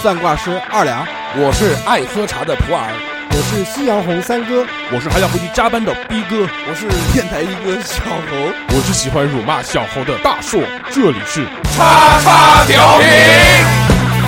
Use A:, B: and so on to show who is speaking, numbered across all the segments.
A: 算卦师二两，
B: 我是爱喝茶的普洱，
C: 我是夕阳红三哥，
D: 我是还要回去加班的逼哥，
E: 我是电台一哥小猴，
F: 我是喜欢辱骂小猴的大硕。这里是
G: 叉叉调频。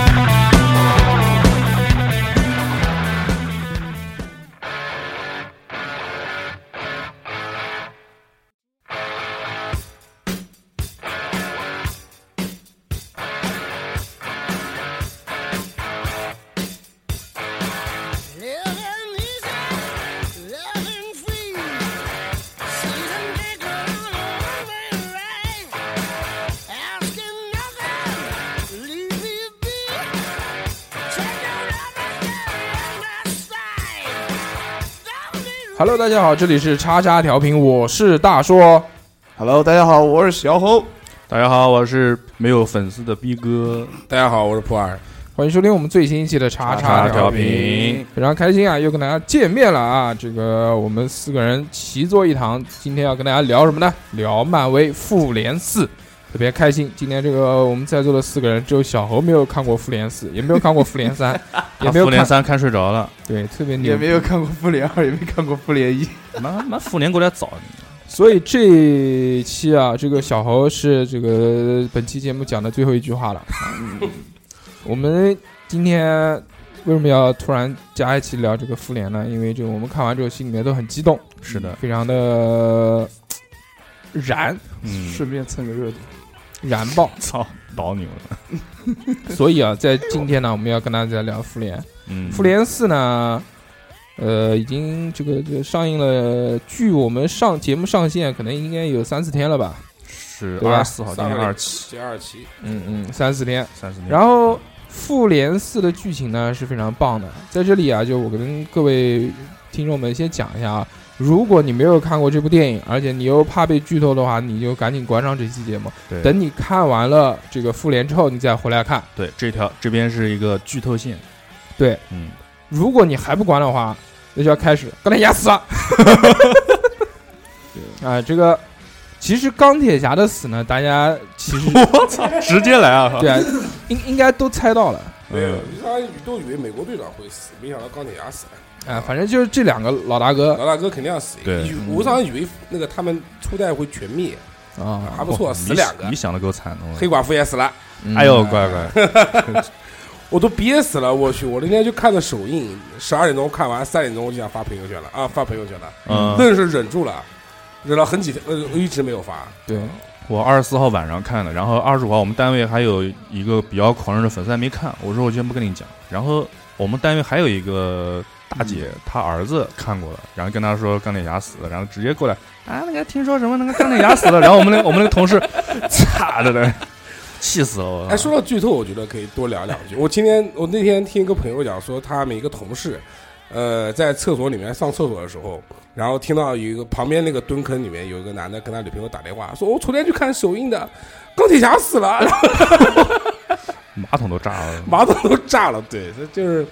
B: Hello，大家好，这里是叉叉调频，我是大硕。
E: Hello，大家好，我是小猴。
H: 大家好，我是没有粉丝的逼哥。
B: 大家好，我是普洱。欢迎收听我们最新一期的叉
H: 叉
B: 调
H: 调频，
B: 非常开心啊，又跟大家见面了啊！这个我们四个人齐坐一堂，今天要跟大家聊什么呢？聊漫威复联四，特别开心。今天这个我们在座的四个人，只有小猴没有看过复联四，也没有看过复 联三，也
H: 把
B: 没有
H: 复联
B: 看
H: 三看睡着了，
B: 对，特别牛
E: 也没有看过复联二，也没看过复联一。
H: 妈妈复联过来早，
B: 所以这一期啊，这个小猴是这个本期节目讲的最后一句话了。嗯我们今天为什么要突然加一期聊这个复联呢？因为这个我们看完之后心里面都很激动，
H: 是的，
B: 非常的燃
H: 嗯，
E: 顺便蹭个热度。
B: 燃爆。
H: 操，老牛了，
B: 所以啊，在今天呢，我们要跟大家聊复联。
H: 嗯，
B: 复联四呢，呃，已经这个这个上映了，距我们上节目上线可能应该有三四天了吧？
H: 是
B: 对吧
H: 二十四号，今天二七，
D: 第二期
B: 嗯嗯，三四天。
H: 三十年。
B: 然后复联四的剧情呢是非常棒的，在这里啊，就我跟各位听众们先讲一下啊，如果你没有看过这部电影，而且你又怕被剧透的话，你就赶紧关上这期节目，
H: 对
B: 等你看完了这个复联之后，你再回来看。
H: 对这条这边是一个剧透线，
B: 对，
H: 嗯，
B: 如果你还不关的话，那就要开始钢铁侠死了。 啊，这个其实钢铁侠的死呢，大家其 实
H: 我操，直接来啊！嗯
B: 对啊，应应该都猜到了。
H: 哎
D: 没有，大家都以为美国队长会死，没想到钢铁侠死了。
B: 啊，反正就是这两个老大哥
D: 老大哥肯定要死。
H: 对
D: 以我当时以为那个他们初代会全灭，
B: 啊，
D: 还不错，
H: 哇
D: 死
H: 你
D: 两个
H: 你。想的够惨的，我
D: 黑寡妇也死了，
H: 哎呦乖乖，
D: 我都憋死了，我去！我那天就看的首映，十二点钟看完，三点钟我就想发朋友圈了啊，发朋友圈了，
H: 嗯，
D: 愣是忍住了，忍了很几天，呃，我一直没有发。
B: 对，
H: 我二十四号晚上看的，然后二十五号我们单位还有一个比较狂热的粉丝还没看，我说我先不跟你讲。然后我们单位还有一个大姐，她儿子看过了，然后跟她说钢铁侠死了，然后直接过来啊，那个听说什么那个钢铁侠死了，然后我们那个我们那个同事， 擦的嘞，气死了我。
D: 哎，说到剧透，我觉得可以多聊两句。我今天我那天听一个朋友讲说，他们一个同事，呃，在厕所里面上厕所的时候，然后听到有一个旁边那个蹲坑里面有一个男的跟他女朋友打电话，说我昨天去看首映的。钢铁侠死了，然后
H: 马桶都炸了，
D: 马桶都炸了。对，这就是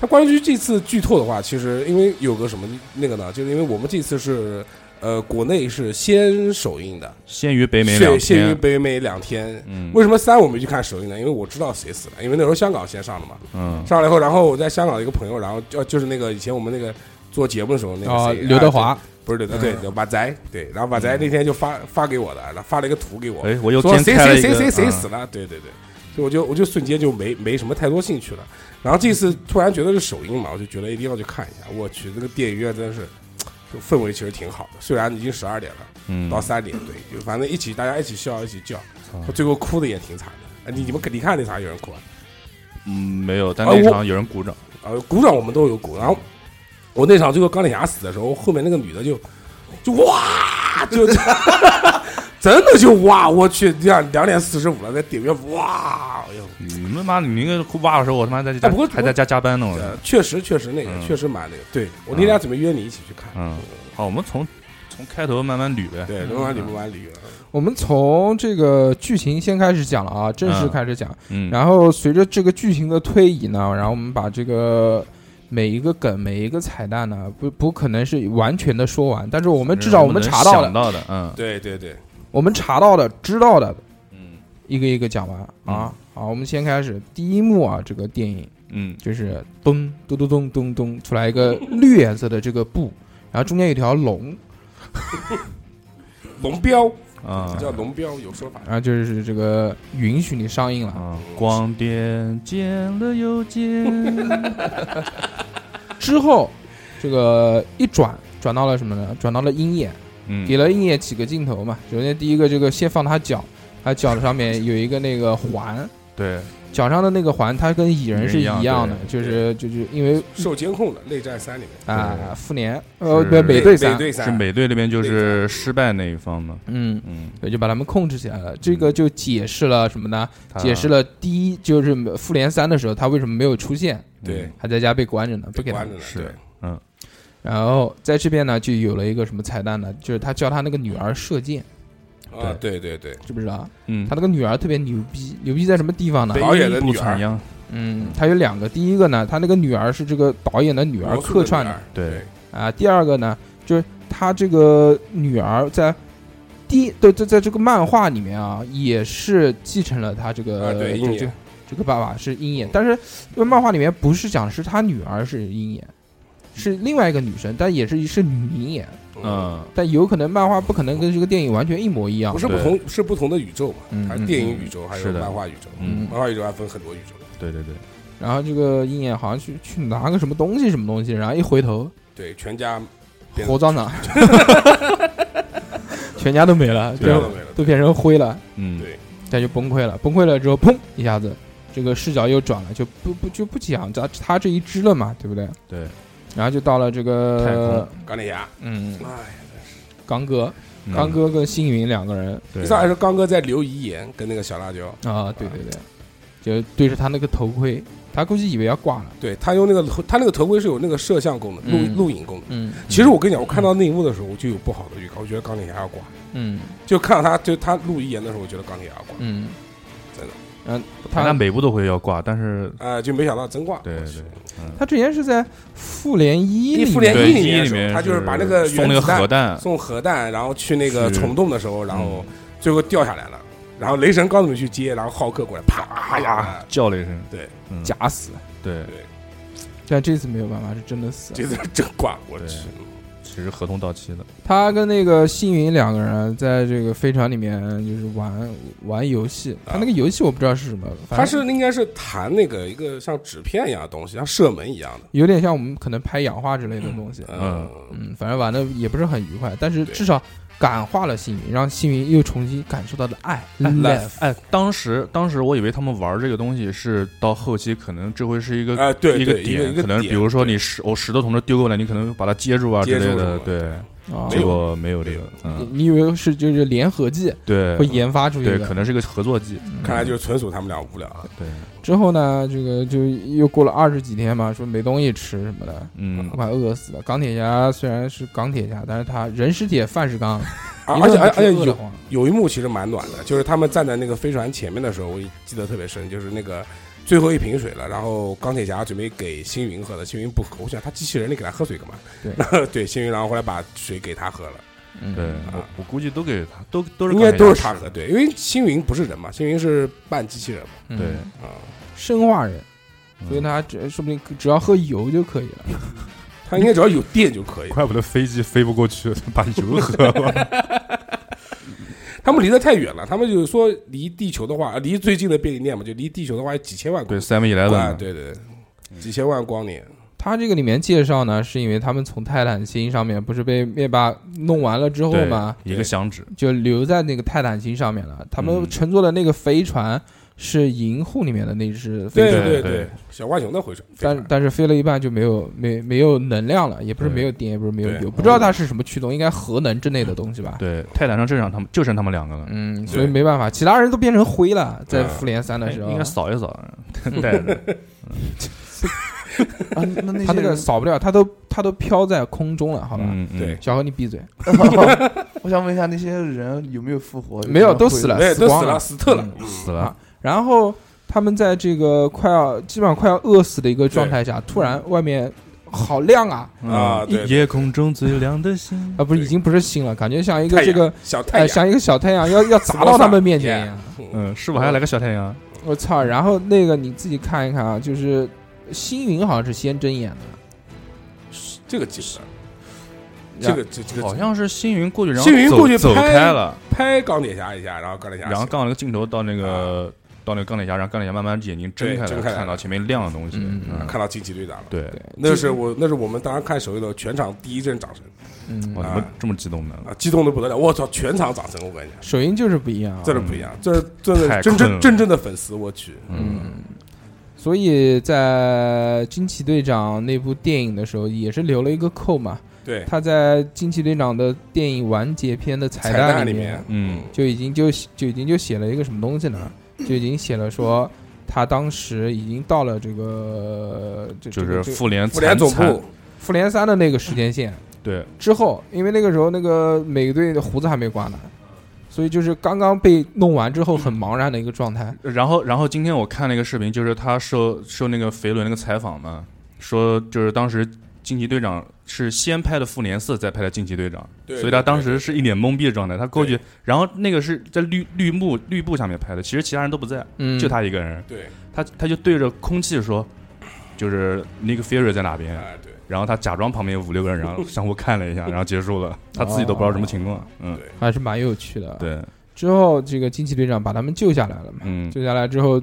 D: 他。关于这次剧透的话，其实因为有个什么那个呢，就是因为我们这次是呃国内是先首映的，
H: 先于北美两
D: 限限于
H: 天，
D: 北美两天。
H: 嗯
D: 为什么三我没去看首映呢？因为我知道谁死了，因为那时候香港先上的嘛。
H: 嗯，
D: 上来以后，然后我在香港的一个朋友，然后哦就就是那个以前我们那个做节目的时候，那
B: 啊，
D: 个谁
B: 刘德华，
D: 不是刘德对马仔对，然后马仔那天就发发给我的，然后发了一个图给我，
H: 哎，我又
D: 说
H: 先
D: 谁
H: 开了
D: 谁
H: 一
D: 谁谁
H: 个
D: 谁
H: 嗯
D: 死了，对对对，所以我就我就瞬间就没没什么太多兴趣了。然后这次突然觉得是首映嘛，我就觉得哎一定要去看一下。我去，这个电影院真是就氛围其实挺好的，虽然已经十二点了。
H: 嗯
D: 到三点，对，就反正一起大家一起笑，一起叫
H: 操，
D: 我最后哭的也挺惨的。哎你你们你看那场有人哭啊？
H: 嗯没有，但
D: 啊
H: 那
D: 我
H: 场有人鼓掌，
D: 呃，鼓掌我们都有鼓。然后我那场最后钢铁侠死的时候，后面那个女的就就哇，就 真的就哇，我去，两两点四十五了，在电影院哇，哎呦，
H: 你们妈，你那个哭哇的时候，我他妈在家
D: 哎不过
H: 还在家加班呢，我。
D: 呃确实确实那个、
H: 嗯
D: 确实蛮那个。对我那天还准备约你一起去看，
H: 嗯，好，我们从从开头慢慢捋呗。
D: 对，龙马里不玩里约，啊
B: 我们从这个剧情先开始讲了啊，正式开始讲。
H: 嗯，
B: 然后随着这个剧情的推移呢，然后我们把这个每一个梗、每一个彩蛋呢，不不可能是完全的说完，但是我们呃至少我们查到
H: 了，
B: 的，
H: 到的，嗯
D: 对对对，
B: 我们查到的、知道的，
H: 嗯，
B: 一个一个讲完啊。好，我们先开始第一幕啊，这个电影
H: 嗯，
B: 就是咚咚咚咚咚咚出来一个绿颜色的这个布，然后中间有条龙，
D: 龙标
H: 啊
D: 叫龙标，有说法。
B: 然后就是这个允许你上映了。
H: 啊，光点见了又 见，
B: 之后这个一转转到了什么呢？转到了鹰眼，给
H: 嗯，
B: 了鹰眼几个镜头嘛。首先第一个这个先放他脚，他脚上面有一个那个环，
H: 对，
B: 脚上的那个环它跟蚁人是一样的
H: 蚁人一样，
B: 就是就是因为
D: 受监控的《内战三》里面，
B: 啊复联呃
H: 是
B: 不美队三
D: 美，队三
H: 是美队那边就是失败那一方嘛，
B: 嗯。
H: 嗯，
B: 对，就把他们控制起来了。这个就解释了什么呢？
H: 他
B: 解释了第一就是复联三的时候他为什么没有出现，
H: 嗯
D: 对，
B: 还在家被关着呢，不
D: 被
B: 给他
D: 关。着呢，
H: 是
D: 对
B: 然后在这边呢，就有了一个什么彩蛋呢？就是他教他那个女儿射箭，
D: 啊，对对对，
B: 知不知道？
H: 嗯
B: 他，那个女儿特别牛逼，牛逼在什么地方呢
D: 对？
H: 导
D: 导
H: 演
D: 演
H: 的
D: 的
H: 不
D: 女
H: 怎
D: 儿
H: 样，
B: 嗯，他有两个，第一个呢，他那个女儿是这个导演的女儿
D: 罗素
B: 客串
D: 女
B: 的
D: 儿
H: 对，
B: 啊。第二个呢，就是他这个女儿在。第对，在在这个漫画里面啊，也是继承了他这个、
D: 啊对鹰
B: 这
D: 眼
B: 这这个爸爸是鹰眼，但是这个漫画里面不是讲是他女儿是鹰眼，是另外一个女生，但也是是女鹰眼，
H: 嗯，
B: 但有可能漫画不可能跟这个电影完全一模一样，
D: 不是不同，是不同的宇宙嘛
B: 嗯，
D: 还是电影宇宙，还
H: 是
D: 有
H: 的
D: 漫画宇宙，
H: 嗯
B: 嗯
D: 漫画宇宙还分很多宇宙，
H: 对对对，
B: 然后这个鹰眼好像去去拿个什么东西，什么东西，然后一回头，
D: 对，全家变
B: 火葬场，全家都没了，
D: 全家
B: 都
D: 都没了，
B: 都变成灰了，
H: 嗯，
D: 对
B: 他就崩溃了。崩溃了之后，砰一下子，这个视角又转了，就不不就不讲他他这一支了嘛，对不对？
H: 对，
B: 然后就到了这
H: 太
B: 个
H: 空
D: 钢铁侠，
B: 嗯，
D: 哎呀，
B: 刚哥，
H: 嗯
B: 刚，哥跟星云两个人
H: 对
D: 你上来是刚哥在留遗言，跟那个小辣椒，
B: 啊，对对对，就对着他那个头盔，他估计以为要挂了，
D: 对他用那个他那个头盔是有那个摄像功能、
B: 嗯
D: 录录影功能。
B: 嗯
D: 其实我跟你讲，我看到那一幕的时候，我就有不好的预感，我觉得钢铁侠要挂。
B: 嗯
D: 就看到他，就他录遗言的时候，我觉得钢铁侠要挂，
B: 嗯，
D: 真的
B: 嗯，
H: 他
B: 他
H: 那每部都会要挂，但是
D: 啊、就没想到真挂。
H: 对
D: 我去
H: 对
B: 他之前是在复联一
D: 一
B: 里
D: 复联
H: 对
D: 一里面
H: 一
D: 的
H: 里
D: 时候
H: 面
D: 他就是把那个
H: 送那个
D: 原子弹
H: 核弹，
D: 送核弹，然后去那个
H: 是
D: 虫洞的时候，然后最后掉下来了，然后雷神刚准备去接，然后浩克过来，啪呀，
H: 叫了一声，
D: 对
H: 嗯
B: 假死，
H: 对，
B: 但这次没有办法，是真的死了。
D: 这次真挂，我去，
H: 其实合同到期了，
B: 他跟那个星云两个人在这个飞船里面就是玩玩游戏，他那个游戏我不知道是什么，反正
D: 他是应该是弹那个一个像纸片一样的东西，像射门一样的，
B: 有点像我们可能拍氧化之类的东西，
D: 嗯，
B: 嗯，反正玩的也不是很愉快，但是
D: 对
B: 至少感化了星云，让星云又重新感受到了爱，love。
H: 哎，当时当时我以为他们玩这个东西是到后期，可能这会是一个
D: 哎、对，
H: 一个
D: 对一个
H: 点，可能比如说你石我石头从这丢过来，你可能把它接住啊之
D: 接住
H: 类
D: 什
H: 的，
D: 么
H: 对，
B: 啊
H: 结果没有这个，
B: 你
H: 嗯，
B: 你以为是就是联合技
H: 对
B: 会，研发出一
H: 对，
B: 个，嗯
H: 可能是个合作技，
D: 看来就是纯属他们俩无聊啊了，
H: 对，
B: 之后呢，这个就又过了二十几天嘛，说没东西吃什么的，
H: 嗯
B: 我，快饿死了。钢铁侠虽然是钢铁侠，但是他人是铁，饭是钢，
D: 啊
H: 嗯
B: 一
D: 而且
B: 顿不
D: 而
B: 吃
D: 且
B: 饿
D: 有
B: 得慌
D: 有一幕其实蛮暖的，就是他们站在那个飞船前面的时候，我记得特别深，就是那个最后一瓶水了，然后钢铁侠准备给星云喝的，星云不喝，我想他机器人，你给他喝水干嘛？
B: 对
D: 对， 对，星云然后后来把水给他喝了，
B: 嗯，
H: 对，
D: 啊
H: 我我估计都给他都都是
D: 应该
H: 钢铁
D: 都
H: 侠
D: 是他
H: 吃
D: 喝，对，因为星云不是人嘛，星云是半机器人嘛，
B: 嗯
H: 对，
D: 啊、
B: 生化人，
H: 嗯
B: 所以他只说不定只要喝油就可以了。
D: 他应该只要有电就可以。
H: 怪不得飞机飞不过去，把油 喝了。
D: 他们离得太远了，他们就是说离地球的话，呃离最近的便利店嘛，就离地球的话有几千万
H: 对
D: 光
H: ，Seven
D: 啊，
H: Eleven，
D: 对对对，几千万光年，
B: 他这个里面介绍呢，是因为他们从泰坦星上面不是被灭霸弄完了之后哦嘛，
H: 一个响指，
B: 就留在那个泰坦星上面了。他们
H: 嗯
B: 乘坐的那个飞船是银护里面的那只飞
D: 对
B: 船，
D: 对
H: 对对，
D: 小浣熊的回声，
B: 但但是飞了一半就没有没没有能量了，也不是
H: 对
B: 没有电，也不是没有
D: 对
B: 油，不知道它是什么驱动，应该核能之类的东西吧？
H: 对，泰坦上就剩他们就剩他们两个了，
B: 嗯，
D: 对啊
B: 所以没办法，其他人都变成灰了，在复联三的时候，
H: 哎应该扫一扫，啊带着。
E: 啊，那那
B: 他那
E: 些
B: 个
E: 人，
B: 扫不了，他都他都飘在空中了，好吧？
H: 嗯，嗯
D: 对，
B: 小何，你闭嘴，
E: 我想问一下，那些人有没有复活？
B: 没有都死了
D: 对，
B: 死
D: 都
B: 光
D: 死
B: 了
D: 了，死透了，嗯
H: 死了，
B: 然后他们在这个快要基本上快要饿死的一个状态下，突然外面好亮啊！
D: 啊
H: 嗯
D: 对对
H: 夜空中最亮的星，
B: 啊，不是，
D: 对
B: 已经不是星了，感觉像一
D: 太
B: 个
D: 阳
B: 这个
D: 小太
B: 呃，
D: 阳，
B: 像一个小太阳要要砸到他们面前一样。
D: 嗯
H: 嗯嗯，是不是还要来个小太阳？
B: 我操！然后那个你自己看一看啊，就是星云好像是先睁眼的，
D: 这个记不得。这个这这个
H: 好像是星云过去，然后
D: 星云过去
H: 走走
D: 拍
H: 开了，
D: 拍钢铁侠一下，然后钢铁侠
H: 然后刚好那个镜头到那个到那个钢铁侠，然后钢铁侠慢慢眼睛睁
D: 啊对
H: 开了，
D: 睁开来
H: 看到前面亮的东西，
B: 嗯嗯
H: 嗯
D: 看到惊奇队长了。
H: 对，
D: 那是我，那是我们当时看首映的全场第一阵掌声
B: 嗯，
H: 哇，
D: 啊
H: 怎么这么激动呢？
D: 啊，激动的不得了！我操，全场掌声，我跟你讲，
B: 首映就是不一样啊，
D: 这是不一样，这是真
H: 太
D: 的真
H: 困了
D: 正真正的粉丝，我去，
H: 嗯，
B: 所以在《惊奇队长》那部电影的时候，也是留了一个扣嘛。
D: 对，
B: 他在《惊奇队长》的电影完结篇的彩
D: 彩蛋
B: 里
D: 面，
H: 嗯
B: 就已经就就已经就写了一个什么东西呢？就已经写了说他当时已经到了这个这
H: 就
B: 这
H: 是
B: 个这个
H: 复联
D: 复联总
H: 残
D: 部
H: 残，
B: 复联三的那个时间线
H: 对，
B: 之后，因为那个时候那个美队的胡子还没刮呢，所以就是刚刚被弄完之后很茫然的一个状态。
H: 然后，然后今天我看了一个视频，就是他受受那个肥伦那个采访嘛，说就是当时惊奇队长是先拍的复联四，再拍的惊奇队长，
D: 对
H: 所以他当时是一脸懵逼的状态。他过去，然后那个是在绿绿幕绿布下面拍的，其实其他人都不在，
B: 嗯，
H: 就他一个人，
D: 对，
H: 他他就对着空气说，就是 Nick Fury 在哪边，
D: 哎对
H: 然后他假装旁边有五六个人，然 后相互看了一下，然后结束了，他自己都不知道什么情
D: 哦
H: 况，嗯，
D: 对，
B: 还是蛮有趣的。，
H: 对，
B: 之后这个惊奇队长把他们救下来了嘛。
H: 嗯，
B: 救下来之后，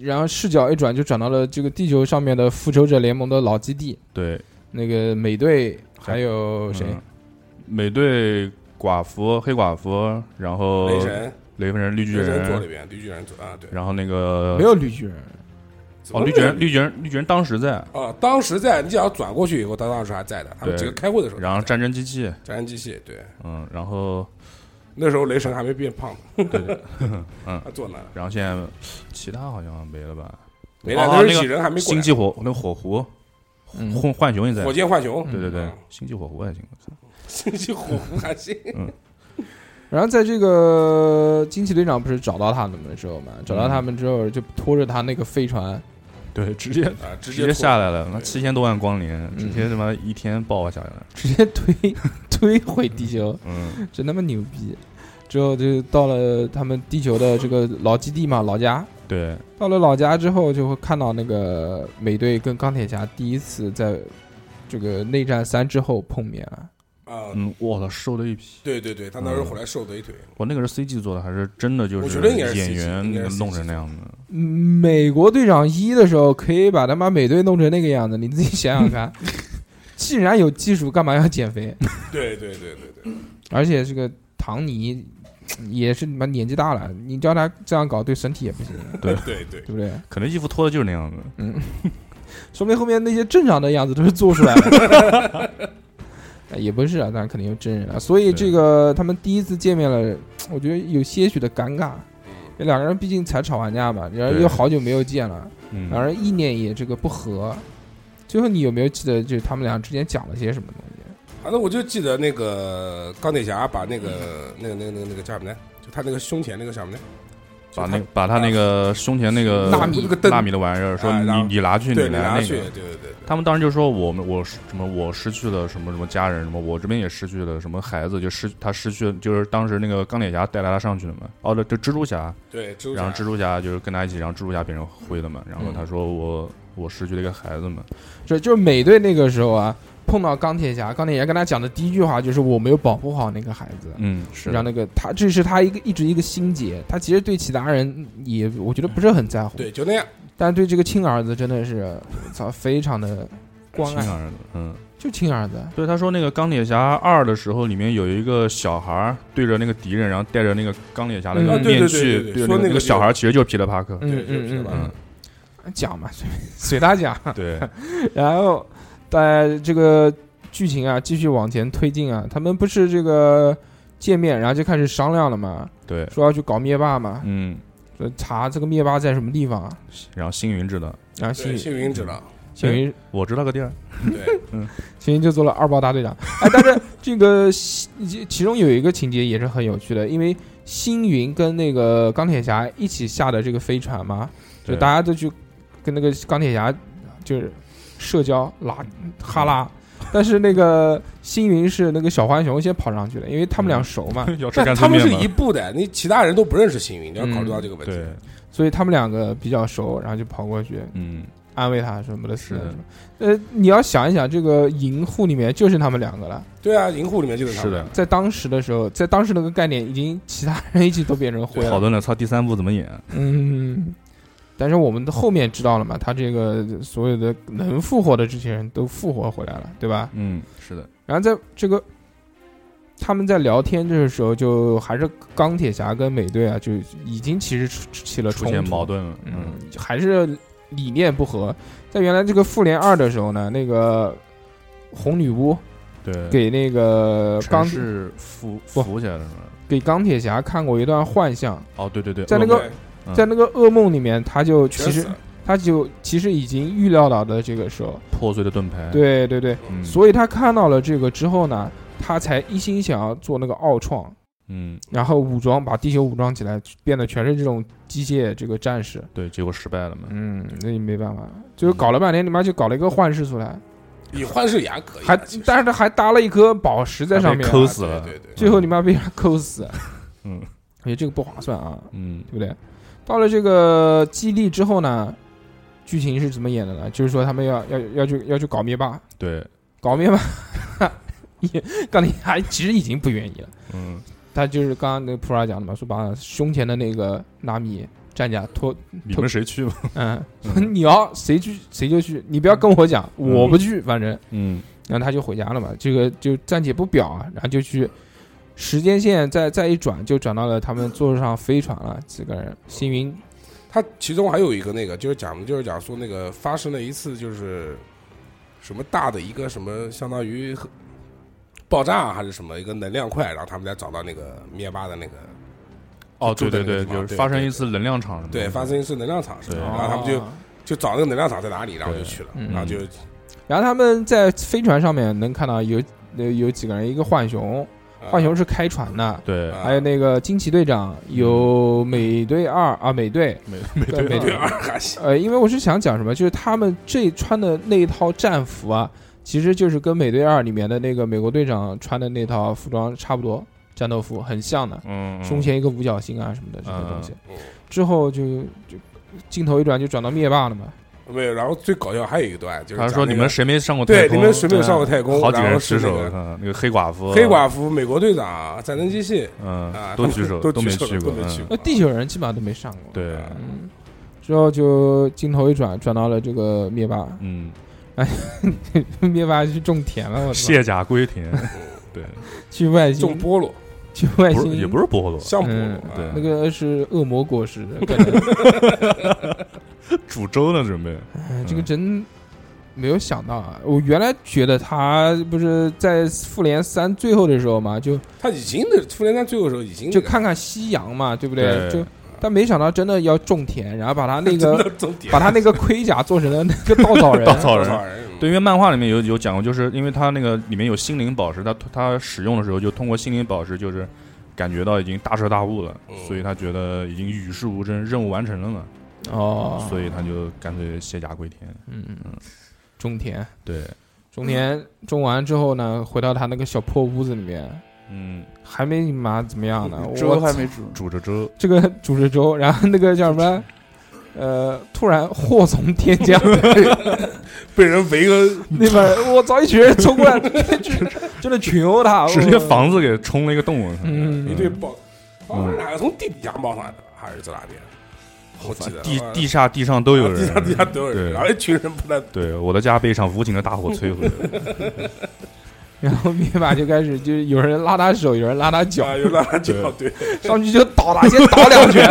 B: 然后视角一转就转到了这个地球上面的复仇者联盟的老基地，
H: 对，
B: 那个美队还有谁？
H: 嗯美队、寡妇、黑寡妇，然后
D: 雷神
H: 雷神、绿巨
D: 雷神坐里
H: 人，
D: 边，绿巨人坐啊，对，
H: 然后那个
B: 没有绿巨人，
D: 怎么
H: 哦，绿巨人，绿巨人，绿巨人当时在，
D: 啊，当时在，你只要转过去以后，他当时还在的，他们
H: 对
D: 几个开会的时候还在，
H: 然后战争机器，
D: 战争机器，对，
H: 嗯，然后
D: 那时候雷神还没变胖呢，
H: 对， 嗯
D: 他坐那儿
H: 然后现在其他好像没了吧？
D: 没
H: 哦
D: 来，那时
H: 那
D: 候
H: 个
D: 几人还没过
H: 星
D: 来，
H: 际火那个火狐，
B: 嗯
H: 浣浣熊也在
D: 火，箭浣熊，
H: 对对对
D: 嗯，，
H: 星际火狐还行，
D: 星际 火狐还行，
B: 然后在这个惊奇队长不是找到他们的时候嘛，找到他们之后就拖着他那个飞船，
H: 对，直接
D: 啊，直
H: 直接下
D: 来，
H: 来了，那七千多万光年，直接他妈一天爆发下来了，
B: 直接推 推回地球，
H: 嗯，
B: 真他妈牛逼！之后就到了他们地球的这个老基地嘛，老家。
H: 对，
B: 到了老家之后，就会看到那个美队跟钢铁侠第一次在这个内战三之后碰面了。
D: 啊，
H: 嗯，我操，瘦了一批。
D: 对对对，他那时候回来瘦了一腿，
H: 我那个是 CG 做的，还是真的就
D: 我
H: 是
D: 觉得应该是 CG
H: 演员
D: 应该是
H: 弄
D: CG
H: 成那样的？
B: 嗯美国队长一的时候，可以把他妈美队弄成那个样子，你自己想想看。既然有技术，干嘛要减肥？
H: 嗯
D: 对对对对对，
B: 而且这个唐尼嗯也是你妈年纪大了，你叫他这样搞，对身体也不行，
D: 对对
B: 对不对？
H: 可能衣服脱的就是那样的。
B: 说明后面那些正常的样子都是做出来的。 哎也不是啊，当然肯定有真人啊。所以这个他们第一次见面了，我觉得有些许的尴尬。因为两个人毕竟才吵完架嘛，然后
H: 对
B: 又好久没有见了，
H: 嗯，
B: 两人意念也这个不合。最后你有没有记得，就是他们俩之间讲了些什么东西？
D: 反正我就记啊得那个钢铁侠把那个那个那个那个那个叫什么呢？就他那个胸前那个叫什么呢？
H: 把
D: 就
H: 那把他那个胸前那个
D: 纳米那个灯
H: 纳米的玩意儿，说
D: 哎然后
H: 你你拿去，
D: 对你
H: 来
D: 拿
H: 那
D: 去，
H: 个
D: 对。对对对，
H: 他们当时就说我们我失什么我失去了什么什么家人什么我这边也失去了什么孩子就失他失去了就是当时那个钢铁侠带着他上去了嘛哦对就蜘蛛侠
D: 对，蜘蛛侠嗯
H: 然后蜘蛛侠就是跟他一起让蜘蛛侠变成灰的嘛然后他说我我失去了一个孩子嘛
B: 这就是美队那个时候啊，碰到钢铁侠，钢铁侠跟他讲的第一句话就是我没有保护好那个孩子。
H: 嗯是
B: 让那个他，这是他一个一直一个心结。他其实对其他人也，我觉得不是很在乎，
D: 对，就那样，
B: 但对这个亲儿子真的是，操，非常的关
H: 亲
B: 爱，
H: 儿子嗯
B: 就亲儿子。
H: 对，他说那个钢铁侠二的时候，里面有一个小孩儿对着那个敌人，然后戴着那个钢铁侠的
B: 嗯
H: 那个面
D: 啊对对对，
H: 具
D: 对
H: 对着
D: 说
H: 那
D: 那个
H: 个小孩儿其实就是皮特帕 克。
B: 嗯
D: 对，就
B: 嗯
D: 是
B: 嗯
D: 吧？
B: 嗯，讲嘛， 随随他讲。
H: 对，
B: 然后，在这个剧情啊继续往前推进啊，他们不是这个见面，然后就开始商量了嘛，
H: 对，
B: 说要去搞灭霸嘛，
H: 嗯，
B: 说查这个灭霸在什么地方啊。
H: 然后星云知道，
B: 然后星
D: 对，
B: 云
D: 幸运知道，
B: 星云
H: 我知道个 地儿，
D: 对，
B: 星云就做了二豹大队 长。哎，但是这个其其中有一个情节也是很有趣的，因为星云跟那个钢铁侠一起下的这个飞船嘛，就
H: 对
B: 大家
H: 嗯
B: 都去跟那个钢铁侠就是社交拉哈拉， 但是那个星云是那个小浣熊先跑上去的，因为他们
H: 嗯
B: 俩熟嘛，
H: 要吃
D: 但
H: 干
D: 他
H: 脆
D: 们
H: 面
D: 是
H: 嘛
D: 一步的，你其他人都不认识星云，你要考虑到这个问题。
H: 对，
B: 所以他们两个比较熟，然后就跑过去
H: 嗯，
B: 安慰他什么的事
H: 是的
B: 什么。呃，你要想一想，这个银护里面就是他们两个了，
D: 对啊，银护里面就是他
H: 是
D: 们。
H: 的，
B: 在当时的时候，在当时那个概念，已经其他人一起都变成灰
H: 讨
B: 了。
H: 论了，操，第三部怎么演？
B: 嗯，但是我们后面知道了嘛，他这个所有的能复活的这些人都复活回来了，对吧？
H: 嗯，是的，
B: 然后在这个他们在聊天这个时候，就还是钢铁侠跟美队啊，就已经其实出起了
H: 出
B: 冲
H: 现
B: 突，
H: 矛盾了，
B: 嗯
H: 嗯，，
B: 还是理念不合。在原来这个复联二的时候呢，那个红女巫
H: 对，
B: 给那
D: 呃
B: 个
H: 城
B: 钢
H: 市浮
B: 不
H: 浮起来了是吧？
B: 给钢铁侠看过一段幻象，
H: 哦，对对对，
B: 在那
H: 噩
B: 个
H: 梦
D: 对
H: 嗯
B: 在那个噩梦里面，他就
D: 全
B: 其
D: 死
B: 实
D: 了，
B: 他就其实已经预料到的这个时候，
H: 破碎的盾牌，，
B: 对对对，
H: 嗯，
B: 所以他看到了这个之后呢，他才一心想要做那个奥创。
H: 嗯，
B: 然后武装把地球武装起来，变得全是这种机械这个战士。
H: 对，结果失败了嘛，
B: 嗯，那也没办法，就是搞了半天，你妈就搞了一个幻视出来，
H: 嗯
D: 以幻视牙可以啊，
B: 还
D: 其实
B: 但是还搭了一颗宝石在上面
H: 还被，抠
D: 啊
H: 死了
D: 对对对，
B: 最后你妈被他抠死。
H: 嗯，
B: 哎，这个不划算啊，
H: 嗯
B: 对不对？到了这个基地之后呢，剧情是怎么演的呢？就是说他们要要要去要去搞灭霸，
H: 对，
B: 搞灭霸， 也钢铁侠其实已经不愿意了。
H: 嗯，
B: 他就是刚刚那个普拉讲的嘛，说把胸前的那个纳米战甲脱
H: 你们谁去 吧？
B: 嗯，你要谁去谁就去，你不要跟我讲，我不去，反正，
H: 嗯，
B: 然后他就回家了嘛。这个就暂且不表啊，然后就去时间线再再一转，就转到了他们坐上飞船了，几个人，星云，
D: 他其中还有一个那个，就是讲就是讲说那个发生了一次就是什么大的一个什么相当于核爆炸还是什么一个能量块，然后他们才找到那个灭霸的那个
H: 哦，
D: 就
H: 对
D: 住在
H: 对
D: 那个
H: 对，
D: 地方
H: 就是
D: 对
H: 发生
D: 对
H: 一次能量场什么的，
D: 对发生一次能量场是吧？
H: 对
D: 然后他们就
B: 哦
D: 就找那个能量场在哪里，然后就去了，
B: 嗯
D: 然后就
B: 然后他们在飞船上面能看到有有有几个人，一个浣熊，浣熊是开船的。
H: 对，
D: 啊
B: 还有那个惊奇队长，有美队二啊，美队，
H: 美美
B: 对
H: 队
B: 美
D: 对
B: 队
D: 二还行，
B: 呃，因为我是想讲什么，就是他们这穿的那一套战服啊，其实就是跟《美队二》里面的那个美国队长穿的那套服装差不多，战斗服很像的，
H: 嗯，嗯
B: 胸前一个五角星啊什么的这些东西。
D: 嗯
B: 之后就就镜头一转就转到灭霸了嘛，
D: 没有。然后最搞笑还有一段就是
H: 嗯他
D: 讲
H: 说
D: 那
H: 你
D: 个
H: 们谁没上过太
D: 对
H: 空？啊
D: 你们谁没有上过太空，
H: 好几个
D: 然后
H: 人
D: 是
H: 举
D: 那
H: 手，
D: 个
H: 嗯那个黑寡妇，
D: 黑寡妇、美国队长、战争机器，啊
H: 嗯，
D: 他们
H: 举手，
D: 都
H: 都
D: 举
H: 没
D: 手
H: 去
D: 了
H: 过
D: 都，没去过
H: 嗯
D: 啊
B: 那地球人基本上都没上过。，
H: 对，
B: 嗯。之后就镜头一转，转到了这个灭霸，
H: 嗯，
B: 灭霸去种田了，我操，
H: 卸甲归 田，对，
B: 去外
H: 嗯
D: 种
B: 星，
D: 菠萝，
B: 去外
H: 不
B: 星
H: 是也不是菠萝，
D: 像菠
B: 嗯
D: 萝，啊
H: 对
B: 那个是恶魔果实，可能
H: 煮粥呢，准备，
B: 哎，这个
H: 嗯
B: 真没有想到啊！我原来觉得他不是在复联三最后的时候嘛，就
D: 他已经的复联三最后的时候已经
B: 就
D: 那个
B: 看看夕阳嘛，对不
H: 对
B: 就但没想到真的要种田，然后把他 那个
D: 重点
B: 把他那个盔甲做成了那个稻草人，
H: 稻草
D: 多
H: 人，
D: 少人？
H: 对，因为漫画里面有有讲过，就是因为它那个里面有心灵宝石，它它使用的时候就通过心灵宝石，就是感觉到已经大彻大悟了，
D: 嗯
H: 所以他觉得已经与世无争，任务完成了嘛，
B: 哦，
H: 所以他就干脆卸甲归田。
B: 嗯嗯，种田
H: 对，
B: 种田种完之后呢，回到他那个小破屋子里面，
H: 嗯，
B: 还没你妈怎么样呢，
E: 粥
B: 我
E: 还
B: 操
E: 没煮，
H: 煮着粥，
B: 这个煮着粥，然后那个叫什么？呃，突然祸从天 降，
D: 被人围个
B: 那边我找一群人冲过来， 就是真的群殴他，哦
H: 直接
B: 我
H: 房子给冲了一个洞。
B: 嗯
D: 一
H: 嗯
D: 对爆，好像是哪个从地底下冒上来的，还是在哪边？我记得
H: 地
D: 啊
H: 地下 地上都有
D: 地下地
H: 人。
D: 下都有人，
H: 对
D: 然后一群人不断
H: 对，我的家被一场无情的大火摧毁。
B: 然后灭霸就开始就是有人拉他手，有人拉他脚，
D: 啊，有辣椒，对，
B: 上去就倒他，先倒两 拳，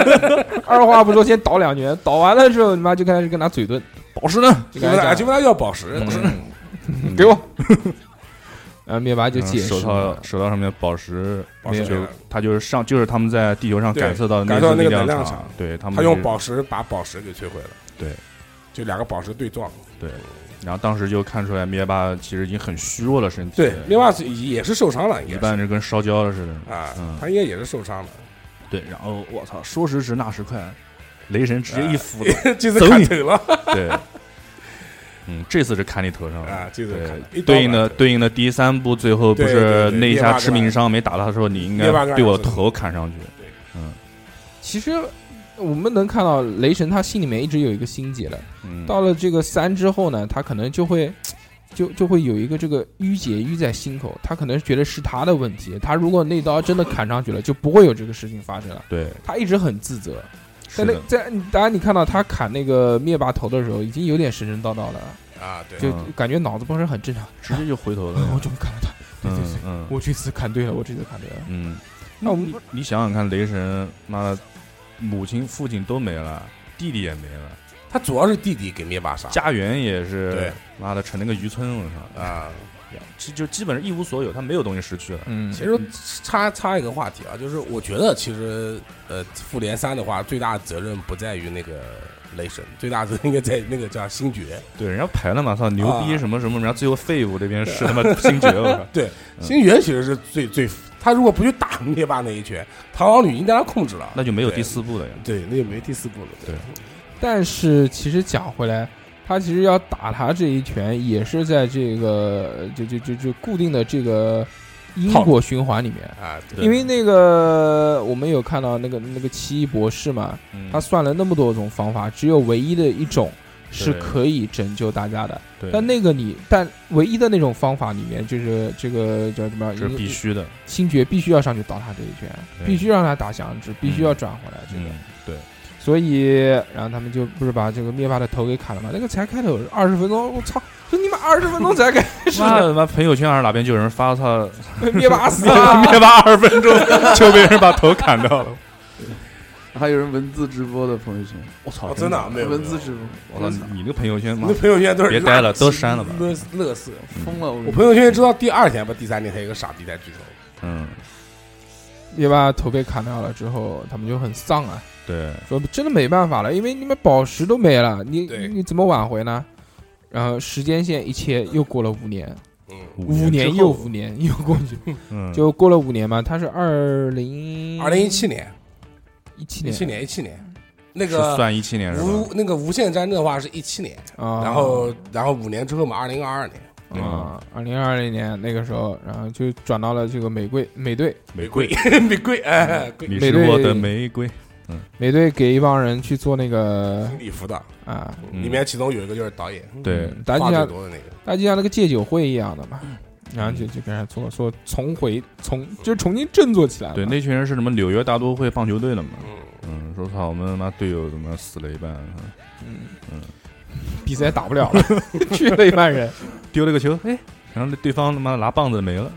B: 二话不说先倒两拳，倒完了之后你妈就开始跟他嘴遁，
H: 宝石呢？
B: 就
D: 就
B: 跟
D: 问
B: 他
D: 他啊
B: 讲
D: 就问他要宝石，宝石
B: 嗯给我， 然后灭霸就
H: 嗯
B: 解释
H: 手
B: 了
H: 套，手套上面宝石，
D: 宝石
H: 就他就是上就是他们在地球上
D: 对
H: 感受到
D: 感受到那
H: 次
D: 个能
H: 量
D: 量场
H: 对他们
D: 他用
H: 就
D: 宝石把宝石给摧毁了，
H: 嗯对，
D: 就两个宝石对撞，
H: 然后当时就看出来灭霸其实已经很虚弱了身体，
D: 对，另外是也是受伤了，
H: 一
D: 应该
H: 般是跟烧焦了似的
D: 是。啊
H: 嗯，
D: 他应该也是受 伤了，
H: 对，然后我操，说时
D: 哎
H: 迟那时快，雷神直接一斧子，
D: 这次
H: 走
D: 砍
H: 你
D: 头了，
H: 对，嗯，这次是砍你头上了
D: 啊这次
H: 对
D: 砍一刀
H: 对应
D: 把
H: 的
D: 头
H: 对应的第三部最后不
D: 对对
H: 是
D: 对
H: 那一
D: 灭霸
H: 下
D: 干
H: 致命伤没打到他的时候，你应该
D: 灭霸干
H: 对我
D: 这次
H: 头砍上去。
B: 其实我们能看到雷神他心里面一直有一个心结的，
H: 嗯，
B: 到了这个三之后呢，他可能就会。就就会有一个这个淤结淤在心口，他可能觉得是他的问题。他如果那刀真的砍上去了，就不会有这个事情发生了。
H: 对，
B: 他一直很自责。在
H: 是
B: 那
H: 的，
B: 在当然你看到他砍那个灭霸头的时候，已经有点神神叨叨了，
D: 啊，对，
B: 就
H: 嗯
B: 感觉脑子不是很正常。
H: 直接就回 头了。
B: 我终于砍了他，对对对
H: 嗯，嗯
B: 我这次砍对了，我这次砍对了。
H: 嗯，
B: 那我们
H: 你你想想看，雷神妈的，母亲、父亲都没了，弟弟也没了，
D: 他主要是弟弟给灭霸杀
H: 家园也
D: 对
H: 是妈的成那个渔村了，我操！
D: 啊。
H: 就就基本上一无所有，他没有东西失去了。
B: 嗯
D: 其实插插一个话题啊，就是我觉得其实呃，复联三的话，最大的责任不在于那个雷神，最大的责任应该在于那个叫星爵。
H: 对，人家排了嘛，操牛逼
D: 啊
H: 什么什么，人家最后废物这边是他妈星爵，我靠！
D: 对，
H: 嗯
D: 星爵其实是最最，他如果不去打灭霸那一拳，螳螂女已经让他控制了，
H: 那就没有
D: 对
H: 第四部了呀。
D: 对，那就没第四部了。对，
B: 但是其实讲回来，他其实要打他这一拳，也是在这个就就就就固定的这个因果循环里面。
D: 啊，
H: 对
B: 因为那个我们有看到那个那个奇异博士嘛，
H: 嗯
B: 他算了那么多种方法，只有唯一的一种是
H: 对
B: 可以拯救大家的。
H: 对
B: 但那个你，但唯一的那种方法里面，就是这个叫什么？
H: 这是必须的。
B: 星爵必须要上去倒他这一拳，
H: 对
B: 必须让他打响指，必须要转回来这个。
H: 嗯，对，
B: 所以，然后他们就不是把这个灭霸的头给砍了吗？那个才开头二十分钟，我操！就你妈二十分钟才开始，
H: 妈的妈，朋友圈还是哪边就有人发， 操，
B: 灭霸死
H: 灭 霸
B: 了。
H: 灭霸二十分钟 就被人把头砍掉 了。
E: 还有人文字直播的朋友圈，
H: 我操
D: 哦，真的啊没有
E: 文字直播，
H: 我
E: 真
H: 操
E: 的，
H: 你那个朋友圈妈
D: 那朋友圈都是
H: 别
D: 垃
H: 待了
D: 圾
H: 都删了吧
D: 乐乐色。
E: 疯了！我
D: 我朋友圈知道第二天吧，第三天才有个傻逼在举手。
H: 嗯，
B: 灭霸头被砍掉了之后，他们就很丧啊，
H: 对，
B: 说真的没办法了，因为你们宝石都没了，你
D: 对
B: 你怎么挽回呢？然后时间线一切又过了五年，
D: 嗯，
B: 五年
H: 之
B: 又
H: 后
B: 五年 又过去，
H: 嗯
B: 就过了五年嘛，他是二零
D: 二零一七年，
B: 一七
D: 一
B: 年
D: 七年，一七年，那
H: 是
D: 个
H: 算一七年是吧？
D: 无那个无限战争的话是一七年，
B: 啊，
D: 然后然后五年之后嘛，二零二二年，
B: 啊，二零二零年那个时候，然后就转到了这个美队，美队，
D: 玫瑰，玫瑰，哎，贵
H: 你
B: 美
H: 是
B: 队
H: 我的玫瑰，
B: 美队给一帮人去做那个
D: 礼服的，
B: 啊，
H: 嗯
D: 里面其中有一个就是导演，
H: 对，嗯
B: 大家
D: 话
B: 就
D: 最
B: 像
D: 多的那个，
B: 大家就像那个戒酒会一样的嘛，然后就就跟人做说重回重，就重新振作起来嘛。
H: 对，那群人是什么纽约大都会棒球队的嘛？
D: 嗯，
H: 嗯，说操，我们他妈队友怎么死了一半，嗯
B: 比赛打不了了， 去了一半人。
H: 丢了个球，哎，然后对方他妈拿棒子没了。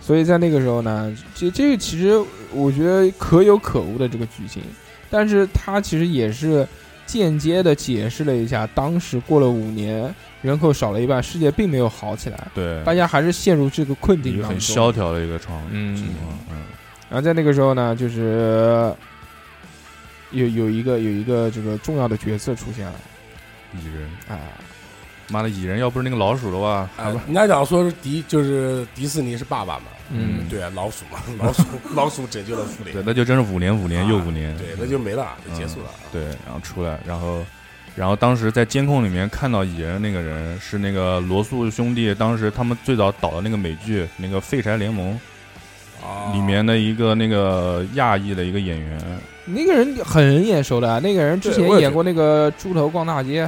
B: 所以在那个时候呢，这这个其实我觉得可有可无的这个剧情，但是它其实也是间接的解释了一下，当时过了五年，人口少了一半，世界并没有好起来，
H: 对，
B: 大家还是陷入这个困
H: 一
B: 境
H: 个
B: 当
H: 很
B: 中
H: 萧。条的一个状
B: 嗯
H: 情况，嗯，
B: 然后在那个时候呢，就是有有一个有一个这个重要的角色出现了
H: 蚁人，
B: 啊，
H: 妈的蚁人，要不是那个老鼠的话，还不
D: 啊，人家讲说是迪就是迪士尼是爸爸嘛，
B: 嗯
D: 对啊，老鼠嘛，老鼠老鼠拯救了复联
H: 对，，那就真是五年五年又五年，
D: 啊对，那就没了，就结束了。
H: 对，然后出来，然后，然后当时在监控里面看到蚁人那个人是那个罗素兄弟，当时他们最早导的那个美剧《那个废柴联盟
B: 哦
D: 啊》
H: 里面的一个那个亚裔的一个演员，
B: 那个人很眼熟的，啊那个人之前
D: 对我也
B: 演过那个《猪头逛大街》，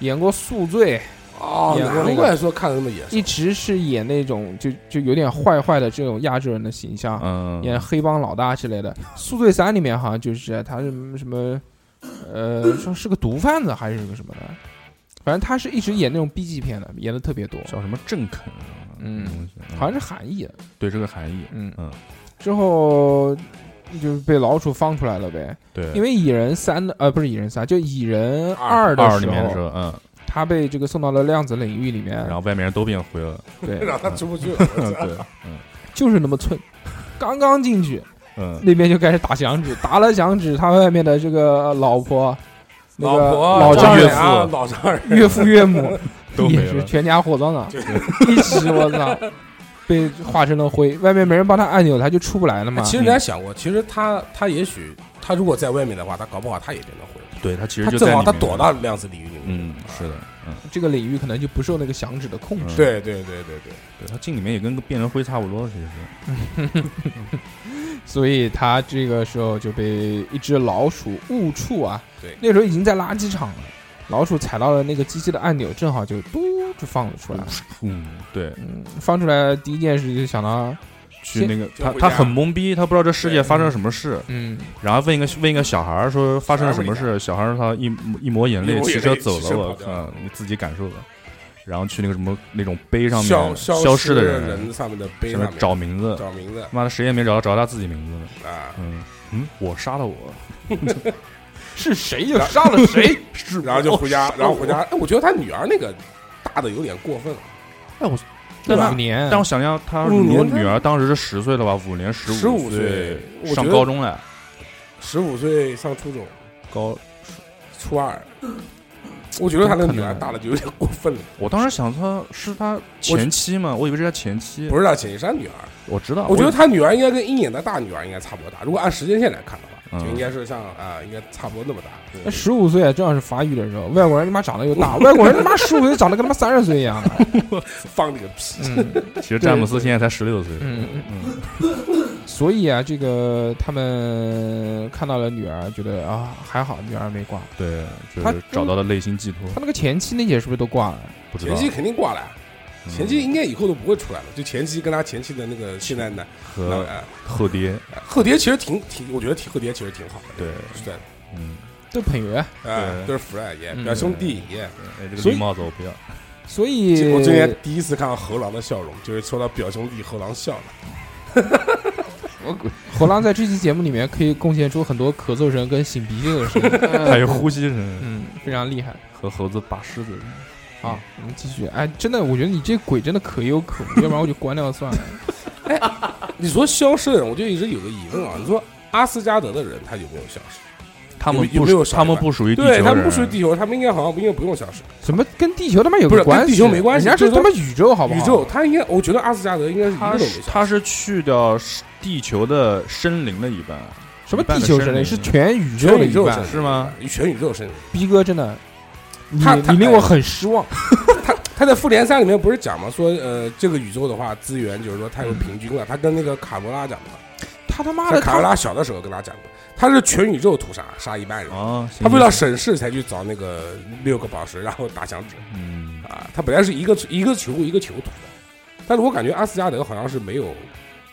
B: 演过《宿醉》，
D: 哦，
B: 演过那
D: 难
B: 个
D: 怪说看的那么严
B: 一
D: 实。
B: 直是演那种就就有点坏坏的这种亚洲人的形象，
H: 嗯，
B: 啊演黑帮老大之类的。《宿醉三》里面好像就是他是什么，呃，说是个毒贩子还是个什么的，反正他是一直演那种 B 级片的，演的特别多，
H: 叫什么郑肯，
B: 嗯
H: 东西，嗯
B: 好像是韩裔的。
H: 对这个含义，
B: 嗯
H: 嗯，
B: 之后就是被老鼠放出来了呗，
H: 对，
B: 因
H: 为
B: 为蚁人三的呃不是蚁人三，就蚁人
D: 二
B: 二的
H: 里
B: 时
H: 面的时
B: 候，嗯
H: 候，嗯，
B: 他被这个送到了量子领域里面
H: 然，后外面人都变灰了，
B: 对，
D: 让他出不去了，我
H: 嗯
D: 操
H: 对，嗯
B: 就是那么寸，刚刚进去。
H: 嗯，
B: 那边就开始打响指，打了响指，他外面的这个老婆、那
D: 老
B: 个
D: 婆、
B: 老丈
D: 岳
B: 人、
D: 父、
H: 啊
D: 老丈人，
B: 岳父、岳母
H: 都没
B: 也
H: 了
B: 是全家火 葬场啊
D: 就，
B: 一起我操，被化成了灰。外面没人帮他按钮，他就
H: 哎
B: 出不来了嘛。
D: 其实人家想过，其实他他也许他如果在外面的话，他搞不好他也变成灰。
H: 对他其实
D: 他
H: 就
D: 正
H: 在
D: 好
H: 里
D: 他
H: 面
D: 躲到量子领域里面。啊
H: 嗯，是的，嗯，
B: 这个领域可能就不受那个响指的控制。
D: 对对对对对，
H: 对他进里面也跟个变成灰差不多，其实是。
B: 所以他这个时候就被一只老鼠误触啊，
D: 对
B: 那时候已经在垃圾场了，老鼠踩到了那个机器的按钮，正好就嘟就放了出来。
H: 嗯，对，
B: 嗯，放出来第一件事就想到，
H: 去那个
D: 先
H: 他
D: 回
H: 他
D: 家
H: 很懵逼，他不知道这世界发生了什么事，
B: 嗯，
H: 然后问一个问一个小孩儿说发生了什么
D: 小孩
H: 事，小孩儿他一一抹眼
D: 一
H: 泪，
D: 抹眼
H: 骑
D: 泪
H: 车走
D: 骑车
H: 了，我
D: 跑掉
H: 靠，你自己感受吧。然后去那个什么那种碑上面
D: 消
H: 消
D: 失
H: 的
D: 人上面的碑
H: 什
D: 上
H: 么
D: 面
H: 找名字，
D: 找名字
H: 妈的谁也没找到，找到他自己名字了。
D: 啊，
H: 嗯嗯，我杀了我，
B: 是谁又杀了谁？
H: 是
D: 然后就回
H: 哦
D: 家，然后回家。哎，我觉得他女儿那个大的有点过分了，啊
H: 但
B: 五
H: 他
B: 年，
H: 但我想想，他
D: 五
H: 女
D: 年
H: 女儿当时是十岁了吧？五年十
D: 15
H: 岁
D: 岁，我觉
H: 上
D: 得
H: 高中了，
D: 十五岁上初中，
H: 高。
D: 初二。我觉得他那个女儿大了就有点过分了，
H: 我当时想他是他前妻嘛，我以为是他前妻，
D: 不是他亲，是他女儿。
H: 啊我知道，
D: 我觉得他女儿应该跟一年的大女儿应该差不多大，如果按时间线来看的话，就
H: 嗯
D: 应该是像啊，应该差不多那么大。
B: 那十五岁啊，正好是发育的时候，外国人他妈长得又 大，外国人他妈十五岁长得跟他妈三十岁一样啊的。
D: 放这个屁，
B: 嗯
H: 其实詹姆斯现在才十六岁，
B: 嗯，
H: 嗯，
B: 所以啊，这个他们看到了女儿，觉得啊还好女儿没挂。
H: 对，就
B: 他
H: 是找到了内心寄托，
B: 他那个前妻那些是不是都挂了？
H: 不知
D: 前
H: 道
D: 妻肯定挂了，
H: 嗯
D: 前妻应该以后都不会出来了。就前妻跟他前妻的那个现在呢，
H: 和
D: 呃
H: 后爹，
D: 后爹其实挺挺，我觉得挺后爹其实挺好的，
H: 对，
D: 是的，
H: 嗯，
B: 都朋友啊。
D: 啊，
H: 对
D: 都是 friend 也
B: 嗯
D: 表兄弟也。
H: 哎这个
B: 所以
H: 绿帽子我不要，
B: 所以
D: 我今 天第一次看到猴狼的笑容，就是说到表兄弟，猴狼笑了。
B: 猴狼在这期节目里面可以贡献出很多咳嗽声跟擤鼻涕的声 音，
D: 呃
H: 还有呼吸声
B: 嗯，非常厉害
H: 和猴子拔狮子，
B: 啊！我们继续，哎，真的，我觉得你这鬼真的可有可无，要不然我就关掉算了。
D: 啊你说消失的人，我就一直有个疑问啊，你说阿斯加德的人他有没有消失？
H: 他们
D: 有
H: 不
D: 没有
H: 属
D: 少
H: 他们
D: 一半
H: 不属于地球
D: 对
H: 人，
D: 他们不属于地球，他们应该好像不应该不用消失。
B: 怎么跟地球他妈有
D: 不
B: 个
D: 是跟
B: 关系？
D: 地球没关系
B: 人家
D: 就
B: 是
D: 是
B: 他
D: 说
B: 妈宇宙，好不好？
D: 宇宙，他应该，我觉得阿斯加德应该是一个
H: 他
D: 都没
H: 是
D: 消失。
H: 他是去掉地球的生灵的一半，
B: 什么
H: 一半
B: 地
H: 的
B: 球
H: 生
B: 人类
H: 灵
B: 是全宇宙
D: 全
B: 的
D: 宇
B: 一
D: 宙
B: 半
D: 生。灵
H: 是吗？
D: 全宇宙生灵。
B: 逼哥真的，你
D: 他哎他
B: 你令我很失望。
D: 他在《复联三》里面不是讲吗？说呃，这个宇宙的话，资源就是说它有平均了。他跟那个卡罗拉讲的嘛，
B: 他他妈
D: 在
B: 的，
D: 卡罗
B: 他
D: 拉小的时候跟他讲的，他是全宇宙屠杀，杀一半人。
H: 啊，
D: 他为了
H: 行
D: 省事才去找那个六个宝石，然后打响指
H: 嗯，
D: 啊。他本来是一个一个球一个球屠的，但是我感觉阿斯加德好像是没有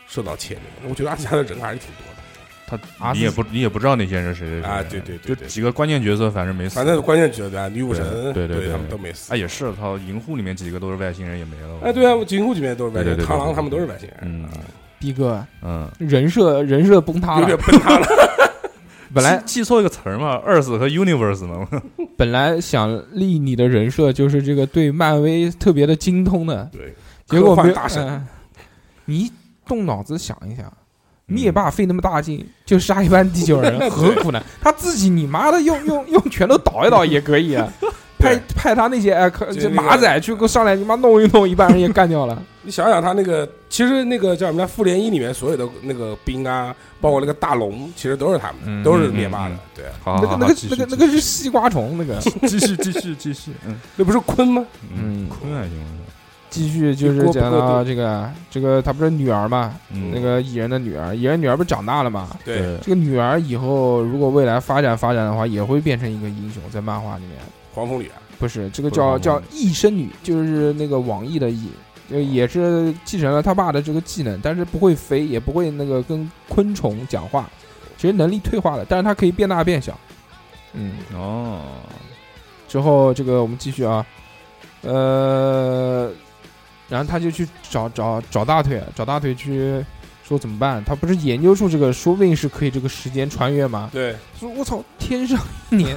D: 受到牵连。我觉得阿斯加德人还是挺多 的，
B: 啊
H: 他你也不你也不知道那些人是谁谁
D: 啊
H: 谁
D: 对对对
H: 就
D: 对
H: 几个关键角色反正没死，
D: 反正关键角色啊，女武神
H: 对对对对
D: 他们都没死
H: 啊。也是，操，银护里面几个都是外星人也没了，
D: 哎，对啊，锦湖这边都是外星人，
H: 对对对
D: 螳螂
H: 对对
D: 他们都是外星人，
H: 嗯
D: 啊
B: 逼哥
H: 嗯，
B: 人设人设崩塌
D: 有
B: 了
D: 点。崩塌了。
B: 本来
H: 记记错一个词儿嘛，Earth 和 Universe 嘛，
B: 本来想立你的人设就是这个对漫威特别的精通的，
D: 对，
B: 结果
D: 科幻
B: 没有。
D: 大神
B: 嗯你动脑子想一想，
D: 嗯
B: 灭霸费那么大劲就杀一半地球 人，何苦呢？他自己你妈的用 用用拳头倒一倒也可以 啊。派
D: 对
B: 派他那些哎，可
D: 就
B: 这
D: 那个
B: 马仔去给我上来，你妈弄一弄，一半人也干 掉了。
D: 你想想他那个，其实那个叫什么来，《复联一》里面所有的那个兵啊，包括那个大龙，其实都是他们的，
H: 嗯
D: 都是灭霸的。
H: 嗯
D: 对，啊
H: 好
B: 那
H: 好
B: 个
H: 好，
B: 那
H: 好
B: 个
H: 继续
B: 那个那个是西瓜虫，那个
H: 继续继续继续，嗯
D: 那不是鲲吗？
B: 嗯
H: 坤还行，
B: 继续就是讲到这个这个，他不是女儿嘛，
H: 嗯
B: 那个蚁人的女儿，蚁人女儿不是长大了嘛，
D: 对，
B: 这个女儿以后如果未来发展发展的话，也会变成一个英雄，在漫画里面
D: 黄蜂女啊，
B: 不是这个
H: 不是
B: 叫
H: 黄蜂
B: 叫
H: 女
B: 异生女，就是那个网易的易，就也是继承了他爸的这个技能，但是不会飞，也不会那个跟昆虫讲话，其实能力退化了，但是她可以变大变小。嗯，
H: 哦，
B: 之后这个我们继续啊，呃，然后他就去找找找大腿，找大腿去说怎么办？他不是研究出这个，说不定是可以这个时间穿越吗？
D: 对，
B: 说我操，天上一 年，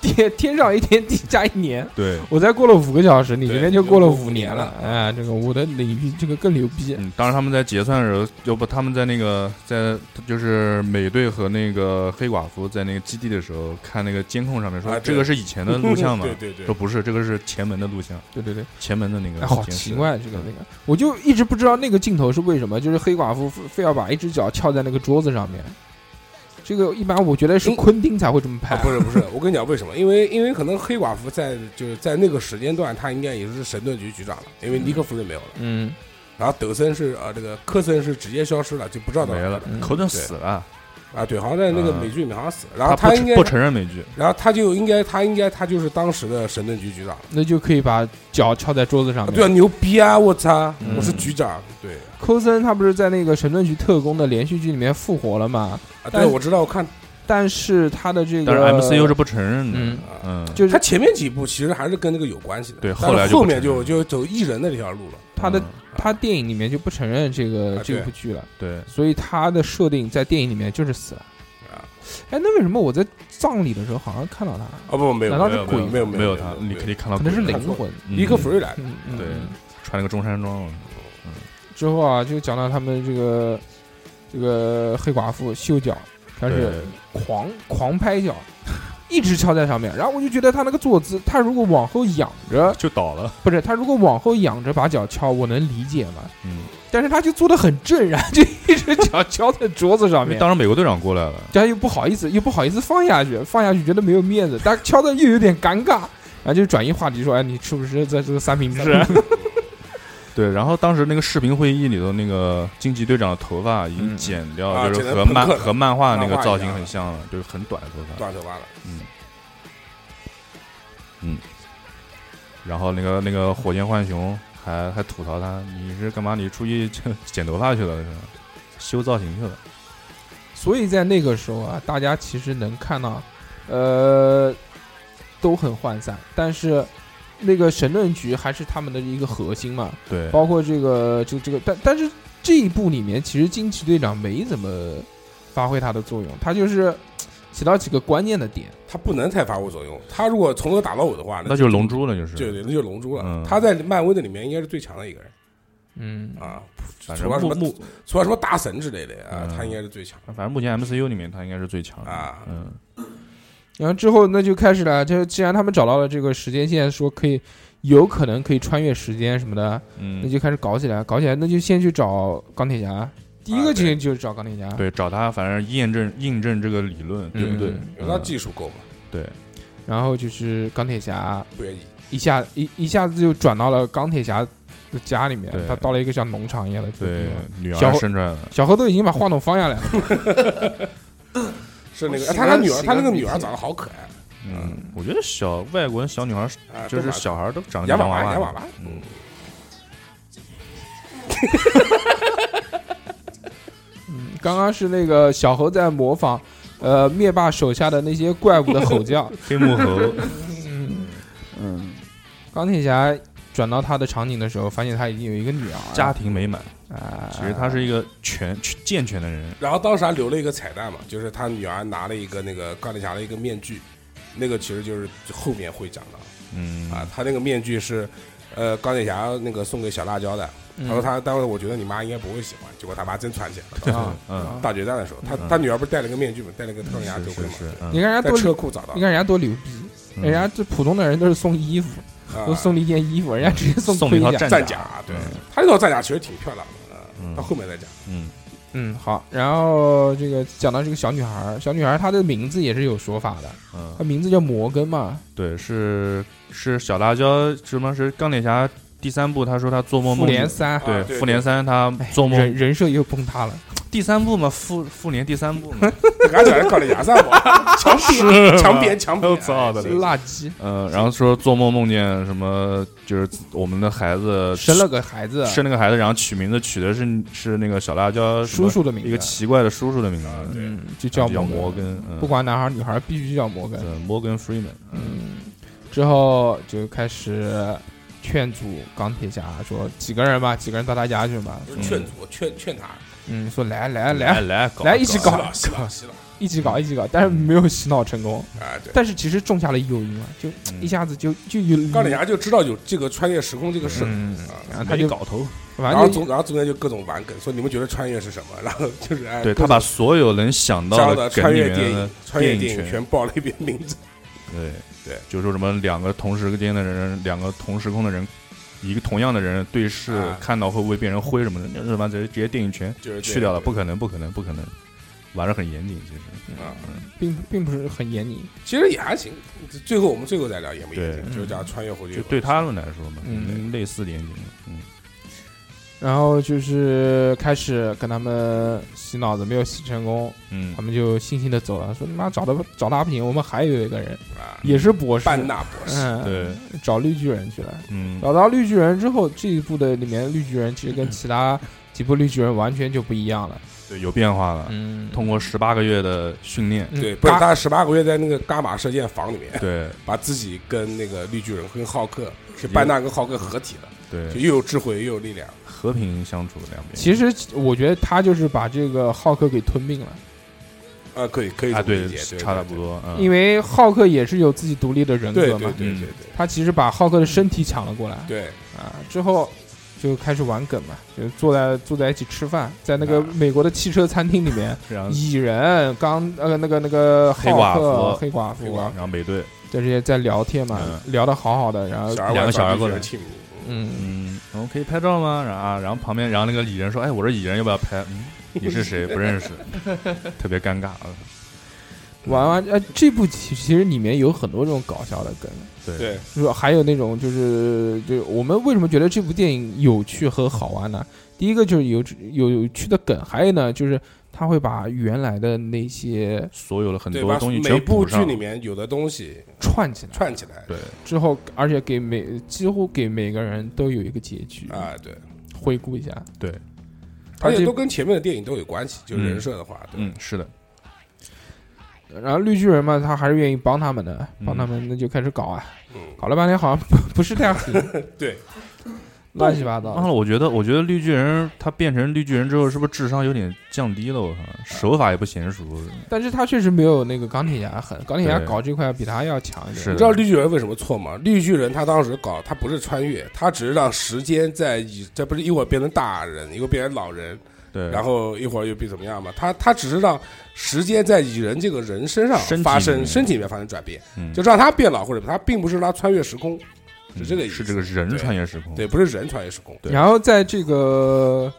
B: 天天上一天，地下一年，
H: 对，
B: 我才过了五个小时，你
D: 对
B: 这边就过了
D: 你就过
B: 五
D: 五
B: 年
D: 年
B: 了
D: 了，
B: 哎，这个我的领域这个更牛逼，
H: 嗯，当时他们在结算的时候，就不，他们在那个在就是美队和那个黑寡妇在那个基地的时候，看那个监控上面说、
D: 啊对
H: 这个是以前的录像嘛，
D: 对对
H: 说
D: 对，
H: 不是，这个是前门的录像，
B: 对对对，
H: 前门的那个、
B: 哎，好
H: 监视
B: 奇，怪，这个那个，我就一直不知道那个镜头是为什么，就是黑寡妇非非要把一只脚翘在那个桌子上面，这个一般我觉得是
D: 嗯
B: 昆汀才会这么拍
D: 啊，，不是不是， 我跟你讲为什么？因为因为可能黑寡妇在就是在那个时间段，她应该也是神盾局局长了，因为尼克弗瑞没有了，
B: 嗯，
D: 然后德森是啊这个科森是直接消失了，就不知道到
H: 没
D: 哪儿
H: 了
B: 嗯，
H: 口顿死了，
D: 啊，对，好像在那个
H: 嗯
D: 美剧里面好像死了，然后
H: 他不
D: 应
H: 承
D: 该
H: 不承认美剧，
D: 然后他就应该他应该他就是当时的神盾局局长了，
B: 那就可以把脚翘在桌子上
D: 啊
H: 嗯
B: 面。
D: 对啊，牛逼啊，我操
B: 嗯，
D: 我是局长，对
B: 科森他不是在那个《神盾局特工》的连续剧里面复活了嘛？
D: 啊，
B: 但
D: 对，我知道，我看
B: 但是他的这个
H: 但是 MCU 是不承认的，
B: 嗯，
D: 啊，
H: 嗯，
B: 就是
D: 他前面几部其实还是跟那个有关系的，
H: 对
D: 但是
H: 后来就不
D: 后面
H: 承
D: 就
H: 认
D: 就走艺人的这条路了，
B: 他的
H: 嗯
B: 他电影里面就不承认这个
D: 啊
B: 这
D: 对
B: 部剧了，
H: 对，
B: 所以他的设定在电影里面就是死了。
D: 啊，
B: 哎，那为什么我在葬礼的时候好像看到他？
D: 哦不没有，
B: 难道是
D: 没有
B: 鬼
D: 没有
H: 没
D: 有
H: 有他，
D: 没
H: 你
D: 有
H: 可以看到
B: 可能是
H: 鬼
B: 灵
H: 了
B: 魂。
H: 嗯
D: 尼克弗瑞来的。
B: 嗯，嗯
H: 对
B: 嗯
H: 穿了个中山装，
B: 之后啊，就讲到他们这个这个黑寡妇修脚开始
H: 对
B: 狂狂拍脚，一直敲在上面。然后我就觉得他那个坐姿，他如果往后仰着，
H: 就倒了，
B: 不是他如果往后仰着把脚敲，我能理解嘛。
H: 嗯，
B: 但是他就坐得很正，然后就一只脚 敲在桌子上
H: 因为
B: 面。
H: 当时美国队长过来了，
B: 然后又不好意思，又不好意思放下去，放下去觉得没有面子，但敲的又有点尴尬，然后就转移话题说：“哎，你吃不吃这这个三明治
H: 对，然后当时那个视频会议里头，那个惊奇队长的头发已经
B: 嗯
H: 剪掉，
D: 啊
H: 就是
D: 剪得
H: 和
D: 朋
H: 漫
D: 克了
H: 和漫画那
D: 漫
H: 个
D: 画
H: 造
D: 一
H: 型
D: 样
H: 很
D: 了
H: 像了，就是很短的头发。
D: 断头发了，
H: 然后那个那个火箭浣熊还还吐槽他：“你是干嘛？你出去剪头发去了，是吧修造型去了。？”
B: 所以在那个时候啊，大家其实能看到，呃，都很涣散，但是那个神盾局还是他们的一个核心嘛，”
H: 对，
B: 包括这个这个这个，但但是这一部里面，其实惊奇队长没怎么发挥他的作用，他就是起到几个关键的点。
D: 他不能太发挥作用，他如果从头打到尾的话，
H: 那就是龙珠了，就是
D: 对对，那就是龙珠
H: 嗯
D: 了。他在漫威的里面应该是最强的一个人
B: 嗯
D: 啊，除
H: 反正
D: 了什么
H: 目目
D: 除了什么大神之类的啊
H: 嗯，
D: 他应该是最强
H: 反正目前 MCU 里面他应该是最强的。
D: 啊。
H: 嗯，
B: 然后之后那就开始了，就既然他们找到了这个时间线，说可以有可能可以穿越时间什么的，那
H: 嗯，啊
B: 就开始搞起来，搞起来那就先去找钢铁侠，第一个就就是找钢铁侠，
H: 对，找他，反正验证印证这个理论，对不对
B: 嗯？
D: 有他
H: 嗯
D: 技术够嘛？
H: 对，
B: 然后就是钢铁侠
D: 不愿意
B: 一下一一下子就转到了钢铁侠的家里面
H: 对，
B: 他到了一个像农场一样的地
H: 对
D: 嗯
B: 方，
H: 女
B: 小
H: 儿
B: 伙
H: 生出来了，
B: 小何都已经把话筒放下来了，
D: 是那个哎
E: 我喜
D: 他
E: 欢
D: 他女儿，
E: 喜
D: 他
E: 欢
D: 那个
E: 比
D: 女儿
E: 基
D: 长得好可爱
H: 嗯，我觉得小外国人小女孩儿
D: 啊，
H: 就是
D: 都把
H: 小孩儿都长得
D: 洋
H: 像
D: 娃
H: 娃
D: 娃
H: 娃
D: 洋娃娃，
H: 嗯，
B: 嗯，刚刚是那个小猴在模仿，呃，灭霸手下的那些怪物的吼叫。
H: 黑 木猴，
E: 嗯，
B: 钢铁侠转到他的场景的时候，发现他已经有一个女儿了
H: 家庭美满。
B: 啊，
H: 其实他是一个全全健全的人，
D: 然后当时还留了一个彩蛋嘛，就是他女儿拿了一个那个钢铁侠的一个面具，那个其实就是后面会讲到
H: 嗯
D: 啊。他那个面具是，呃，钢铁侠那个送给小辣椒的。
H: 嗯
D: 他说他，但是我觉得你妈应该不会喜欢。结果他妈真穿起来了。
B: 嗯啊，
H: 嗯，
D: 大决战的时候，他
H: 嗯
D: 他女儿不是戴了个面具嘛，戴了个钢铁侠
H: 是
D: 头盔
H: 是
D: 嘛，
H: 是，
B: 你
H: 嗯，
B: 看人家
D: 在
B: 多
D: 车
B: 牛，
D: 库找到
B: 你，看人家多牛逼，人家这普通的人都是送衣服，
D: 啊
B: 都送了一件衣服，人家直接
H: 送
B: 盔
H: 一套
B: 甲。
D: 战
H: 甲，
D: 甲，对
H: 嗯
D: 他那套战甲其实挺漂亮的，
H: 嗯
D: 啊到后面再讲。
H: 嗯，
B: 嗯，好，然后这个讲到这个小女孩儿，小女孩儿她的名字也是有说法的，她
H: 嗯，
B: 名字叫摩根嘛，
H: 对，是是小辣椒，什么是钢铁侠第三部？他说他做梦
B: 复
H: 梦
B: 联
H: 见，
B: 三，
D: 啊
H: 对，
D: 对
H: 复联三他
B: 哎
H: 做梦
B: 人人设又崩塌了，
H: 第三部嘛，复复联第三部嘛，
D: 你刚才讲的钢铁侠三 吧，强
H: 是
D: 扁强扁强
H: 我
D: 扁，
H: 操的
D: 行
B: 垃圾，
H: 嗯，然后说做梦梦见什么，就是我们的孩子
B: 生了个孩子，
H: 呃生了个孩子，然后取名字取的是是那个小辣椒什
B: 叔
H: 么
B: 叔的名字，
H: 一个奇怪的叔叔的名字，啊
B: 嗯，就叫
H: 叫
B: 摩
H: 摩
B: 根，
H: 根，嗯
B: 不管男孩儿女孩儿必须叫摩根。
H: 对摩根 Freeman，
B: 嗯，之后就开始劝阻钢铁侠说几个人吧，几个人到他家去吧。
H: 嗯
D: 就是哎劝阻劝劝他，啊
B: 嗯，说来来
H: 来
D: 哎
B: 来，
H: 来搞
B: 来一起
D: 洗
B: 搞
D: 脑洗脑洗脑
B: 一起搞一起搞，但是没有洗脑成功。
D: 啊！对，
B: 但是其实种下了诱因了，就
H: 嗯
B: 一下子就就有
D: 钢铁侠就知道有这个穿越时空这个事
B: 嗯
D: 啊，
B: 然后他就
H: 搞头，
B: 反
D: 然后
B: 正就
D: 中然后中间就各种玩梗，说你们觉得穿越是什么？然后就是哎，
H: 对
D: 各
H: 他
D: 种
H: 把所有能想
D: 这样
H: 到
D: 的
H: 的梗
D: 穿
H: 里
D: 越
H: 面
D: 电
H: 的
D: 影穿越
H: 电
D: 电
H: 影
D: 影
H: 圈
D: 全报了一遍名字，
H: 对
D: 对，
H: 就说什么两个同时间的人，两个同时空的人，一个同样的人对视，
D: 啊
H: 看到会不会变成灰什么的，那他妈直接直接电影全
D: 就是这样
H: 去掉了，不可能，不可能，不可能。玩的很严谨，其实
D: 啊，
B: 并并不是很严谨。
D: 其实也还行。最后我们最后再聊严不严谨，
H: 对
D: 就是讲穿越回去
H: 就对他们来说嘛，
B: 嗯
H: 类似严谨的，嗯，
B: 然后就是开始跟他们洗脑子，没有洗成功，
H: 嗯
B: 他，们就悻悻的走了，说你妈找的找他不行，我们还有一个人
D: 啊，
B: 也是博士，
D: 半纳博士，
B: 嗯，
H: 对，
B: 找绿巨人去了。
H: 嗯，
B: 找到绿巨人之后，这一部的里面绿巨人其实跟其他几部绿巨人完全就不一样了。
H: 对，有变化了。
B: 嗯，
H: 通过十八个月的训练，
B: 嗯
D: 对，不是他十八个月在那个伽马射箭房里面，
H: 对
D: 把自己跟那个绿巨人跟浩克是班纳跟浩克合体了，就
H: 对，
D: 又有智慧又有力量。
H: 和平相处两边。
B: 其实我觉得他就是把这个浩克给吞并了，
D: 啊，可以可以
H: 啊，
D: 这么
H: 对
D: 理解，对，
H: 差
D: 对
H: 不。多，嗯，
B: 因为浩克也是有自己独立的人
D: 对
B: 格
D: 对对
B: 嘛。
D: 对对
H: 嗯
D: 对
B: 他其实把浩克的身体抢了过来，
D: 对，
B: 啊，之后就开始玩梗嘛，就坐在坐在一起吃饭，在那
D: 嗯
B: 个美国的汽车餐厅里面，
H: 然后
B: 蚁人、刚呃那个那个
H: 黑寡
B: 浩克、
H: 妇
B: 黑寡
D: 黑
B: 妇
D: 寡
B: 啊
H: 然，后美队，
B: 在这些在聊天嘛，
H: 嗯
B: 聊得好好的，然后
D: 小孩
H: 两
D: 玩
H: 个小孩过来
D: 来庆
B: 嗯，
H: 嗯，我们可以拍照吗？然后啊，然后旁边，然后那个蚁人说，哎，我是蚁人，要不要拍？嗯，你是谁？不认识，特别尴尬啊。
B: 玩完呃这部其其实里面有很多这种搞笑的梗，
H: 对
D: 对
B: 就是还有那种就是就是我们为什么觉得这部电影有趣和好玩呢？第一个就是有有有趣的梗，还有呢就是他会把原来的那些
H: 所有的很
D: 对，
H: 多
D: 把
H: 东西
D: 每
H: 全
D: 部
H: 补
D: 剧
H: 上。
D: 里面有的东西
B: 串起来，
D: 串起来。
H: 对，
B: 之后，而且给每几乎给每个人都有一个结局。
D: 啊，对，
B: 回顾一下，
H: 对，
D: 而
B: 而
D: 且
B: 且
D: 都跟前面的电影都有关系，就人设的话，对
H: 嗯，是的，
B: 然后绿巨人嘛，他还是愿意帮他们的，
H: 嗯
B: 帮他们那就开始搞啊，
D: 嗯
B: 搞了半天好像不不是太样子，
D: 对，
B: 乱七
D: 啊
B: 八糟
H: 然后
B: 的。
H: 我觉得，我觉得绿巨人他变成绿巨人之后，是不是智商有点降低了？我靠，手法也不娴熟。
B: 但是他确实没有那个钢铁侠狠，钢铁侠
H: 对
B: 搞这块比他要强一点。
H: 是
D: 你
H: 的
D: 知道绿巨人为什么错吗？绿巨人他当时搞他不是穿越，他只是让时间在以这不是一会儿变成大人，一会儿变成老人，
H: 对，
D: 然后一会儿又变怎么样嘛？他他只是让时间在蚁人这个人身上
H: 身体里
D: 发生
H: 面
D: 身体里面发生转变，
H: 嗯
D: 就让他变老或者他并不是让他穿越时空，是这个意
H: 是
D: 思。
H: 这个人穿越时空。
D: 对，不是人穿越时空。
H: 对
B: 然后在这个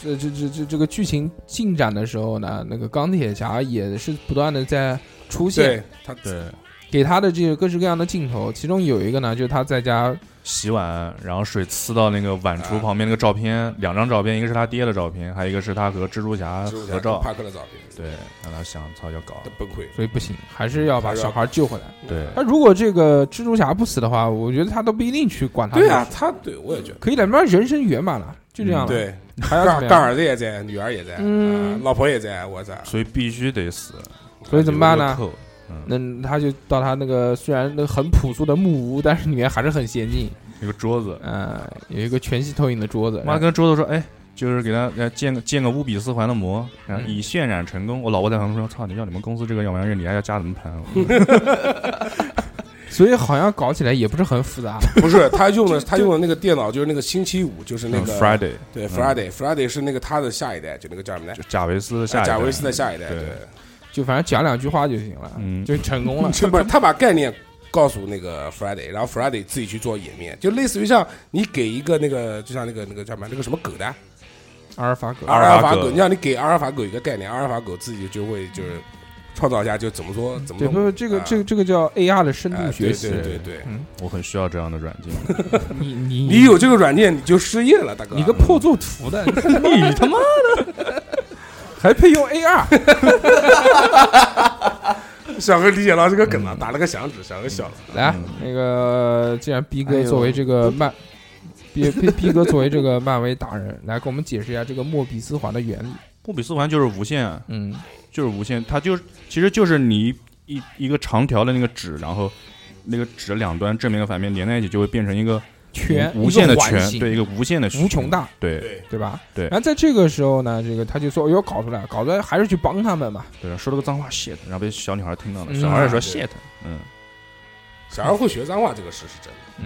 B: 这这这这这个剧情进展的时候呢，那个钢铁侠也是不断的在出现，
D: 对他
H: 对，
B: 给他的这个各式各样的镜头，其中有一个呢，就是他在家
H: 洗碗，然后水呲到那个碗
D: 啊
H: 橱旁边那个照片，两张照片，一个是他爹的照片，还有一个是他和蜘蛛侠
D: 蜘蛛侠
H: 合
D: 跟
H: 照。
D: 帕克的照片，
H: 对，让他想，操，要搞
D: 他崩溃。
B: 所以不行，还是要把小孩救回来。
H: 对
D: 啊
B: 那如果这个蜘蛛侠不死的话，我觉得他都不一定去管他。
D: 对啊，，他对我也觉得。
B: 可以的，妈人生圆满了，就
H: 嗯
B: 这样了。，
D: 对，
B: 还要怎么
D: 干干
B: 样
D: 儿子也在，女儿也在，
B: 嗯
D: 啊老婆也在，我操！
H: 所以必须得死。
B: 所以怎么办呢
H: 有个扣？嗯，
B: 那他就到他那个虽然那个很朴素的木屋，但是里面还是很先进。
H: 有个桌子，
B: 呃，有一个全息投影的桌子，
H: 妈
B: 然后
H: 跟桌子说，哎，就是给他呃建个建个乌比斯环的膜，然后
B: 嗯
H: 已渲染成功。我老婆在旁边说，操，你要你们公司这个要玩意儿，你还要加什么盘？
B: 所以好像搞起来也不是很复杂。
D: 不是，他用的他用的那个电脑就是那个星期五，就是 那个
H: Friday
D: 对
H: 嗯
D: Friday，Friday 是那个他的下一代，就那个叫什么来
H: 就？贾维斯的下一代
D: 啊贾维斯的下一代，
H: 对
D: 对，
B: 就反正讲两句话就行了，
H: 嗯
B: 就成 功了。
D: 这不是他把概念告诉那个 Friday，然后 Friday 自己去做演练，就类似于像你给一个那个，就像那个那个叫什么那个什么狗的
B: 阿尔法狗，
D: 阿
H: 尔
D: 尔
H: 法
D: 法
H: 狗
D: 狗，你让你给阿尔法狗一个概念，阿尔法狗自己就会就是创造一下就怎么说怎么
B: 对，不
D: 弄
B: 不，这个
D: 啊
B: 这个这个叫 AR 的深
D: 哎
B: 度
D: 对
B: 学习。
D: 对对对，
H: 我很需要这样的软 件。
B: 你你
D: 你有这个软件你就失业了，大哥，
B: 你 个破做图的，你他妈的，还配用 AR？
D: 小哥理解到这个梗了，啊打了个响指，小哥笑了。
B: 来，那个既然逼
E: 哎
B: 哥
E: 呦
B: 作为这个漫，逼逼逼哥作为这个漫威达人，来给我们解释一下这个莫比斯环的原理。
H: 莫比斯环就是无限啊，
B: 嗯，
H: 就是无限，它就是其实就是你一一个长条的那个纸，然后那个纸两端正面和反面连在一起，就会变成一个
B: 圈
H: 无无限
B: 嗯
H: 的
B: 一个环
H: 圈，
B: 形
H: 对，一个无限的
B: 无穷，大，
H: 对
B: 对吧？
H: 对
B: 然后在这个时候呢，这个他就说：“哟，搞出来，搞出来，还是去帮他们嘛。
H: 对，说了个脏话 shit，然后被小女孩听到了，
B: 嗯
H: 小孩也说
D: 对
H: shit，嗯
D: 小孩会学脏话，这个事是真的。”
B: 嗯，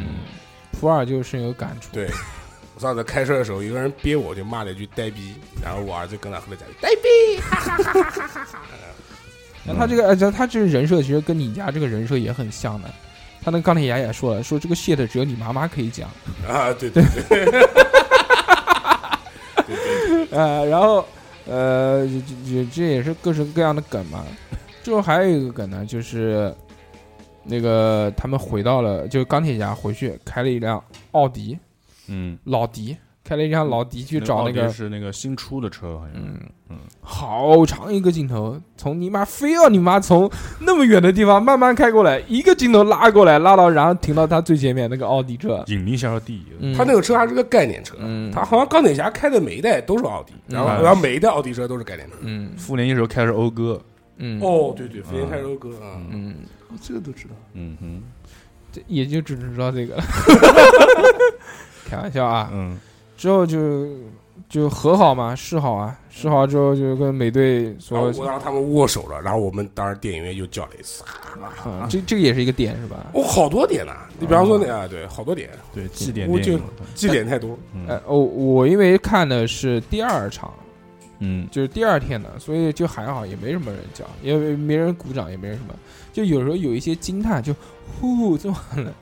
B: 普洱就深有感触。
D: 对，我上次开车的时候，有个人憋我，就骂了一句“呆逼”，然后我儿子跟他后面讲“呆逼
B: 那他这个，呃，他这个人设其实跟你家这个人设也很像的。他那个钢铁侠也说了，说这个 shit 只有你妈妈可以讲。”
D: 啊，对对对，
B: 呃，然后呃，这这这也是各式各样的梗嘛。之后还有一个梗呢，就是那个他们回到了，就钢铁侠回去开了一辆奥迪，
H: 嗯，
B: 老迪开了一辆老迪去找那
H: 奥
B: 个
H: 嗯迪，是那个新出的车，好像是
B: 嗯
H: 嗯
B: 好长一个镜头，从你妈非要你妈从那么远的地方慢慢开过来，一个镜头拉过来，拉到然后停到他最前面那个奥迪车，
H: 引力下到第一，
B: 嗯
D: 他那个车还是个概念车，
B: 嗯
D: 他好像钢铁侠开的每一代都是奥迪，然后
H: 嗯
D: 然后每一代奥迪车都是概念车。
B: 嗯
H: 复联一时候开的是讴歌，
B: 嗯
D: 哦，对对，飞天开车哥啊，
B: 嗯，
E: 哦这个都知道。
H: 嗯哼，
B: 这也就只知道这 个了，开玩笑啊，
H: 嗯，
B: 之后就就和好嘛，示好啊，示好之后就跟美队
D: 然后
B: 说，
D: 嗯我让他们握手了，然后我们当时电影院又叫了一次。
B: 啊这这个也是一个点是吧？
D: 哦，好多点呐！你比方说那啊，对，好多点，
H: 对，祭奠
D: 我
H: 电
D: 就
H: 影，
D: 记点太多。
B: 呃
H: 嗯，
B: 哦，我因为看的是第二场，
H: 嗯
B: 就是第二天的，所以就还好，也没什么人讲，也没人鼓掌，也没什么。就有时候有一些惊叹，就呼这么了，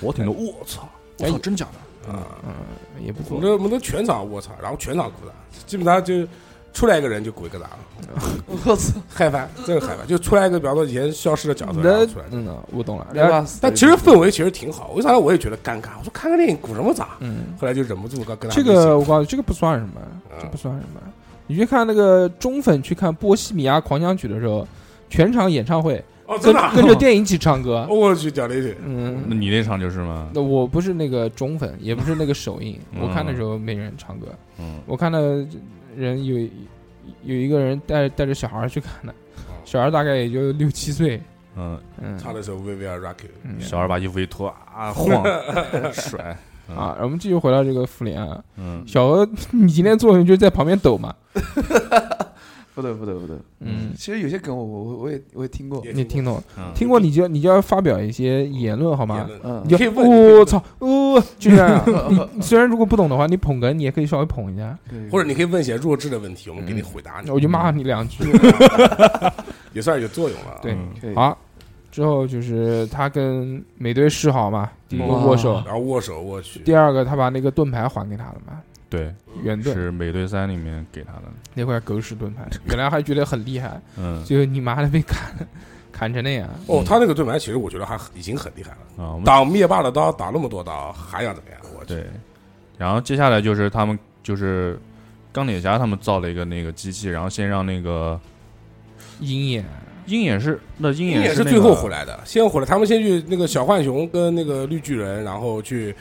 H: 我挺多，我操，我操，真假的，
D: 啊，
B: 嗯，也不
D: 我
B: 错
D: 们。这我们这全场我操，然后全场鼓掌，基本上就出来一个人就鼓一个掌，
E: 我操，
D: 嗨翻，真的嗨翻，就出来一个，比方说以前消失的角色，然后出来。
B: 嗯，我懂了。
E: 来
B: 然后，
E: 吧。
D: 但其实氛围其实挺好，为啥我也觉得尴尬？我说看个电影鼓什么掌？
B: 嗯，
D: 后来就忍不住跟跟他
B: 这
D: 们一起
B: 个我告诉你，这个不算什么，
D: 啊
B: 这不算什么。你去看那个中粉去看《波西米亚狂想曲》的时候，全场演唱会，
D: 哦，真
B: 跟
D: 的啊，哦
B: 跟着电影一起唱歌。
D: 我去讲了一句，
B: 嗯
H: 那，你那场就是吗？
B: 那我不是那个中粉，也不是那个首 映，
H: 嗯
B: 我看的时候没人唱歌，
H: 嗯，
B: 我看的人有有一个人带带着小孩去看的，小孩大概也就六七岁，
H: 嗯，
B: 嗯，
D: 唱的时候 We Will Rock You，
B: 嗯
H: 小二把衣服一脱啊，晃 甩，嗯
B: 啊，我们继续回到这个复联啊，
H: 嗯，
B: 小何，你今天作用就是在旁边抖嘛，
E: 不对不对不对，
B: 嗯，
E: 其实有些梗我我我我也我也听过，
D: 也
B: 你听懂，
H: 嗯
B: 听过你就你就要发表一些言论好吗
D: 言？论
E: 嗯
B: 你，就
D: 你可以问你可以问
B: 我操，哦，就这样啊。你虽然如果不懂的话，你捧哏你也可以稍微捧一下，
D: 或者你可以问一些弱智的问题，我们给你
B: 嗯
D: 回答你，
B: 我就骂你两句。
D: 也算是有作用了。
B: 对，
H: 嗯
E: 可以
B: 好，之后就是他跟美队示好嘛，第一个握手
E: 哇，
D: 啊然后握手握去，
B: 第二个他把那个盾牌还给他了嘛，
H: 对，
B: 圆盾
H: 是《美队三》里面给他的，
B: 那块狗屎盾牌，原来还觉得很厉害，
H: 嗯
B: 最后你妈的被砍了，砍成那样。
D: 哦，他那个盾牌其实我觉得还很已经很厉害了，
H: 啊，我们
D: 挡灭霸的刀挡那么多刀，还想怎么样？我去，
H: 对，然后接下来就是他们就是钢铁侠他们造了一个那个机器，然后先让那个
B: 鹰眼，
H: 鹰眼是那鹰
D: 鹰眼
H: 是
D: 是最后回
H: 来，
D: 来的，先回来，他们先去那个小浣熊跟那个绿巨人，然后去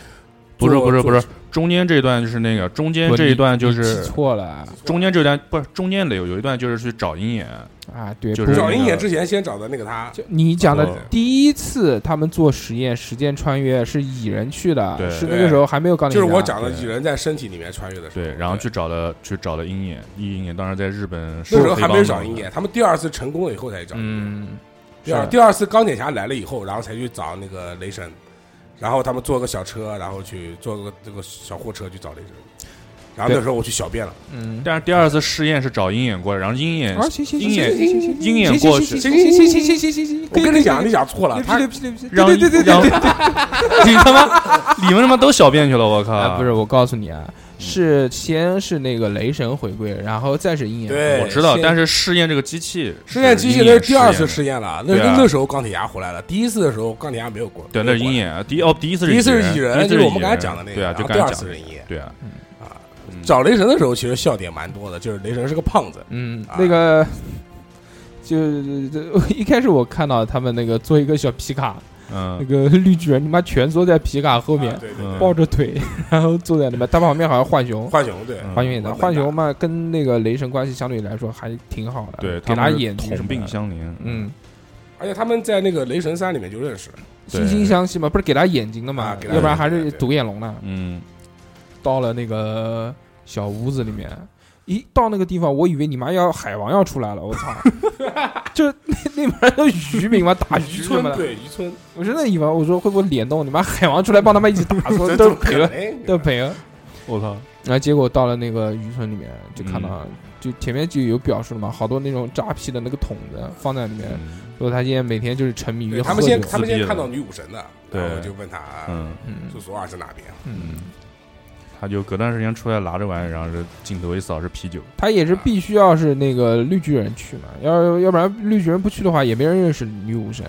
H: 不
D: 做，
H: 是不是
D: 做
H: 不是，中间这一段就是那个中间
B: 不
H: 这一段就
B: 你记
H: 是
B: 错了
H: 中间这段不是中间的有有一段就是去找鹰眼，
B: 啊，对，
H: 就
B: 不
H: 是呃
D: 找鹰眼之前先找的那个他，
B: 就你讲的
H: 对
B: 第一次，他们做实验时间穿越是蚁人去的，
H: 对
B: 是那个时候还没有钢铁
D: 就
B: 侠。
D: 是我讲的
H: 对
D: 蚁人在身体里面穿越的时候，
H: 对，然后去找了去找了鹰眼，鹰眼当时在日本是
D: 那时候
H: 黑
D: 还没
H: 帮
D: 找
H: 的
D: 鹰眼，他们第二次成功了以后才去找。
B: 嗯，
D: 第二第二次钢铁侠来了以后，然后才去找那个雷神，然后他们坐个小车，然后去坐个这个小货车去找雷神。然后那时候我去小便了，
B: 嗯，
H: 但是第二次试验是找鹰眼过来，然后鹰眼
D: 嗯
B: 啊，行行行
H: 鹰眼
B: 行行行
H: 鹰眼过去，
B: 行行行行行行行行，
D: 我跟你讲，你讲错了，他
B: 牛逼牛逼牛逼，
H: 让
B: 对对对对
H: 让
B: 对，
H: 你他妈你们他妈都小便去了，我靠！
B: 啊，不是，我告诉你啊，是先是那个雷神回归，然后再是鹰眼。
D: 对，
H: 我知道，但
D: 是
H: 是试验这个机器，
D: 试验机器那是第二次
H: 试验
D: 试验了，那
H: 对啊
D: 那时候钢铁侠回来了，第一次的时候钢铁侠没有过，
H: 的，对，那是
D: 没有过
H: 鹰
D: 来，
H: 眼，第一哦，第一次
D: 第一次
H: 是
D: 是蚁
H: 人，
D: 人，就
H: 第一次
D: 是
H: 是
D: 我们
H: 蚁
D: 刚才
H: 人
D: 讲的那个，
H: 对啊，
D: 然
H: 就
D: 后
H: 刚
D: 第
H: 才
D: 二
H: 讲
D: 次
H: 的
D: 是，蚁人
H: 对啊，
D: 啊。
H: 嗯
D: 找雷神的时候，其实笑点蛮多的，就是雷神是个胖子，
B: 嗯
D: 啊，
B: 那个就就 一开始我看到他们那个做一个小皮卡，那
H: 嗯，
B: 个绿巨人他妈蜷缩在皮卡后面
D: 啊，对对对
H: 嗯
B: 抱着腿， 然后坐在那边，他旁边好像浣熊。
D: 浣熊对，
H: 嗯
B: 浣熊也在，
D: 浣熊
B: 浣熊嘛，跟那个雷神关系相对来说还挺好的，
H: 对，
B: 给
H: 们
B: 他
H: 是
B: 演技什
H: 同
B: 么
H: 病
B: 的
H: 相怜，
B: 嗯，
D: 而且他们在那个雷神三里面就认识了，
H: 对
B: 惺惺相惜嘛，不是给他眼睛的嘛
D: 啊，给他
B: 要不然
D: 眼睛
B: 还是
D: 对对
B: 独眼龙呢。
H: 嗯，
B: 到了那个小屋子里面，一到那个地方，我以为你妈要海王要出来了，我 操！就是 那那边的渔民嘛，打
D: 渔
B: 鱼什
D: 村
B: 么
H: 啊
B: 的，
D: 对渔村，
B: 我真的以为我说会不会联动，你妈海王出来帮他们一起打， 说
D: 这怎
B: 都是
D: 么可
B: 赔了，
D: 能
B: 都是赔了。
H: 我操，
B: 然后结果到了那个渔村里面，就看
D: 嗯
B: 到，就前面就有表述了嘛，好多那种扎啤的那个桶子放在里面，
H: 嗯
B: 说他现在每天就是沉迷于
D: 对
B: 喝
D: 他们先
B: 酒
D: 他们
H: 自闭
D: 先
H: 了
D: 看到女武神的，
H: 对
D: 然后就问他
H: 嗯
B: 嗯
D: 说索尔是哪边？
B: 嗯
H: 嗯，他就隔段时间出来拿着玩，然后是镜头一扫是啤酒，
B: 他也
H: 啊
B: 是必须要是那个绿巨人去嘛，要要不然绿巨人不去的话，也没人认识女武神。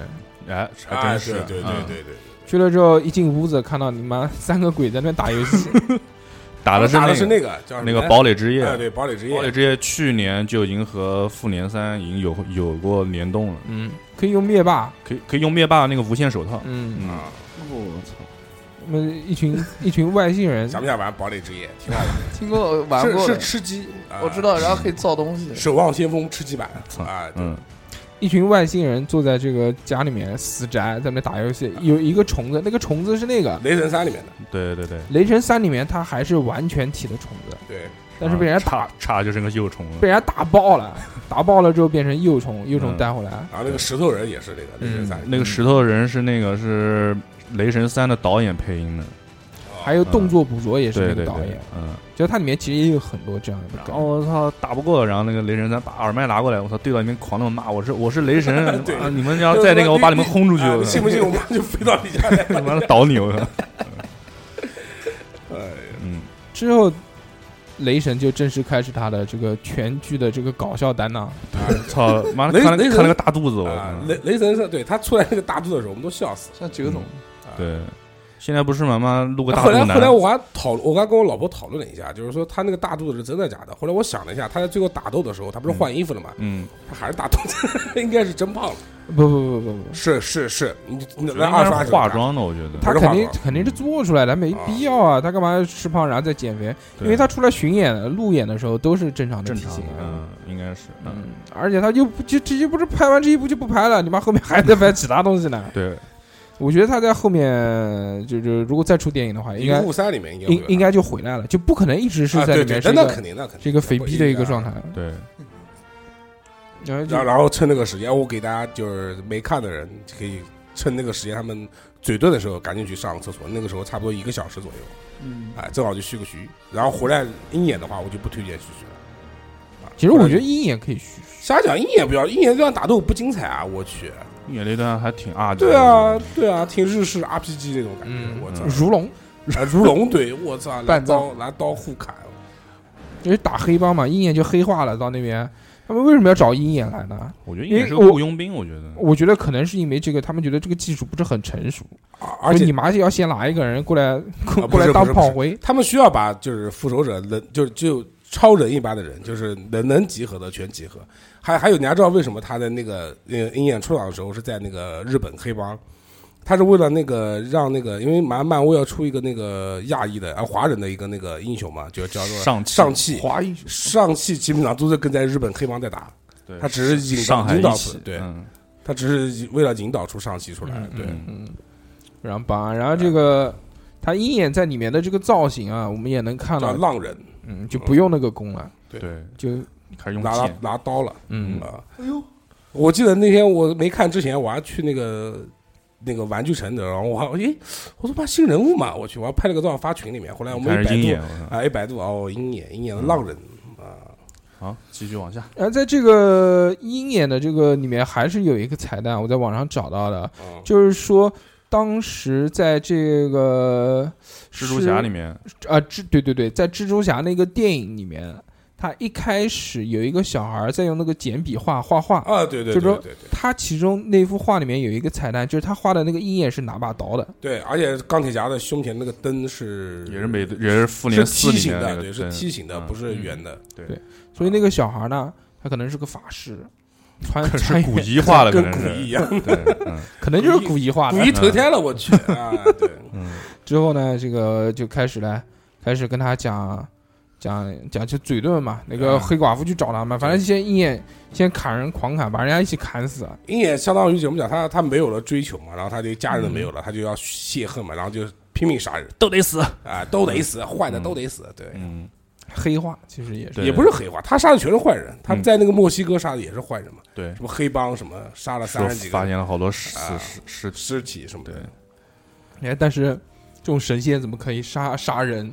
H: 哎，还
D: 啊，对
H: 真是，
D: 对对
H: 嗯
D: 对对，
B: 去了之后，一进屋子看到你妈 三个鬼在那边打游 戏，
H: 打的是
D: 打的是
H: 那
D: 那个叫什么
H: 那个堡垒之夜，
D: 哎对堡垒之
H: 堡垒
D: 夜，
H: 之夜去年就已经和复联三已经有有过联动了，
B: 嗯，可以用灭霸，
H: 可以可以用灭霸那个无限手套，
B: 嗯，
D: 啊
H: 嗯，
E: 我操，
B: 那么一群 一群外星人，
D: 想不想玩堡垒之夜？挺好玩
E: 听过玩
D: 的，
E: 过
D: 是
E: 的
D: 是，吃鸡，啊
E: 我知道，然后可以造东西。
D: 守望先锋吃鸡版啊，对
H: 嗯，
B: 一群外星人坐在这个家里面死宅在那打游戏，有一个虫子，那个虫子是那个
D: 雷神三里面的，
H: 嗯对对对，
B: 雷神三里面它还是完全体的虫子，
D: 对，
B: 但是被人家打、
H: 啊差差就剩个幼虫了，
B: 被人家打爆 了，打爆了之后变成幼虫，幼虫
H: 嗯
B: 带回来，
D: 然后那个石头人也是那个雷神
B: 嗯
D: 三里面
H: 那个石头人是那个是雷神三的导演配音的，
D: 的，
B: 还有动作捕捉也是
H: 对
B: 那
H: 对
B: 个导
H: 对
B: 演，，
H: 嗯，
B: 就它里面其实也有很多这样的
H: 然
B: 梗。
H: 后我操打不过，然后那个雷神三把耳麦拿过来，我操对到里面狂那么骂，我是我是雷神
D: 对，
H: 啊你们要再那个我把你们轰出去，
D: 啊
H: 我
D: 你
H: 操
D: 信 不信我妈就飞到你家 来？
H: 他妈的倒你，我 操，
D: 哎
H: 嗯，
B: 之后，雷神就正式开始他的这个全剧的这个搞笑担当。
H: 哎操，妈的
D: 雷
H: 看了
D: 雷神
H: 看了个大肚
B: 哦
H: 子，我
D: 啊
B: 嗯
H: 操，
D: 雷雷神是对他出来那个大肚子的时候，我们都笑死。
E: 像九总，
H: 对，现在不是妈妈录个大
D: 后
H: 肚
D: 来后
H: 腩
D: 来，我还讨，我还跟我老婆讨论了一下，就是说他那个大肚子是真的假的。后来我想了一下，他在最后打斗的时候，他不是换衣服了吗？
H: 嗯，
D: 他还是大肚子， 应该是真胖了。
B: 不不不不不，
D: 是是是，你
B: 嗯
D: 你
H: 应
D: 来二刷
H: 该是化，妆的，我觉得
B: 他
D: 不是
B: 肯
D: 化
B: 定
D: 妆
B: 肯定是做出来的，没必要啊！他干嘛吃胖然后再减
D: 嗯
B: 肥？
H: 对
B: 因为他出来巡演、路演的时候都是正常的
H: 正
B: 体
H: 常
B: 型，啊。
H: 嗯，应该是，嗯，。
B: 嗯，而且他就不就直接不是拍完这一部就不拍了，你妈后面还在拍其他东西呢
H: 对，
B: 我觉得他在后面就就如果再出电影的话，应
D: 一
B: 该
D: 五三里面应该
B: 应应
D: 该
B: 该就回来了，就不可能一直是在
D: 对
B: 里
D: 对
B: 面，
D: 那
B: 是一
D: 那
B: 个
D: 肯定那肯定
B: 是一个肥逼的
D: 啊
B: 一个状态。。
H: 对，
B: 然后就
D: 然后然后趁那个时间，我给大家就是没看的人可以趁那个时间他们嘴遁的时候，赶紧去上个厕所。那个时候差不多一个小时左右。
E: 嗯，
D: 啊，正好就续个徐，然后回来鹰眼的话，我就不推荐续徐了。啊
B: 其实我觉得
D: 不然
B: 鹰眼可以续，
D: 瞎讲鹰眼不要，鹰眼这样打斗不精彩啊！我去，
H: 你那段还挺啊，
D: 对啊，，对啊，挺日式 RPG 那种感
B: 嗯
D: 觉，我操，
B: 如龙。
D: 啊如龙对，我操，拿
E: 半
D: 刀拿刀互砍，
B: 因为打黑帮嘛，鹰眼就黑化了。到那边，他们为什么要找鹰眼来呢？
H: 我觉得应该是个
B: 因为我
H: 雇佣兵，我觉得，
B: 我觉得可能是因为这个，他们觉得这个技术不是很成熟，
D: 啊而
B: 所以
D: 且啊
B: 你妈就要先拿一个人过来
D: 不
B: 过
D: 是
B: 过来当
D: 不是不是
B: 炮灰。
D: 他们需要把就是复仇者能就是就超人一般的人，就是能能集合的全集合。还还有你还知道为什么他的那个呃鹰眼出场的时候是在那个日本黑帮？他是为了那个让那个，因为马漫威要出一个那个亚裔的啊华人的一个那个英雄嘛，就叫做
H: 上
D: 上汽
E: 华裔是
D: 上汽，基本上都是跟在日本黑帮在打，
H: 对
D: 他只是引
H: 上
D: 导
H: 海
D: 引
H: 一
D: 导
H: 起，
D: 对
H: 嗯
D: 他只是为了引导出上汽出来，对，
B: 嗯，然后吧，然后这个他鹰眼在里面的这个造型啊，我们也能看
D: 叫
B: 到，
D: 浪人
B: 嗯，就不用那个弓了，
H: 对，
B: 就
H: 开始用
D: 拿了
H: 剑，
D: 拿刀了。
B: 嗯，
D: 啊，哎呦，我记得那天我没看之前，我还去那个那个玩具城的，然后我还诶，我说妈新人物嘛，我去，我还拍了个照发群里面。后来我们
H: 开
D: 一
H: 始鹰
D: 百度
H: 眼，我操
D: 啊，一百度哦，鹰眼，鹰眼的浪人啊，
H: 好，继续往下，
B: 然后呃在这个鹰眼的这个里面还是有一个彩蛋，我在网上找到的，
D: 啊
B: 就是说当时在这个
H: 蜘蛛侠
B: 是
H: 里面，
B: 啊，蜘对对对，在蜘蛛侠那个电影里面，他一开始有一个小孩在用那个简笔画画画，
D: 啊，对对对
B: 就说
D: 对对
B: 他其中那幅画里面有一个彩蛋，就是他画的那个鹰眼是拿把刀的，
D: 对，而且钢铁侠的胸前那个灯是
H: 也是美，也是复
D: 是
H: 联四
D: 梯
H: 里
D: 形
H: 面那
D: 的，
H: 个
D: 对，是
H: 灯
D: 梯形的，
H: 嗯
D: 不是圆的，
B: 所以那个小孩呢，他可能是个法师，穿
H: 可
B: 穿
H: 是
B: 越
H: 古籍画的，可
D: 跟
H: 能
D: 古一一
H: 是，
D: 样，
H: 对， 嗯
B: 可能就是古一画
D: 古
B: 的。
D: 一投胎了，我去啊，对，
H: 嗯，
B: 之后呢，这个就开始了，开始跟他讲。讲讲就嘴遁嘛，那个
D: 啊
B: 黑寡妇去找他嘛，反正先鹰眼先砍人，狂砍，把人家一起砍死。
D: 鹰眼相当于怎么讲，他他没有了追求嘛，然后他对家人的没有了，他就要泄恨嘛，然后就拼命杀人。
H: 都得死，
D: 啊，都得死，坏的都得死，对，
H: 嗯，
B: 黑化其实也是，
H: 对
D: 也不是黑化，他杀的全是坏人，他
H: 嗯
D: 在那个墨西哥杀的也是坏人嘛，
H: 对
D: 什，么黑帮什么杀了
H: 说
D: 三十几
H: 发
D: 个
H: 现了好多尸
D: 啊
H: 尸尸体，
D: 尸体什么的，
B: 哎，但是这种神仙怎么可以杀杀人？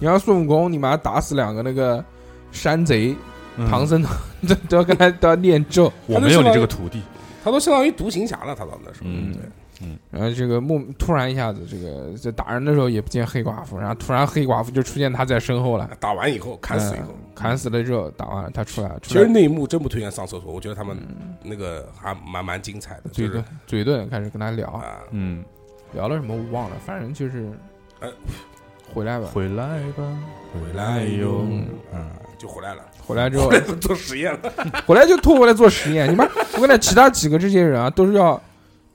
B: 你要孙悟空，你把他打死两个那个山贼
H: 嗯
B: 唐僧，都 都要跟他都要念咒。
H: 我没有你这个徒弟，
D: 他都相当于独行侠了，他到那时候，
H: 嗯
D: 对，
H: 嗯，
B: 然后这个莫突然一下子，这个在打人的时候也不见黑寡妇，然后突然黑寡妇就出现他在身后了，
D: 打完以后砍死以后，
B: 嗯砍死了之后打完了他出来，
D: 其
B: 出
D: 实
B: 来
D: 那一幕真不推荐上厕所，我觉得他们那个还蛮蛮精彩的，就
B: 嘴
D: 是
B: 遁嘴遁开始跟他聊
D: 啊，
H: 嗯，
B: 聊了什么我忘了，反正就是
D: 哎
B: 回来吧，
H: 回来吧，
D: 回来哟
B: 嗯，
D: 啊，就回来了，
B: 回来之后
D: 做实验了，
B: 回来就拖回来做实验。你们，我跟你讲，其他几个这些人啊，都是要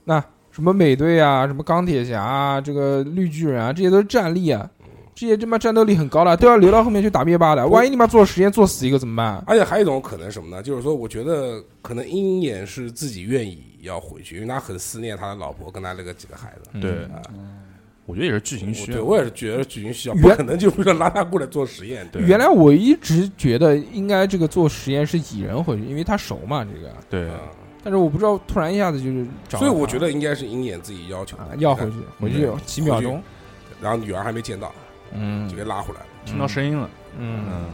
B: 那什么美队啊，什么钢铁侠啊，这个绿巨人啊，这些都是战力啊，这些他妈战斗力很高的，都要留到后面去打灭霸的。万一你妈做实验做死一个怎么办？啊
D: 而且还有一种可能是什么呢？就是说，我觉得可能鹰眼是自己愿意要回去，因为他很思念他的老婆跟他那个几个孩子。
H: 对，嗯我觉得也是剧情
D: 我
H: 需
D: 对
H: 要。
D: 我也是觉得剧情需要，
B: 原
D: 不可能就是说拉他过来做实验。对，
B: 原来我一直觉得应该这个做实验是蚁人回去，因为他熟嘛这个，
H: 对，
D: 啊
B: 但是我不知道突然一下子就是找到他，
D: 所以我觉得应该是鹰眼自己要求
B: 啊
D: 的
B: 要回去，回去
D: 嗯
B: 几秒钟，
D: 然后女儿还没见到，
B: 嗯
D: 就给拉回来了。
H: 听到声音了，
B: 嗯。
H: 嗯，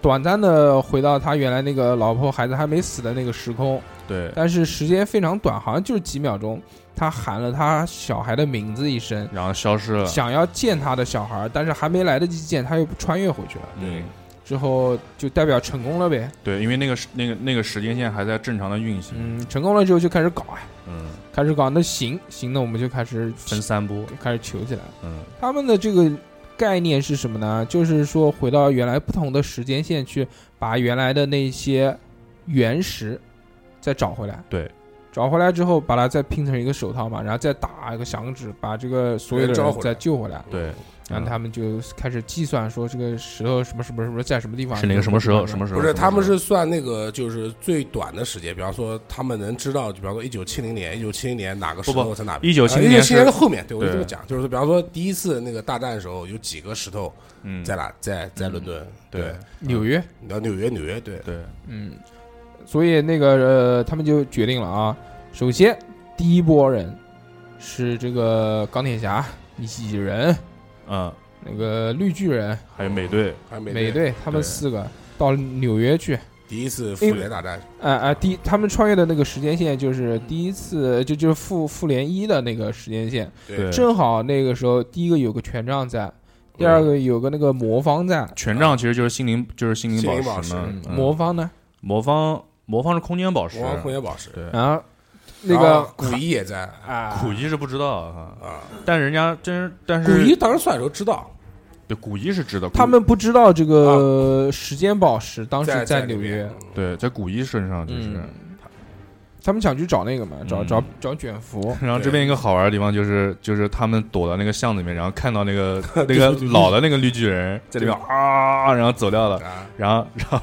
B: 短暂的回到他原来那个老婆孩子还没死的那个时空，
H: 对，
B: 但是时间非常短，好像就是几秒钟。他喊了他小孩的名字一声，
H: 然后消失了，
B: 想要见他的小孩，但是还没来得及见，他又穿越回去了。
H: 嗯，
B: 之后就代表成功了呗。
H: 对，因为那个时那个那个时间线还在正常的运行，
B: 嗯，成功了之后就开始搞啊，
H: 嗯，
B: 开始搞。那行行，那我们就开始
H: 分三波，
B: 开始求起来。
H: 嗯，
B: 他们的这个概念是什么呢？就是说回到原来不同的时间线去，把原来的那些原石再找回来。
H: 对，
B: 找回来之后，把它再拼成一个手套嘛，然后再打一个响指，把这个所有的
D: 人招
B: 人
D: 回来
B: 再救回来。
D: 嗯
H: 对，
B: 然后他们就开始计算说这个石头什么什么什么在什么地方
H: 是那个什么时候，什么时候？
D: 不是，
H: 什么时
D: 他
H: 候
D: 们是算那个就是最短的时间，比方说他们能知道，就比方说一九七零年，一九七零年哪个时
H: 不
D: 候在哪边。啊
H: 1970
D: 一九
H: 年
D: 七
H: 是
D: 年的后面，对我就
H: 对
D: 这么讲，就是比方说第一次那个大战的时候，有几个石头
H: 嗯，
D: 在哪，在在伦敦，
H: 对
D: 对，
H: 嗯
B: 纽约，
D: 你要纽约，纽约，对，
H: 对，
B: 嗯，所以那个呃，他们就决定了啊，首先第一波人是这个钢铁侠、蚁人、
H: 嗯，
B: 那个绿巨人、
H: 还有美队，
D: 还美
B: 美队他们
H: 对
B: 四个到纽约去。
D: 第一次复联大战，
B: 啊啊！第他们穿越的那个时间线就是第一次，就就是复复联一的那个时间线，
H: 对，
B: 正好那个时候第一个有个权杖在，第二个有个那个魔方在。
H: 权杖其实就是心灵，就是心灵
D: 心灵
H: 宝石
D: 宝
H: 嘛
D: 石
B: 嗯，
H: 嗯
B: 魔方呢？
H: 魔方魔方是空间宝石
D: 国，王空间宝石，
H: 对，
B: 然后那
D: 然
B: 个
D: 后古一也在
B: 啊，
H: 苦一是不知道啊，
D: 啊，
H: 但人家真是，但
D: 古
H: 是
D: 一当时算的时候知道，
H: 对古一是知道，
B: 他们不知道这个时间宝石当时
D: 在嗯
B: 纽约，
D: 里面
H: 古对在古一身上就是。
B: 嗯，他们想去找那个嘛，找
H: 嗯
B: 找找卷福，
H: 然后这边一个好玩的地方就是，就是他们躲到那个巷子里面，然后看到那个那
D: 对
H: 个
D: 对对
H: 老的那个绿巨人在里面啊，然后走掉了
D: 嗯。啊，
H: 然后，然后，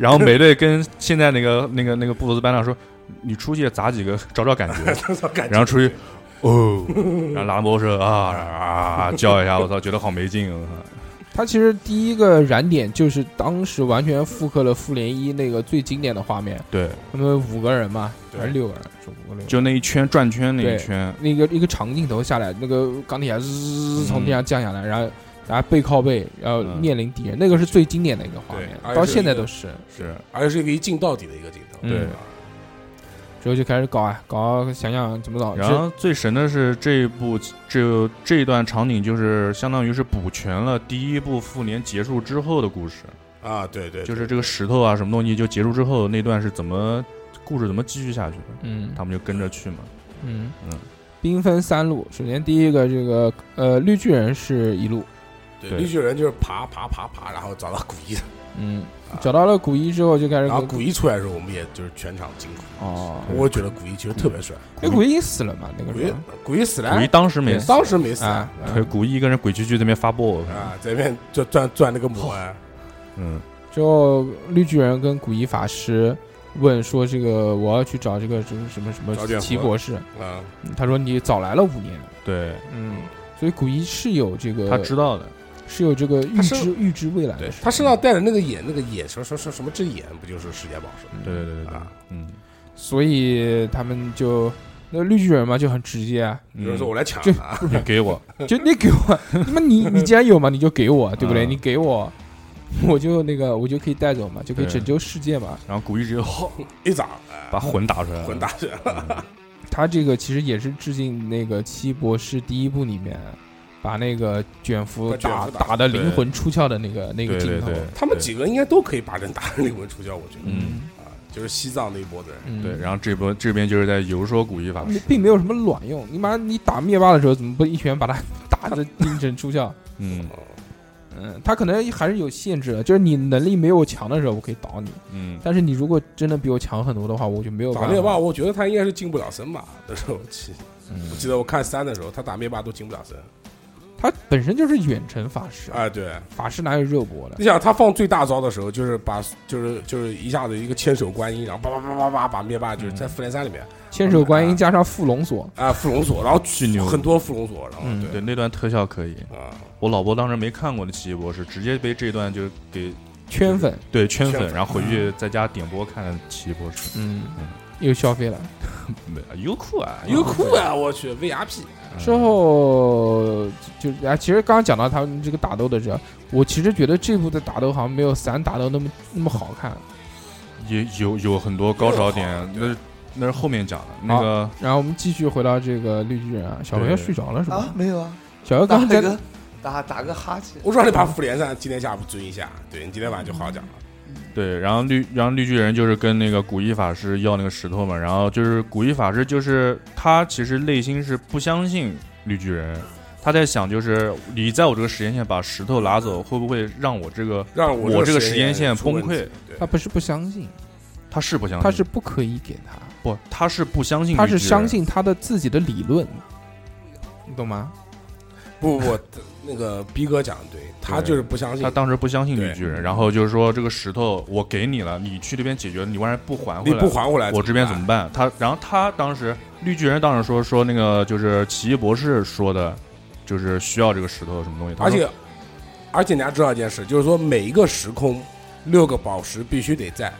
H: 然后美队跟现在那个那个那个布鲁斯班长说：“你出去砸几个，找找感觉。
D: 我操感”觉
H: 然后出去，哦，然后拿着摩托车啊啊叫一下，我操，觉得好没劲。我操
B: 他其实第一个燃点就是当时完全复刻了复联一那个最经典的画面，
H: 对，
B: 他们五个人嘛，
D: 对
B: 还是六个人？是五个六个人。
H: 就那一圈转圈那
B: 对
H: 一圈，
B: 那个一个长镜头下来，那个钢铁侠滋从地上降下来，然后大家背靠背，然后
H: 嗯
B: 面临敌人，那个是最经典的一个画面，
D: 对
B: 到现在都是。
H: 是
D: 而且是一个一镜到底的一个镜头，
H: 对
D: 啊
B: 之后就开始搞啊，搞想想怎么搞。
H: 然后最神的是这一部这这一段场景，就是相当于是补全了第一部复联结束之后的故事，
D: 啊，对对，
H: 就是这个石头啊什么东西就结束之后那段是怎么故事怎么继续下去的，
B: 嗯
H: 他们就跟着去嘛。
B: 嗯
H: 嗯，
B: 兵分三路。首先第一个这个呃绿巨人是一路，
D: 对
H: 对
D: 绿巨人就是爬爬爬爬，然后找到古一，
B: 嗯，找到了古一之后就开始
D: 然后
B: 搞
D: 啊古一出来的时候，我们也就是全场惊呼。
B: 哦，
D: 我觉得古一其实特别帅，
B: 因为古一已经死了嘛，那
H: 嗯
B: 个
D: 嗯古
B: 时
D: 一
B: 候
D: 古一死
H: 古一
D: 了，
H: 当时没死，
D: 当时没死
B: 啊
D: 啊，，
H: 对古一一个人鬼屈屈这边发 ball，
D: 啊在那边就转转那个
H: 哦
D: 魔啊，
H: 嗯，
B: 之后绿巨人跟古一法师问说：“这个我要去找这个这个什么什么
D: 找卷福
B: 齐博士。
D: 啊，”
B: 他说：“你早来了五年。
H: 对”
B: 嗯，所以古一是有这个，
H: 他知道的，
B: 是有这个预
D: 他是
B: 知预知未来
D: 对
B: 的事。
D: 他身上戴的那个眼，那个眼什么什么什么什么之眼，不就是世界宝石吗？
H: 对对对对对
D: 啊，
H: 嗯，
B: 所以他们就那绿巨人嘛就很直 接啊，
H: 嗯
D: 有人说我来抢
B: 这
D: 啊，
H: 你给我，
B: 就你给我，那 么你你既然有嘛，你就给我，对不对？
H: 嗯
B: 你给我， 我就那个我就可以带走嘛，就可以
H: 对
B: 拯救世界嘛。
H: 然后古一直
D: 一掌啊
H: 把魂打出来了，
D: 混大去，
B: 他这个其实也是致敬那个《七博士》第一部里面，把那个卷福
D: 把卷
B: 打
D: 福打
B: 打的
H: 对
B: 灵魂出窍的那个那
H: 对
B: 个镜
H: 对
B: 头。
H: 对，
D: 他们几个应该都可以把人打得灵魂出窍，我觉得
H: 嗯
D: 啊，就是西藏那一波的人，
B: 嗯
H: 对，然后这波这边就是在游说古一法
B: 没
H: 师，
B: 并没有什么卵用。你妈，你打灭霸的时候怎么不一拳把他打的精神出窍？
H: 嗯
D: 哦
B: 嗯，他可能还是有限制的，就是你能力没有我强的时候，我可以倒你。
H: 嗯，
B: 但是你如果真的比我强很多的话，我就没有
D: 哦
B: 办
D: 打
B: 法。
D: 灭霸，我觉得他应该是进不了身吧。那时候记，
B: 嗯
D: 我记得我看三的时候，他打灭霸都进不了身。
B: 他本身就是远程法师，
D: 啊，对，
B: 法师哪有肉搏的
D: 你？想他放最大招的时候，就是把就是就是一下子一个千手观音，然后叭叭叭叭叭把灭霸就是
H: 嗯
D: 在复联三里面
B: 千手观音加上缚龙锁，
D: 啊缚龙锁，然后
H: 巨牛嗯
D: 很多缚龙锁，然后
B: 嗯
H: 对
D: 对
H: 那段特效可以，
D: 啊
H: 我老婆当时没看过的《奇异博士》，直接被这段就是给
B: 圈粉，
H: 对圈
D: 圈
H: 粉，
D: 粉
H: 然后回去在家点播看《奇异博士》。
B: 嗯，又消费了。
H: 没优酷啊，
D: 优酷啊，我去 VRP
B: 嗯之后就啊，其实刚刚讲到他们这个打斗的时候，我其实觉得这部的打斗好像没有散打斗那么那么好看。
H: 也有有很多高潮点，那是那是后面讲的那个
B: 然后我们继续回到这个绿巨人啊，小朋友
H: 对
B: 睡着了是吧？
E: 啊，没有啊，
B: 小友
E: 打
B: 刚刚在
E: 个打打个哈欠。
D: 我让你把复联三今天下午追一下，对你今天晚上就好讲了。
H: 对，然后绿然后绿巨人就是跟那个古一法师要那个石头嘛，然后就是古一法师就是他其实内心是不相信绿巨人，他在想就是你在我这个时间线把石头拿走，会不会让我这个
D: 让
H: 我这
D: 这
H: 个
D: 个
H: 时
D: 时
H: 间
D: 间
H: 线
D: 出问
H: 崩溃
D: 题，对
B: 他不是不相信，
H: 他是不相信，
B: 他是不可以给他，
H: 不他是不相信，
B: 他是相，信他的自己的理论，你懂吗？
D: 不不不，那个逼哥讲的对，他
H: 对
D: 就是不相信
H: 他。当时不相信绿
D: 对
H: 巨人，然后就是说这个石头我给你了，你去那边解决，你万一不还回
D: 你
H: 来，
D: 不还回来，
H: 我这边怎
D: 么
H: 么办？他，然后他当时绿巨人当时说说那个就是奇异博士说的，就是需要这个石头什么东西。
D: 办？而
H: 他说
D: 且而且你要知道一件事，就是说每一个时空六个宝石必须得在，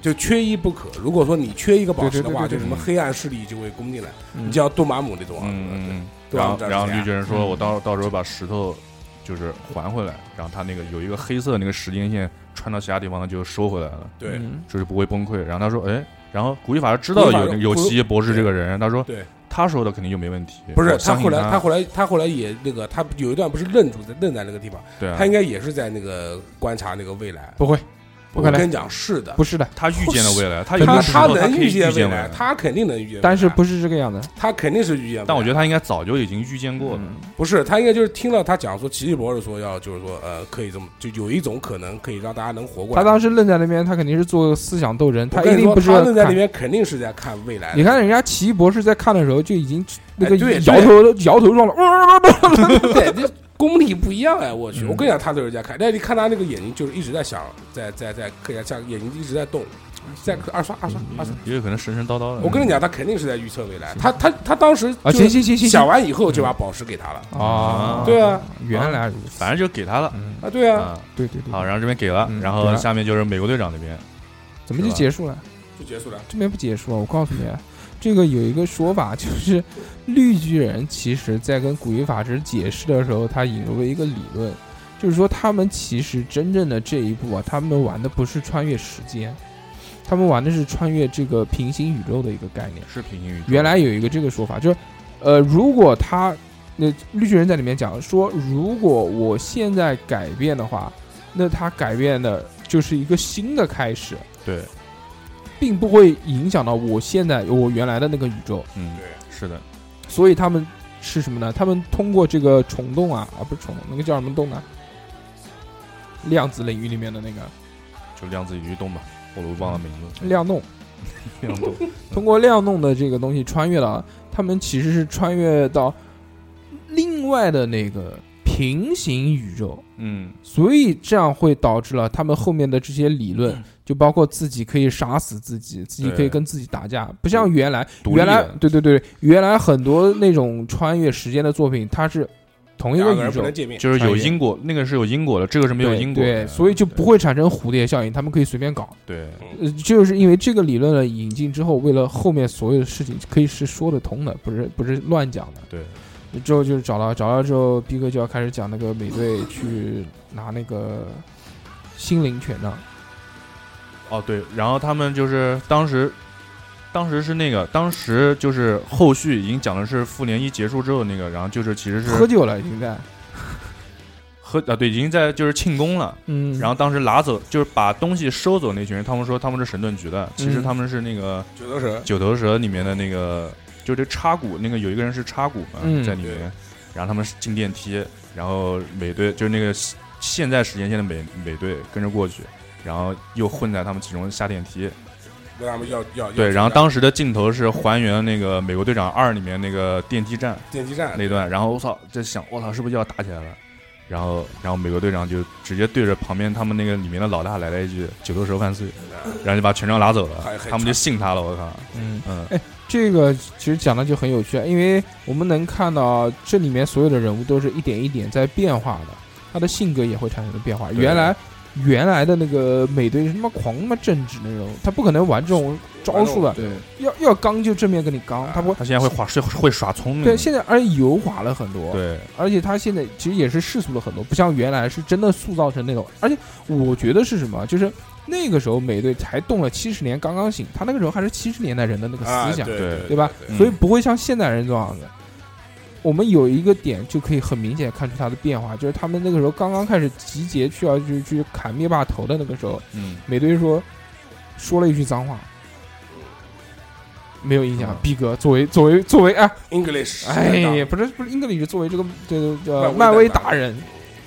D: 就缺一不可。如果说你缺一个宝石的话，
B: 对对对对对
D: 就什么黑暗势力就会攻进来，
B: 嗯
D: 你就像杜马姆那种啊，
H: 嗯嗯嗯，
D: 对
H: 然
D: 吧？
H: 后然后绿巨
D: 人
H: 人说我到到时候把石头就是还回来，然后他那个有一个黑色那个时间线穿到其他地方，他就收回来了，
D: 对
B: 嗯
H: 就是不会崩溃。然后他说，哎，然后古一法师知道
D: 古一法
H: 有
D: 师
H: 有
D: 古
H: 奇异博士这个人，他说
D: 对，
H: 他说的肯定就没问题。
D: 不是
H: 我
D: 他
H: 相信
D: 后来
H: 他
D: 他后来他后来也那个他有一段不是愣住在愣在那个地方，
H: 对啊
D: 他，应该也是在那个观察那个未来。
B: 不会，不可
D: 我跟
B: 能，
D: 你讲是的，
B: 不是的，
H: 他预见了未来，他有
D: 他
H: 的时
D: 他
H: 候他
D: 能
H: 可以
D: 预
H: 预见
D: 见未
H: 来
D: 来，，他肯定能预见未来，
B: 但是不是这个样的。
D: 他肯定是预见未来。
H: 但我觉得他应该早就已经预见过了。
B: 嗯
D: 不是，他应该就是听到他讲说奇异博士说要，就是说呃，可以这么，就有一种可能可以让大家能活过来。
B: 他当时愣在那边，他肯定是做思想斗争，
D: 我
B: 一
D: 跟你
B: 定
D: 说，
B: 不是
D: 他愣在那
B: 看
D: 边肯定是在看未来的。
B: 你看人家奇异博士在看的时候就已经那个
D: 哎对
B: 摇头摇头撞了，
D: 对，这功力不一样哎，我去，
B: 嗯
D: 我跟你讲，他就是在看，但是你看他那个眼睛就是一直在想，在在在，跟人家像眼睛一直在动，在二刷二刷二刷。
H: 也有可能神神叨叨的。
D: 我跟你讲，他肯定是在预测未来。他他他当时
B: 啊，
D: 就
B: 行行 行行
D: 想
B: 行
D: 完以后就把宝石给他了。
B: 啊，
D: 对啊，
B: 原来如此，
H: 反正就给他了。
B: 嗯，
D: 啊，对啊，
H: 啊，
B: 对对对，
H: 好，然后这边给了，
B: 嗯
H: 然
B: 给
H: 后
B: 了
H: 下面就是美国队长那边，
B: 怎么就结束了？
D: 就结束了。
B: 这边不结束了，我告诉你，这个有一个说法，就是绿巨人其实在跟古一法师解释的时候，他引入了一个理论，就是说他们其实真正的这一步啊，他们玩的不是穿越时间，他们玩的是穿越这个平行宇宙的一个概念。
H: 是平行宇宙。
B: 原来有一个这个说法，就是，呃，如果他那绿巨人在里面讲说，如果我现在改变的话，那他改变的就是一个新的开始，
H: 对，
B: 并不会影响到我现在我原来的那个宇宙。
H: 嗯，
D: 对，
H: 是的，
B: 所以他们是什么呢？他们通过这个虫洞啊，啊不是虫洞，那个叫什么洞呢？量子领域里面的那个
H: 就量子移动吧，我都忘了名 字。
B: 亮洞，
H: 量动，
B: 通过亮弄的这个东西穿越了，他们其实是穿越到另外的那个平行宇宙，
H: 嗯，
B: 所以这样会导致了他们后面的这些理论，
H: 嗯
B: 就包括自己可以杀死自己，自己可以跟自己打架，不像原来
H: 独立
B: 原来
H: 了
B: 对对对，原来很多那种穿越时间的作品，它是同一
D: 两
B: 个
D: 个
B: 宇
D: 人不
B: 宙。
D: 能见面。
H: 就是有
B: 穿越
H: 因果，那个是有因果的，这个是没有
B: 对
H: 因果的，
B: 对，所以就不
H: 会
B: 会产生蝴蝶效应，他们可以随便搞。
H: 对。
B: 呃，就是因为这个理论呢引进之后，为了后面所有的事情可以是说得通的，不是不是乱讲的。
H: 对，
B: 之后就是找到找到之后，逼哥就要开始讲那个美队去拿那个心灵权杖，
H: 哦对，然后他们就是当时当时是那个，当时就是后续已经讲的是复联一结束之后那个，然后就是其实是
B: 喝酒了已经在，
H: 喝啊对，已经在就是庆功了。
B: 嗯
H: 然后当时拿走就是把东西收走那群人，他们说他们是神盾局的，其实
B: 嗯
H: 他们是那个
D: 九头蛇，
H: 九头蛇里面的那个，就这插股那个有一个人是插股嘛，
B: 嗯
H: 在里面，然后他们是进电梯，然后美队就是那个现在时间线的美美队跟着过去，然后又混在他们其中下电梯，
D: 跟他们要要
H: 对，
D: 要
H: 然后当时的镜头是还原那个美国队长二里面那个电梯站
D: 电梯站
H: 那段，然后我操，在想我操是不是要打起来了？然后，然后美国队长就直接对着旁边他们那个里面的老大来了一句“九头蛇万岁”，然后就把权杖拿走
D: 哎还
H: 了，
D: 还
H: 他们就信他了，我靠，
B: 嗯，
H: 嗯，
B: 这个其实讲的就很有趣，啊，因为我们能看到这里面所有的人物都是一点一点在变化的，他的性格也会产生变化。
H: 对
B: 原来原来的那个美队是他妈狂他妈正直那种，他不可能玩这种招数的，
E: 对，
B: 要要刚就正面跟你刚，他不会。
H: 啊他现在会滑是会耍聪明，
B: 对，现在而且油滑了很多，
H: 对
B: 而且他现在其实也是世俗了很多，不像原来是真的塑造成那种。而且我觉得是什么，就是那个时候美队才动了七十年刚刚醒，他那个时候还是七十年代人的那个
D: 啊
B: 思想，
D: 对
H: 对
B: 对吧？
H: 嗯
B: 所以不会像现代人这样子。我们有一个点就可以很明显看出他的变化，就是他们那个时候刚刚开始集结去要去去砍灭霸头的那个时候，
H: 嗯，
B: 美队说说了一句脏话，没有印象
H: 嗯。
B: 逼哥作为作为作为哎
D: English，
B: 哎，不是不是，英格里是作为这个这个呃
D: 漫
B: 漫
D: 威
B: 威
D: 大
B: 达人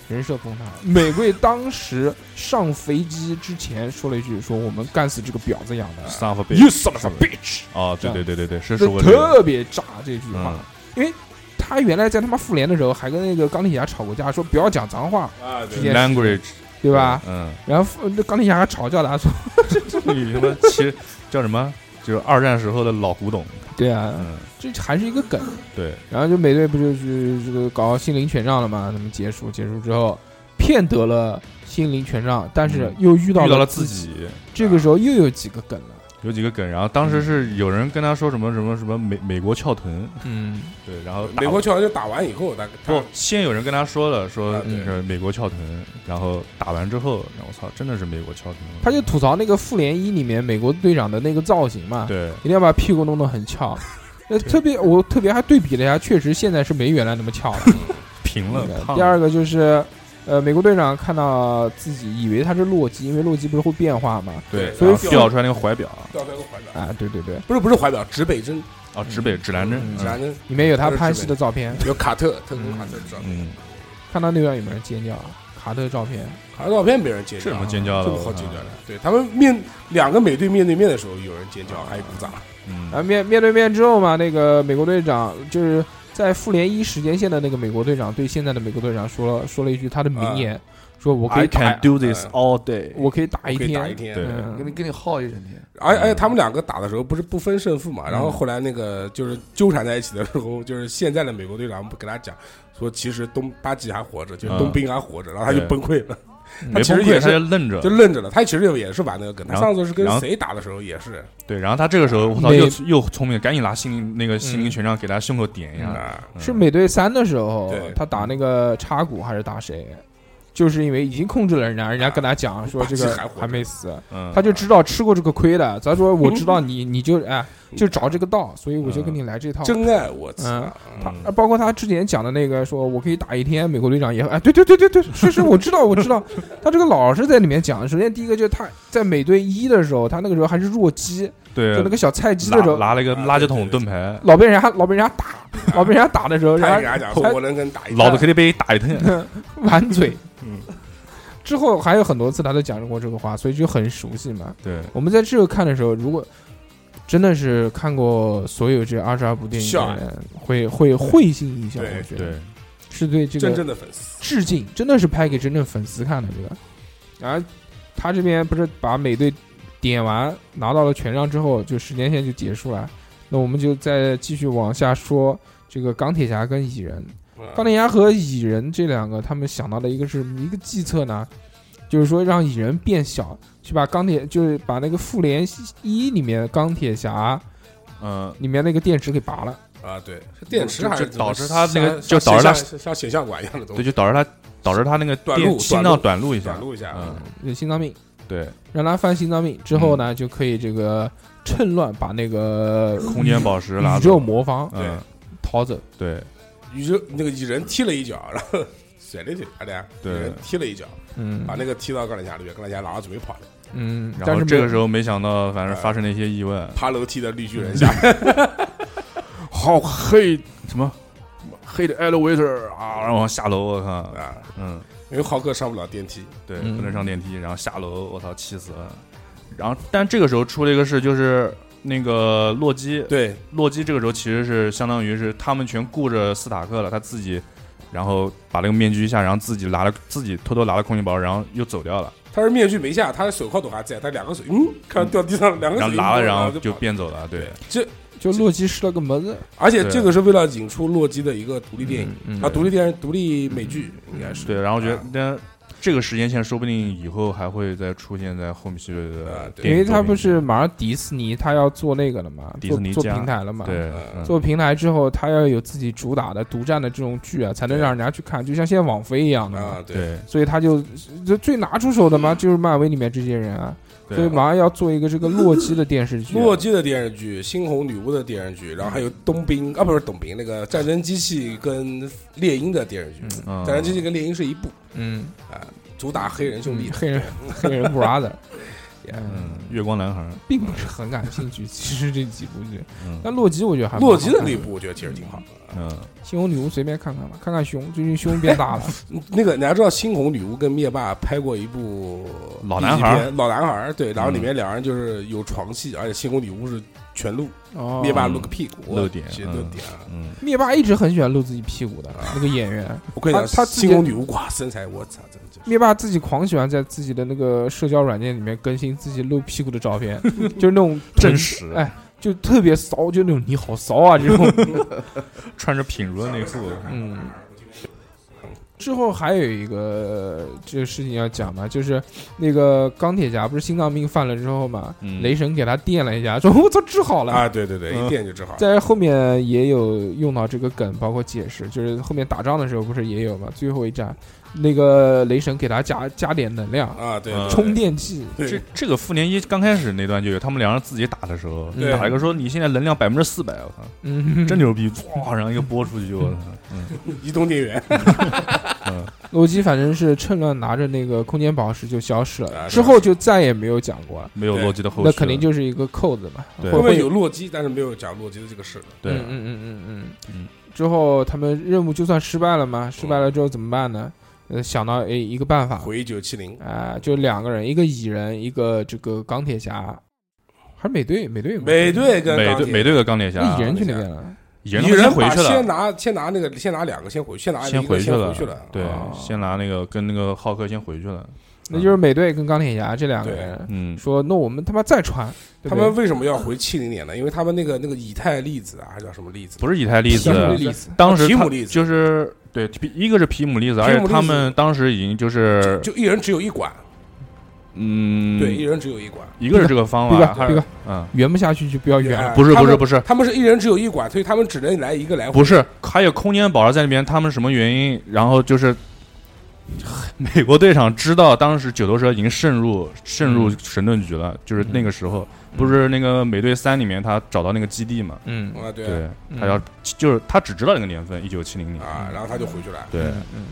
B: 人设崩塌。美队当时上飞机之前说了一句：“说我们干死这个婊子养
D: 哎
B: 的。
H: son of a
F: ，You
H: bitch，
F: son of a bitch！
H: 哦，对对对对对，是”
B: 这
H: 说过这个，
B: 特别炸这句话
H: 嗯，
D: 啊
B: 因为他原来在他妈复联的时候还跟那个钢铁侠吵过架，说不要讲脏话，
D: 啊，
B: 直
D: 对
B: 接，
H: ，language，
B: 对吧？
H: 嗯，
B: 然后复那钢铁侠还吵架他说
H: 你他妈其实叫什么？就是二战时候的老古董，：“
B: 对啊，
H: 嗯，
B: 这还是一个梗。”
H: 对，
B: 然后就美队不就去这个搞心灵权杖了嘛？那么结束结束之后，骗得了心灵权杖，但是
H: 嗯
B: 又遇到
H: 遇到了
B: 自
H: 自。己，啊
B: 这个时候又有几个梗了，
H: 有几个梗，然后当时是有人跟他说什么什么什么美美国翘臀，
B: 嗯，
H: 对，然后打
D: 美国球员就打完以后，他
H: 不
D: 他，
H: 先有人跟他说了，说
D: 啊对
H: 那个美国翘臀，然后打完之后，然后我操，真的是美国翘臀，
B: 他就吐槽那个复联一里面美国队长的那个造型嘛，
H: 对
B: 一定要把屁股弄得很 翘。那特别，我特别还对比了一下，确实现在是没原来那么 翘了。
H: 平了，
B: 对
H: 嗯胖
B: 第二个就是，呃，美国队长看到自己以为他是洛基，因为洛基不是会变化嘛，
H: 对，
B: 所以
H: 然后掉出来那个怀表
D: 掉出来个怀表，
B: 啊，对对对，
D: 不是不是怀表，指北针，
H: 啊，指北指南针，
B: 嗯
D: 指南针，
B: 里面有他拍戏的照片，
D: 有卡特，特工卡特的照片，
H: 嗯，
B: 看到那边有没有人尖叫？啊卡特照片，
D: 卡特照片没人尖
H: 这
D: 叫
H: 怎么
D: 啊，
H: 尖叫
D: 这
H: 的？
D: 么好
H: 我
D: 尖
H: 靠
D: 叫的，对他们面两个美队面对面的时候，有人尖叫，还有鼓掌，
H: 嗯
B: 啊，面面对面之后嘛，那个美国队长就是在复联一时间线的那个美国队长对现在的美国队长说了说了一句他的名言，说我可以
H: I
B: 打
H: can do this all day，
B: 我可以打哎一
D: 可以打一天，
B: 天，
H: 对
E: 跟你
B: 嗯，
E: 跟你耗一整天，
D: 而
H: 嗯
D: 而且他们两个打的时候不是不分胜负嘛，然后后来那个就是纠缠在一起的时 候，就是现在的美国队长不跟他讲说，其实东巴基还活着，就是
H: 嗯
D: 冬兵还活着，然后他就
H: 对
D: 崩溃了，
H: 没
D: 其
H: 崩
D: 实也
H: 溃，他
D: 是
H: 就愣着
D: 就，愣着了。他其实也是玩那个梗，他
H: 然后
D: 上次是跟
H: 然后
D: 谁打的时候也是
H: 对，然后他这个时候我操
B: 美
H: 又又聪明，赶紧拿心灵那个心灵权杖给他胸口点一下，
D: 啊，
H: 嗯
B: 是美队三的时候
D: 对，
B: 他打那个插骨还是打谁？就是因为已经控制了人家，人家跟他讲说这
D: 巴
B: 个
D: 基还活着
B: 还没死，
H: 嗯，
B: 他就知道吃过这个亏的。咱说我知道你，你就哎就找这个道，所以我就跟你来这套。
D: 真爱我
B: 嗯
D: 操！
B: 他
H: 嗯
B: 啊包括他之前讲的那个，说我可以打一天，美国队长也哎，对对对对对，是是，我知道我知道，他这个老是在里面讲。首先第一个就是他在美队一的时候，他那个时候还是弱鸡，
H: 对
B: 就那个小菜鸡的
H: 拿
B: 时候，
H: 拿了一个
D: 啊
H: 垃圾
D: 对
H: 桶
D: 对
H: 盾牌，
B: 老被人家老被人家打，老被人家打的时候，
D: 他也跟
B: 人家
D: 他讲
B: 他
D: 说，我能跟你打一架
H: 老子可以被打一 顿，
B: 满嘴。之后还有很多次他都讲过这个话，所以就很熟悉嘛。
H: 对。
B: 我们在这个看的时候，如果真的是看过所有这二十二部电影
D: 笑
B: 的人，会会会心一笑，
D: 对
B: 我觉得
H: 对，
B: 是对这个
D: 真正的粉丝。
B: 致敬，真的是拍给真正粉丝看的这个。然后他这边不是把美队点完拿到了权杖之后，就时间线就结束了。那我们就再继续往下说这个钢铁侠跟蚁人。
D: 嗯
B: 啊钢铁侠和蚁人这两个，他们想到的一个是一个计策呢，就是说让蚁人变小，去把钢铁就是把那个复联一里面钢铁侠
H: 嗯，
B: 里面那个电池给拔了。
D: 啊，对，是电池还是
H: 就
D: 怎么
H: 导致他那
D: 像
H: 个就导致他
D: 像像显像管一样的东
H: 对，
D: 西，
H: 就导致他导致他那个
D: 短
H: 电
D: 路
H: 心脏
D: 短
H: 短路一下
D: 短，路一下，啊
H: 嗯，
B: 有心脏病，
H: 对，
B: 让他犯心脏病之后呢，就可以这个趁乱把那个
H: 空间宝石拿
B: 宇
H: 走
B: 宙，魔方
H: 嗯，
B: 逃走。
H: 对，
D: 宇宙那个蚁人踢了一脚，然后 甩了一脚啥的呀，蚁
H: 对
D: 人踢了一脚，
B: 嗯
D: 把那个踢到钢铁侠里面，钢铁侠拿着准备跑了，
B: 嗯，
H: 然
B: 但
H: 后
B: 是
H: 这个时
B: 候
H: 候没想到，反正发生了一些意外，
D: 爬楼梯的绿巨人下来，
H: 嗯好黑什么黑的 elevator 啊，然后下楼，我靠，
D: 啊，
H: 嗯，
D: 因为浩克上不了电梯，
H: 对，
B: 嗯
H: 不能上电梯，然后下楼，我操，气死了。然后，但这个时候出了一个事，就是那个洛基，
D: 对，
H: 洛基这个时候其实是相当于是他们全顾着斯塔克了，他自己，然后把那个面具一下，然后自己拿了自己偷偷拿了空气包，然后又走掉了，
D: 他是面具没下，他的手铐都还在，他两个手，嗯，看到掉地上两个
H: 然
D: 手
H: 后
D: 一摸，
H: 拿了，然后
D: 就
H: 就
D: 跑。
H: 变走了。对，
B: 就洛基是了个门子，
D: 而且
H: 对
D: 这个是为了引出洛基的一个独立电影
B: 嗯嗯
D: 啊，独立电影、独立美剧应该是
H: 对，然后我觉得
D: 啊
H: 那这个时间线说不定以后还会再出现在后面系列
D: 啊
H: 的
D: 对
B: 因
H: 电
B: 为
H: 影作品里面，
B: 他不是马上迪士尼他要做那个了嘛，
H: 迪士尼
B: 做做
H: 家
B: 平台了嘛，
H: 对
D: 嗯
H: 嗯
B: 呃做平台之后，他要有自己主打的、独占的这种剧啊，才能让人家去看，就像现在网飞一样的嘛。
D: 啊，对，
H: 嗯对
B: 所以他就就最拿出手的嘛，就是漫威里面这些人啊，所以
H: 嗯对
B: 马上要做一个这个洛基的电视剧啊。
D: 洛基的电视剧、猩红女巫的电视剧，然后还有冬兵啊，不是冬兵，那个战争机器跟猎鹰的电视剧，
H: 嗯
D: 战争机器跟猎鹰是一部，
B: 嗯，
D: 主打黑人兄弟
B: 嗯，黑人黑人 brother，嗯，
H: 嗯，月光男孩，
B: 并不是很感兴趣。其实这几部剧，
H: 嗯
B: 但洛基我觉得还蛮好
D: 洛基的
B: 看
D: 那一部我觉得其实挺好的。
H: 嗯，
B: 猩红女巫随便看看吧，看看熊，最近熊变大了。
D: 那个你还知道，猩红女巫跟灭霸拍过一部
H: 老男孩
D: 一级
H: 儿
D: 片老男孩儿对，然后里面两人就是有床戏，而且猩红女巫是全露，
B: 哦，
D: 灭霸露个屁股，
H: 露点
D: 其实
H: 嗯
D: 露点啊。
H: 嗯，
B: 灭霸一直很喜欢露自己屁股的那个演员，
D: 我跟你讲，
B: 他他自己
D: 猩红女巫哇身材，我操，真的就是
B: 灭霸自己狂喜欢在自己的那个社交软件里面更新自己露屁股的照片，就是那种
H: 真，实，
B: 哎就特别骚，就那种你好骚啊这种。
H: 穿着品如的内裤，
B: 嗯。之后还有一个这个事情要讲嘛，就是那个钢铁侠不是心脏病犯了之后嘛，
H: 嗯
B: 雷神给他电了一下，说我操治好了。
D: 啊，对对对，
H: 嗯
D: 一电就治好。
B: 在后面也有用到这个梗，包括解释，就是后面打仗的时候不是也有嘛？最后一战，那个雷神给他加加点能量，
D: 啊，对，对
H: 嗯
B: 充电器，
D: 对
H: 这这个复联一刚开始那段就有，他们两人自己打的时候，
D: 对
H: 打一个说你现在能量百分之四百，我靠，
B: 嗯，
H: 真牛逼，哇，然后一个拨出去，我操，嗯
D: 移动电源，
H: 嗯，
B: 洛基反正是趁乱拿着那个空间宝石就消失
D: 啊
B: 了，之后就再也没有讲过了。
H: 没有洛基哎的后续
B: 那
H: 了，
B: 肯定就是一个扣子嘛，会
H: 对
D: 后
B: 不会
D: 面有洛基，但是没有讲洛基的这个事。
H: 对
B: 嗯嗯嗯嗯嗯
H: 嗯。
B: 之后他们任务就算失败了嘛，失败了之后怎么办呢？呃，想到诶一个办法，
D: 回一九七零，
B: 啊、就两个人，一个蚁人，一个这个钢铁侠，还是美队，美队有吗
D: 美队啊跟
H: 美
D: 钢
H: 队
D: 铁
H: 美队和钢铁
B: 那
H: 侠
B: 蚁，人去那边了，
H: 蚁人
D: 蚁
H: 他们
D: 人
H: 先回
D: 把
H: 去
D: 先
H: 了，
D: 拿先拿那个先拿那个先回先拿一个
H: 先回去
D: 先
H: 了
D: 回去了，
H: 对
B: 啊，
H: 先拿那个跟那个浩克先回去了，
B: 那就是美队跟钢铁侠这两个人
H: 嗯，
B: 说，那我们他妈再传，对
D: 他
B: 不对
D: 们为什么要回七零年呢？因为他们那个那个以太粒子啊，还是叫什么粒子？
H: 不是以太粒
B: 提
H: 子
B: 姆，利斯
H: 当时
D: 提姆
H: 他
D: 粒子
H: 就是对，皮一个是皮姆粒子，而
D: 皮姆
H: 且
D: 粒子
H: 他们当时已经就是
D: 就一人只有一管，
H: 嗯，
D: 对，一人只有一管。
H: 一个是这个方
B: 毕哥
H: 法，还
B: 毕
H: 是
B: 哥
H: 嗯。
B: 圆不下去就不要圆
D: 哎
B: 了，
H: 不是
D: 他们
H: 不是不是
D: 他们是一人只有一管，所以他们只能来一个来回。
H: 不是，哎还有空间宝石在那边，他们什么原因？然后就是 美国队长知道当时九头蛇已经渗入渗入神盾局了，就是那个时候，不是那个美队三里面他找到那个基地嘛？
B: 嗯
D: 啊，对
H: 对，
B: 嗯
H: 他要就是他只知道那个年份一九七零年，
D: 啊，然后他就回去了。
H: 对
B: 嗯，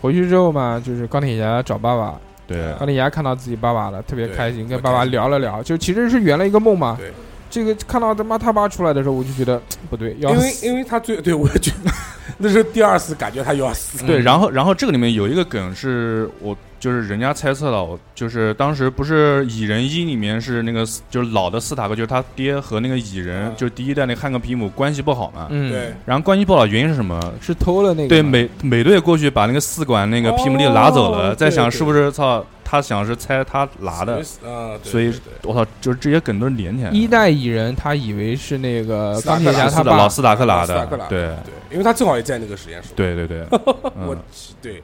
B: 回去之后嘛，就是钢铁侠找爸爸，
H: 对
B: 钢铁侠看到自己爸爸了，特别
D: 啊对
B: 开心，跟
D: 特
B: 爸爸
D: 开心
B: 聊了聊，就其实是圆了一个梦嘛。
D: 对，
B: 这个看到他妈他爸出来的时候，我就觉得不对，要
D: 因为
B: 死
D: 因为他最对我也觉得那是第二次感觉他又要死，
H: 对，
B: 嗯
H: 然后然后这个里面有一个梗是我就是人家猜测了，我就是当时不是蚁人一里面是那个就是老的斯塔克，就是他爹和那个蚁人
D: 啊，
H: 就是第一代那个汉克皮姆关系不好嘛，
B: 嗯，
D: 对，
H: 然后关系不好的原因是什么？
B: 是偷了那个
H: 对
B: 嘛
H: 美美队过去把那个四管那个皮姆利拿走了，
D: 哦
H: 在想
D: 对对
H: 是不是操他想是猜他拿的，
D: 啊，对
H: 所以
D: 对对
H: 我操，就是这些梗都是连起来的。
B: 一代蚁人，他以为是那个
D: 斯塔
B: 钢
D: 克
B: 铁
D: 拉
B: 侠
H: 斯
B: 他
H: 的老
B: 爸，
H: 斯塔克拿
D: 斯塔克拿的
H: 的，对
D: 对，因为他正好也在那个实验室。
H: 对对对，
D: 我
H: 嗯
D: 对，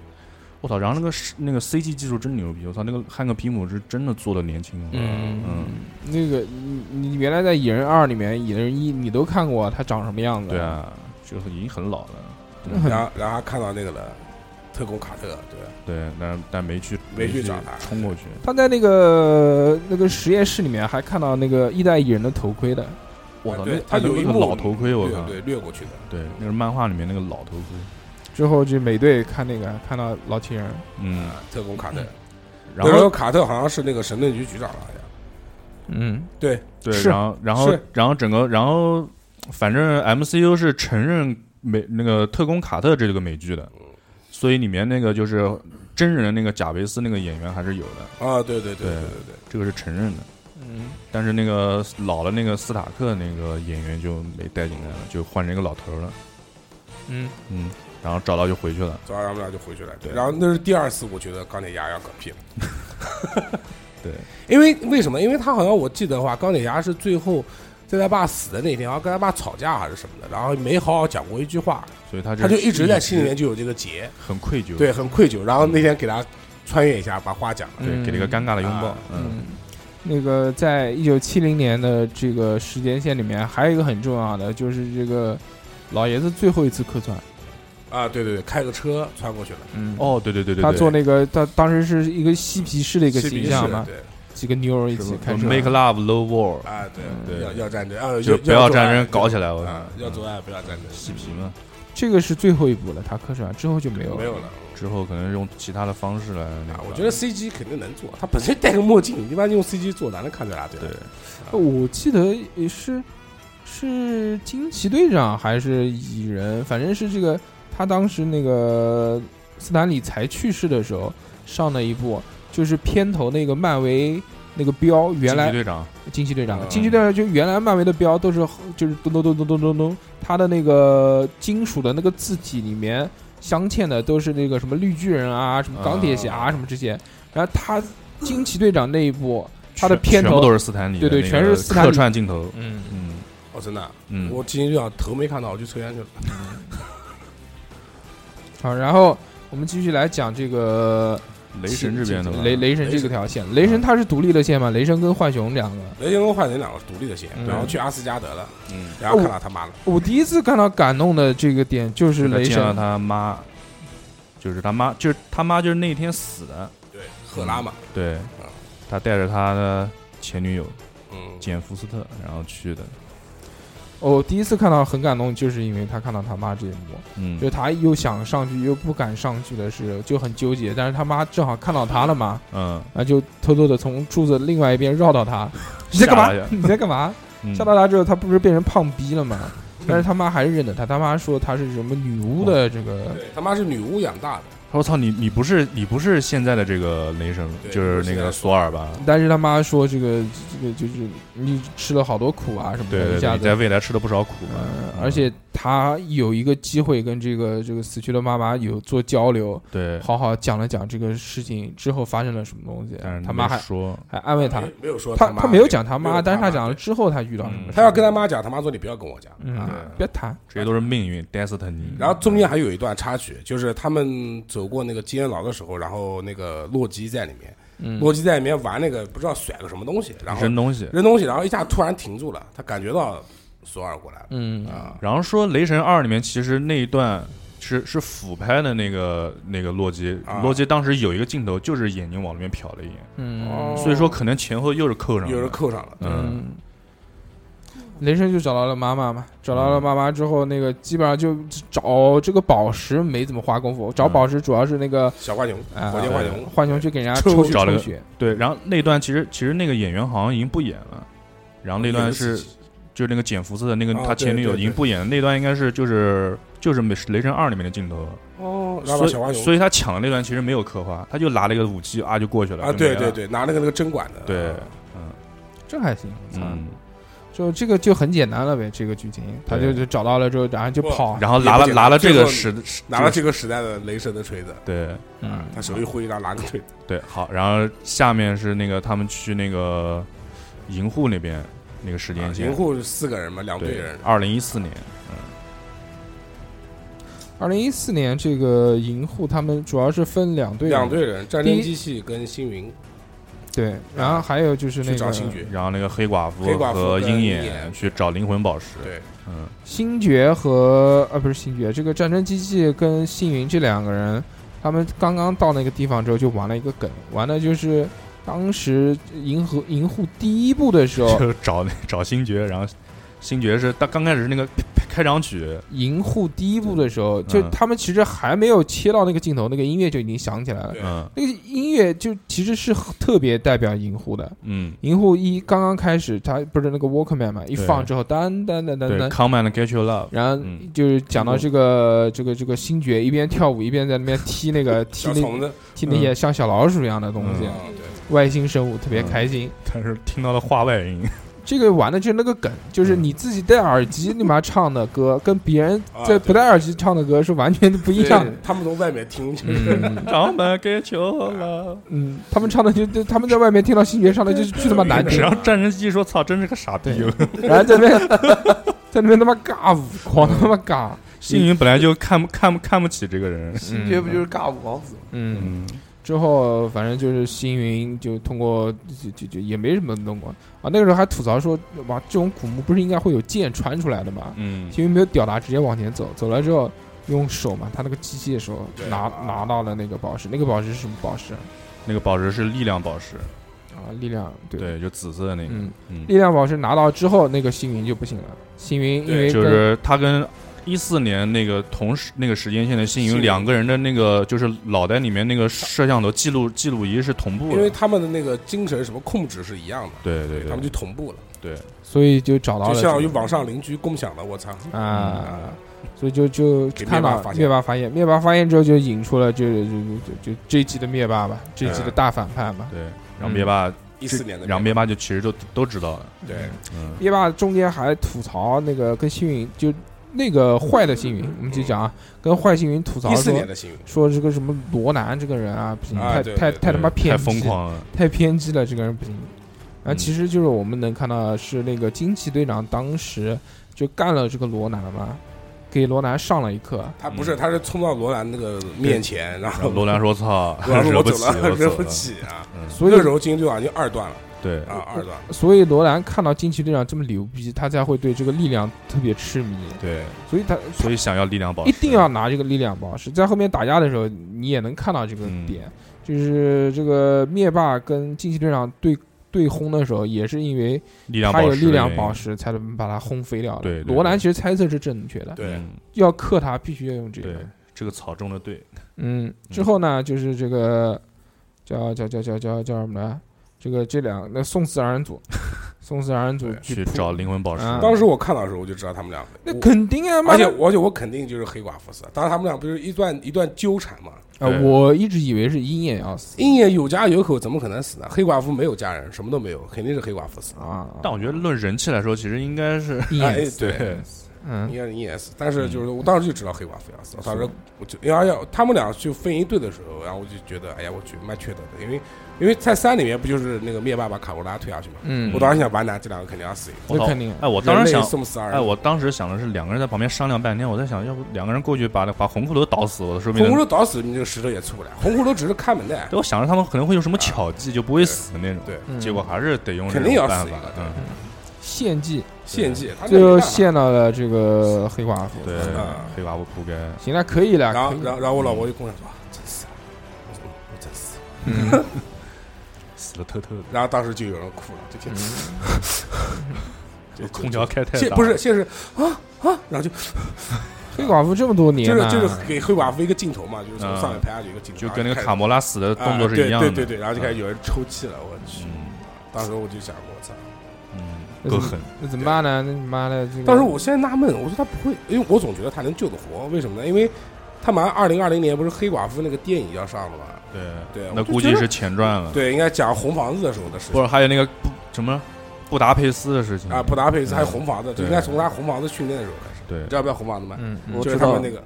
H: 我操，然后那个是那个 CG 技术真牛逼，我操，那个汉克皮姆是真的做的年轻，
B: 嗯
H: 嗯，
B: 那个你你原来在蚁人二里面，蚁人一你都看
H: 啊
B: 过他长什么样子？
H: 对，啊，就是已经很老了，
B: 嗯
D: 然后然后他看到那个了，特工卡特，对吧，
H: 对，但但没去
D: 没去
H: 去
D: 找他
H: 冲过去，
B: 他在那个那个实验室里面还看到那个一代蚁人的头盔的，
H: 我操，
D: 对
H: 那
D: 他有
H: 那
D: 一
H: 个
D: 幕
H: 老头盔，我
D: 略
H: 靠，
D: 对略过去的，
H: 对，那是漫画里面那个老头盔，
B: 之后就美队看那个看到老情人，
H: 嗯，
D: 啊特工卡特。
H: 然
D: 那时候
H: 后
D: 卡特好像是那个神盾局局长了，好像
B: 嗯，
D: 对，
H: 对，
B: 是
H: 然后然后
D: 是
H: 然后整个然后反正 MCU 是承认美那个特工卡特这个美剧的，所以里面那个就是真人的那个贾维斯那个演员还是有的，
D: 啊，对对对
H: 对
D: 对对
H: 这个是承认的。
B: 嗯，
H: 但是那个老的那个斯塔克那个演员就没带进来了，就换成一个老头儿了。
B: 嗯，
H: 嗯，然后找到就回去了。
D: 早上我们俩就回去了。对，
H: 对
D: 然后那是第二次，我觉得钢铁侠要嗝屁了。
H: 对，
D: 因为为什么？因为他好像我记得的话，钢铁侠是最后在他爸死的那天，好像跟他爸吵架还是什么的，然后没好好讲过一句话，
H: 所以他
D: 他就一直在心里面就有这个结，
H: 很愧疚，
D: 对，很愧疚。然后那天给他穿越一下，把话讲了。
H: 对，
B: 嗯
H: 给了一个尴尬的拥抱
D: 啊。
H: 嗯，
B: 嗯，那个在一九七零年的这个时间线里面，还有一个很重要的就是这个老爷子最后一次客串，
D: 啊，对对对，开个车穿过去了，
B: 嗯，
H: 哦，对对对对，
B: 他
H: 对
B: 做那个他当时是一个嬉皮士的一个
D: 嬉皮
B: 形
D: 士
B: 象
D: 的
B: 嘛，
D: 对
B: 几个妞儿一
H: 什
B: 起
H: 么
B: 开车
H: Make Love No War，
D: 啊，对，
H: 嗯对
D: 要要战争啊，
H: 就不要战争搞起
D: 来
H: 来，我嗯
D: 啊，要
H: 做
D: 做爱不要战争，
H: 嬉皮嘛。
B: 这个是最后一部了，他客串之后就没有
D: 没有了。
H: 之后可能用其他的方式来那
D: 啊
H: 个，
D: 我觉得 CG 肯定能做，啊他本身戴个墨镜，一般用 CG 做哪能看出来啊？对吧
H: 对，
B: 我记得也呃是是惊奇队长还是蚁人，反正是这个他当时那个斯坦李才去世的时候上了一部，就是片头那个漫威那个标，原
H: 惊奇
B: 来
H: 队长
B: 惊奇队长
D: 嗯，
B: 惊奇队长就原来漫威的标都是就是咚咚咚咚咚咚咚，它的那个金属的那个字体里面镶嵌的都是那个什么绿巨人啊，什么钢铁侠
H: 嗯
B: 啊，什么这些，然后他惊奇队长那一部。他的
H: 全
B: 片
H: 全
B: 头
H: 部都是斯坦李的
B: 对对
H: 那
B: 全
H: 个
B: 是斯坦李
H: 客串镜头。
B: 嗯，
H: 嗯
D: 哦，真的啊，
H: 嗯，
D: 我今天就想头没看到，我去抽烟去了。
B: 好，然后我们继续来讲这个
H: 雷神这边的吧嗯
B: 雷雷神这个条线，雷神他是独立的线嘛？雷神跟浣熊两个，
D: 雷神跟幻神两个是独立的线，
B: 嗯
D: 然后去阿斯加德了，
H: 嗯，
D: 然后看到他妈了，
B: 我第一次看到感动的这个点就是
H: 他
B: 雷
H: 见了
B: 神，
H: 他妈，就是他妈，就是他妈就是那天死的，
D: 对，赫拉嘛，
H: 对
D: 嗯，
H: 他带着他的前女友
D: 嗯，
H: 简福斯特，然后去的，
B: 哦我第一次看到很感动，就是因为他看到他妈这一幕，
H: 嗯
B: 就，是他又想上去又不敢上去的时候就很纠结，但是他妈正好看到他了嘛，
H: 嗯，
B: 啊，就偷偷的从柱子另外一边绕到 他，你在干
H: 吓
B: 嘛
H: 了？
B: 你在干嘛？
H: 嗯
B: 吓到他之后，他不是变成胖逼了吗？但是他妈还是认得他，他妈说他是什么女巫
H: 哦
B: 的这个
D: 对他妈是女巫养大的，
H: 他说：“操你，你不是你不是现在的这个雷神，
D: 对
H: 就是那个索尔吧？
D: 嗯
B: 但是他妈说这个这个就是你吃了好多苦啊什么
H: 对
B: 的，一
H: 对对，
B: 下
H: 你在
B: 子，
H: 未来吃了不少苦嘛。
B: 呃
H: 嗯
B: 而且他有一个机会跟这个这个死去的妈妈有做交流，
H: 对，
B: 好好讲了讲这个事情之后发生了什么东西
H: 但是，
B: 他妈
H: 没
B: 还
H: 说，
B: 还安慰他
D: 没，没有说
B: 他
D: 哎妈
B: 他没有讲他
D: 没
B: 妈，
D: 有
B: 但是
D: 他
B: 他讲了
D: 妈，
B: 之后他遇到什么
H: 嗯
B: 事，
D: 他要跟他妈讲，他妈说你不要跟我讲
B: 嗯
D: 啊。
B: 别谈，
H: 这些都是命运 destiny。
D: 然后中间还有一段插曲，就是他们走过那个金元牢的时候，然后那个洛基在里面，
B: 嗯
D: 洛基在里面玩那个不知道甩个什么东西，然后
H: 扔东西，
D: 扔东西，然后一下突然停住了，他感觉到索尔过来了
B: 嗯
D: 啊，
H: 然后说《雷神二》里面其实那一段是是俯拍的那个那个洛基
D: 啊，
H: 洛基当时有一个镜头就是眼睛往里面瞟了一眼，
B: 嗯
D: 哦
H: 所以说可能前后又是扣上
D: 有人
H: 的。
D: 扣上了，
H: 嗯，
B: 嗯。雷神就找到了妈妈嘛，找到了妈妈之后，那个基本上就找这个宝石没怎么花功夫，找
H: 嗯
B: 宝石主要是那个
D: 小浣熊，
B: 啊，
D: 火箭浣熊，
B: 浣熊去给人家
H: 抽
B: 抽血
H: 找了
B: 抽
H: 个
B: 血，
H: 对。然后那段其实其实那个演员好像已经不演了，然后那段是就是那个简福斯的那个
D: 啊
H: 他前女友
D: 对对
H: 已经不演了，那段应该是就是就是《雷神二》里面的镜头，
D: 哦，然后
H: 所
D: 把小浣
H: 以
D: 熊
H: 所以他抢的那段其实没有刻画，他就拿了一个武器啊就过去了
D: 啊，
H: 就没
D: 对
H: 了
D: 对对，拿那个那个针管的，啊
H: 对，
B: 这还行，我操
H: 嗯，
B: 就这个就很简单了呗，这个剧情，他就
H: 对
B: 就找到了之后，然后就
D: 不
B: 跑，
H: 然后拿
D: 啊也
H: 了
D: 不简单
H: 拿了这
D: 最
H: 个
D: 后
H: 时
D: 拿了这个时代的雷神的锤子，
H: 对
B: 嗯，
D: 他手一挥，然后拿个锤子，
H: 对好，然后下面是那个他们去那个银护那边那个时间线，
D: 啊银护四个人嘛，两队
H: 对
D: 人，，
H: 二零一四年
B: 二零一四年这个银护他们主要是分两队人，
D: 两队人，战争机器跟星云
B: 对，然后还有就是
D: 去
B: 那
D: 找
B: 个
D: 星爵，
H: 然后那个黑寡妇
D: 黑寡妇
H: 和
D: 跟
H: 鹰
D: 鹰眼
H: 眼去找灵魂宝石，
D: 对，
H: 嗯，
B: 呃星爵和啊不是星爵，这个战争机器跟星云这两个人，他们刚刚到那个地方之后就玩了一个梗，玩的就是当时银河银护第一部的时候，
H: 就找那找星爵，然后星爵是他刚开始是那个开场曲，
B: 银护第一部的时候，就
H: 嗯
B: 他们其实还没有切到那个镜头，那个音乐就已经响起来了
D: 对。
H: 嗯
B: 那个音乐就其实是特别代表银护的，
H: 嗯，
B: 银护一刚刚开始，它不是那个 Walkman 嘛，一
H: 对
B: 放之后，噔噔噔
H: 对
B: 噔噔，
H: ，Come and Get Your Love，
B: 然后
H: 嗯
B: 就是讲到这个这个这个星爵一边跳舞一边在那边踢 那个踢
D: 小虫
B: 那
D: 子，
B: 踢那些像小老鼠一样的东西，
H: 嗯
D: 啊对，
B: 外星生物特别开心。
H: 但是听到了话外音，
B: 这个玩的就是那个梗，就是
H: 嗯
B: 你自己戴耳机你妈唱的歌，跟别人
D: 啊对
B: 在不戴耳机唱的歌是完全不一样的。
D: 他们从外面听，
B: 嗯
H: Come and Get Your Love。
B: 嗯，他们唱的就就他们在外面听到星爵唱的就是巨他妈难听
H: 然，后战神机说：“操，真是个傻逼
B: 对！”然后在那边 在那边他妈尬舞，狂他妈尬。
H: 星云本来就看不看不看不起这个人，
E: 星爵不就是尬舞王子吗？
B: 嗯，
H: 嗯，
B: 之后反正就是星云就通过就就就也没什么弄过啊。那个时候还吐槽说，哇，这种古墓不是应该会有剑穿出来的吗？
H: 嗯，
B: 星云没有表达，直接往前走，走了之后用手嘛，他那个机器的手拿拿到了那个宝石，那个宝石是什么宝石
H: 那个宝石是力量宝石，
B: 啊？力量对。
H: 对，就紫色的那个，
B: 嗯，
H: 嗯，
B: 力量宝石拿到之后，那个星云就不行了。星云因为
H: 就
B: 跟
H: 是他跟一四年那个同时那个时间线的星
D: 星
H: 云
D: 云
H: 两个人的那个就是脑袋里面那个摄像头记录记录仪是同步
D: 因为
H: 的，
D: 他们的那个精神什么控制是一样的，
H: 对对
D: 他们
H: 对
D: 就同步了，
H: 对，
B: 所以就找到
D: 就
B: 了
D: 相当于
B: 这个
D: 网上邻居共享了，我操，
B: 啊，所以就就
D: 给
B: 看
D: 灭霸
B: 到
D: 发现
B: 灭霸发现，灭霸发现之后就引出了就就就就就这一季的灭霸吧，这一季的大反派嘛。
H: 对，然后灭霸，
D: 一四年的，
H: 然后灭霸就其实都都知道了，
D: 对，
H: 嗯
B: 灭霸中间还吐槽那个跟星云就那个坏的星云，我们就讲啊，跟坏星云吐槽
D: 一嗯四
B: 说
D: 年的幸运，
B: 说这个什么罗南这个人啊，不行，
D: 啊
B: 太
D: 对
B: 太
D: 对
B: 太他妈
H: 太
B: 偏
H: 疯
B: 激，
H: 狂了，
B: 太偏激了，这个人不行。然后
H: 嗯
B: 其实就是我们能看到是那个惊奇队长当时就干了这个罗南嘛，给罗南上了一课。
D: 他不是，他是冲到罗兰那个面前，然
H: 嗯然后
D: 后
H: 罗兰 说：“操，
D: 罗兰说
H: 惹
D: 我
H: 不
D: 走
H: 起，
D: 了，
H: 我
D: 惹
H: 走
D: 不
H: 了。
D: 起啊！
H: 嗯
B: 所以
D: 那时候金鹰队长已经二段了”
H: 对，
D: 啊，二段了，
B: 所以罗兰看到惊奇队长这么牛逼，他才会对这个力量特别痴迷，
H: 对，
B: 所以他
H: 所以想要力量宝
B: 一
H: 石，
B: 定要拿这个力量宝石。在后面打架的时候，你也能看到这个
H: 嗯
B: 点，就是这个灭霸跟惊奇队长对对轰的时候，也是因为
H: 力量
B: 他有
H: 宝石，
B: 力量宝，石才能把他轰飞掉的。
H: 对对对
B: 罗兰其实猜测是正确的，
D: 对，
H: 嗯
B: 要克他必须要用这个
H: 对。，这个草种的对，
B: 嗯，之后呢，就是这个叫叫叫叫叫叫什么来？这个这两那送死二人 组，送死二人组
D: 对
H: 去
B: 扑
H: 找灵魂宝石
B: 啊。
D: 当时我看到的时候我就知道他们俩，
B: 那肯定啊，妈
D: 而且
B: 的！
D: 而且我肯定就是黑寡妇死了，当时他们俩不是一段一段纠缠嘛，
B: 啊，
H: 对
B: 我一直以为是鹰眼要死
D: 鹰眼有家有口，怎么可能死呢？黑寡妇没有家人，什么都没有，肯定是黑寡妇死。
B: 啊，
H: 但我觉得论人气来说，其实应该是
B: 鹰
D: 哎
B: 眼，死，
D: 对，
B: 嗯
D: 应该是鹰眼死。但
H: 嗯
D: 是就是我当时就知道黑寡妇要死，当时我就，然后他们俩就分一队的时候，然后我就觉得，哎呀，我去蛮缺德的，因为因为在三里面不就是那个灭霸把卡罗拉推下去嘛，
B: 嗯
D: 我，当时想完蛋，这两个肯定要死一个。
H: 我操
B: 那肯定啊
H: 哎，我当
D: 人
H: 时
D: 类
H: 想，
D: 送死二人，
H: 哎，我当时想的是两个人在旁边商量半天，我在想，要不两个人过去把把红骷髅打死，我说不
D: 红骷
H: 定。
D: 髅打死你这个石头也出不来，红骷髅只是看门的，
H: 对，我想着他们可能会用什么巧计，就不会死的那种。
D: 对
B: 嗯
H: 结果还是得用这
D: 肯定
H: 种
D: 要
H: 办
D: 死一
H: 法
D: 个。
H: 嗯，
B: 献祭，
D: 献祭，他
B: 最
D: 那没
B: 后
D: 办法
B: 献到了这个黑寡妇。
H: 对，黑寡妇扑街。
B: 行了，可以了，
D: 然后
B: 可以
D: 然后然后我老婆就跟我讲说，
H: 嗯
D: 啊真死了，我说我真死了。
B: 嗯
H: 死的透透的，
D: 然后当时就有人哭了，就
B: 嗯
D: 听，就
H: 嗯空调开太
D: 先
H: 大，
D: 不是先是啊啊，然后就
B: 黑寡妇这么多
D: 就
B: 年
D: 是
B: 了，
D: 就是给黑寡妇一个镜头嘛，就是从
H: 嗯
D: 上面拍下去一个镜头，
H: 就
D: 然后
H: 跟那个
D: 开始
H: 卡魔拉死的动作是一样的。
D: 啊对对对对，然后就开始
H: 嗯
D: 有人抽泣了，我去，当时我就想，我操！
H: 嗯，够狠。
B: 那怎么办呢？那你妈的，
H: 嗯
B: 这个
D: 当时我现在纳闷，我说他不会，因为我总觉得他能救得活，为什么呢？因为他马上二零二零年不是黑寡妇那个电影要上了嘛，
H: 对
D: 对
H: 那
D: 我就
H: 估
D: 觉
H: 计
D: 得
H: 是前传了。
D: 对，应该讲红房子的时候的事
H: 不
D: 情
H: 是还有那个布什么布达佩斯的事情
D: 啊，布达佩斯还有红房子，就
H: 嗯对
D: 应该从他红房子训练的时候开始。
H: 对
D: 你知，道不要红房子吗？
B: 嗯，嗯
E: 我
D: 就是
E: 知
D: 他
E: 道
D: 们那个，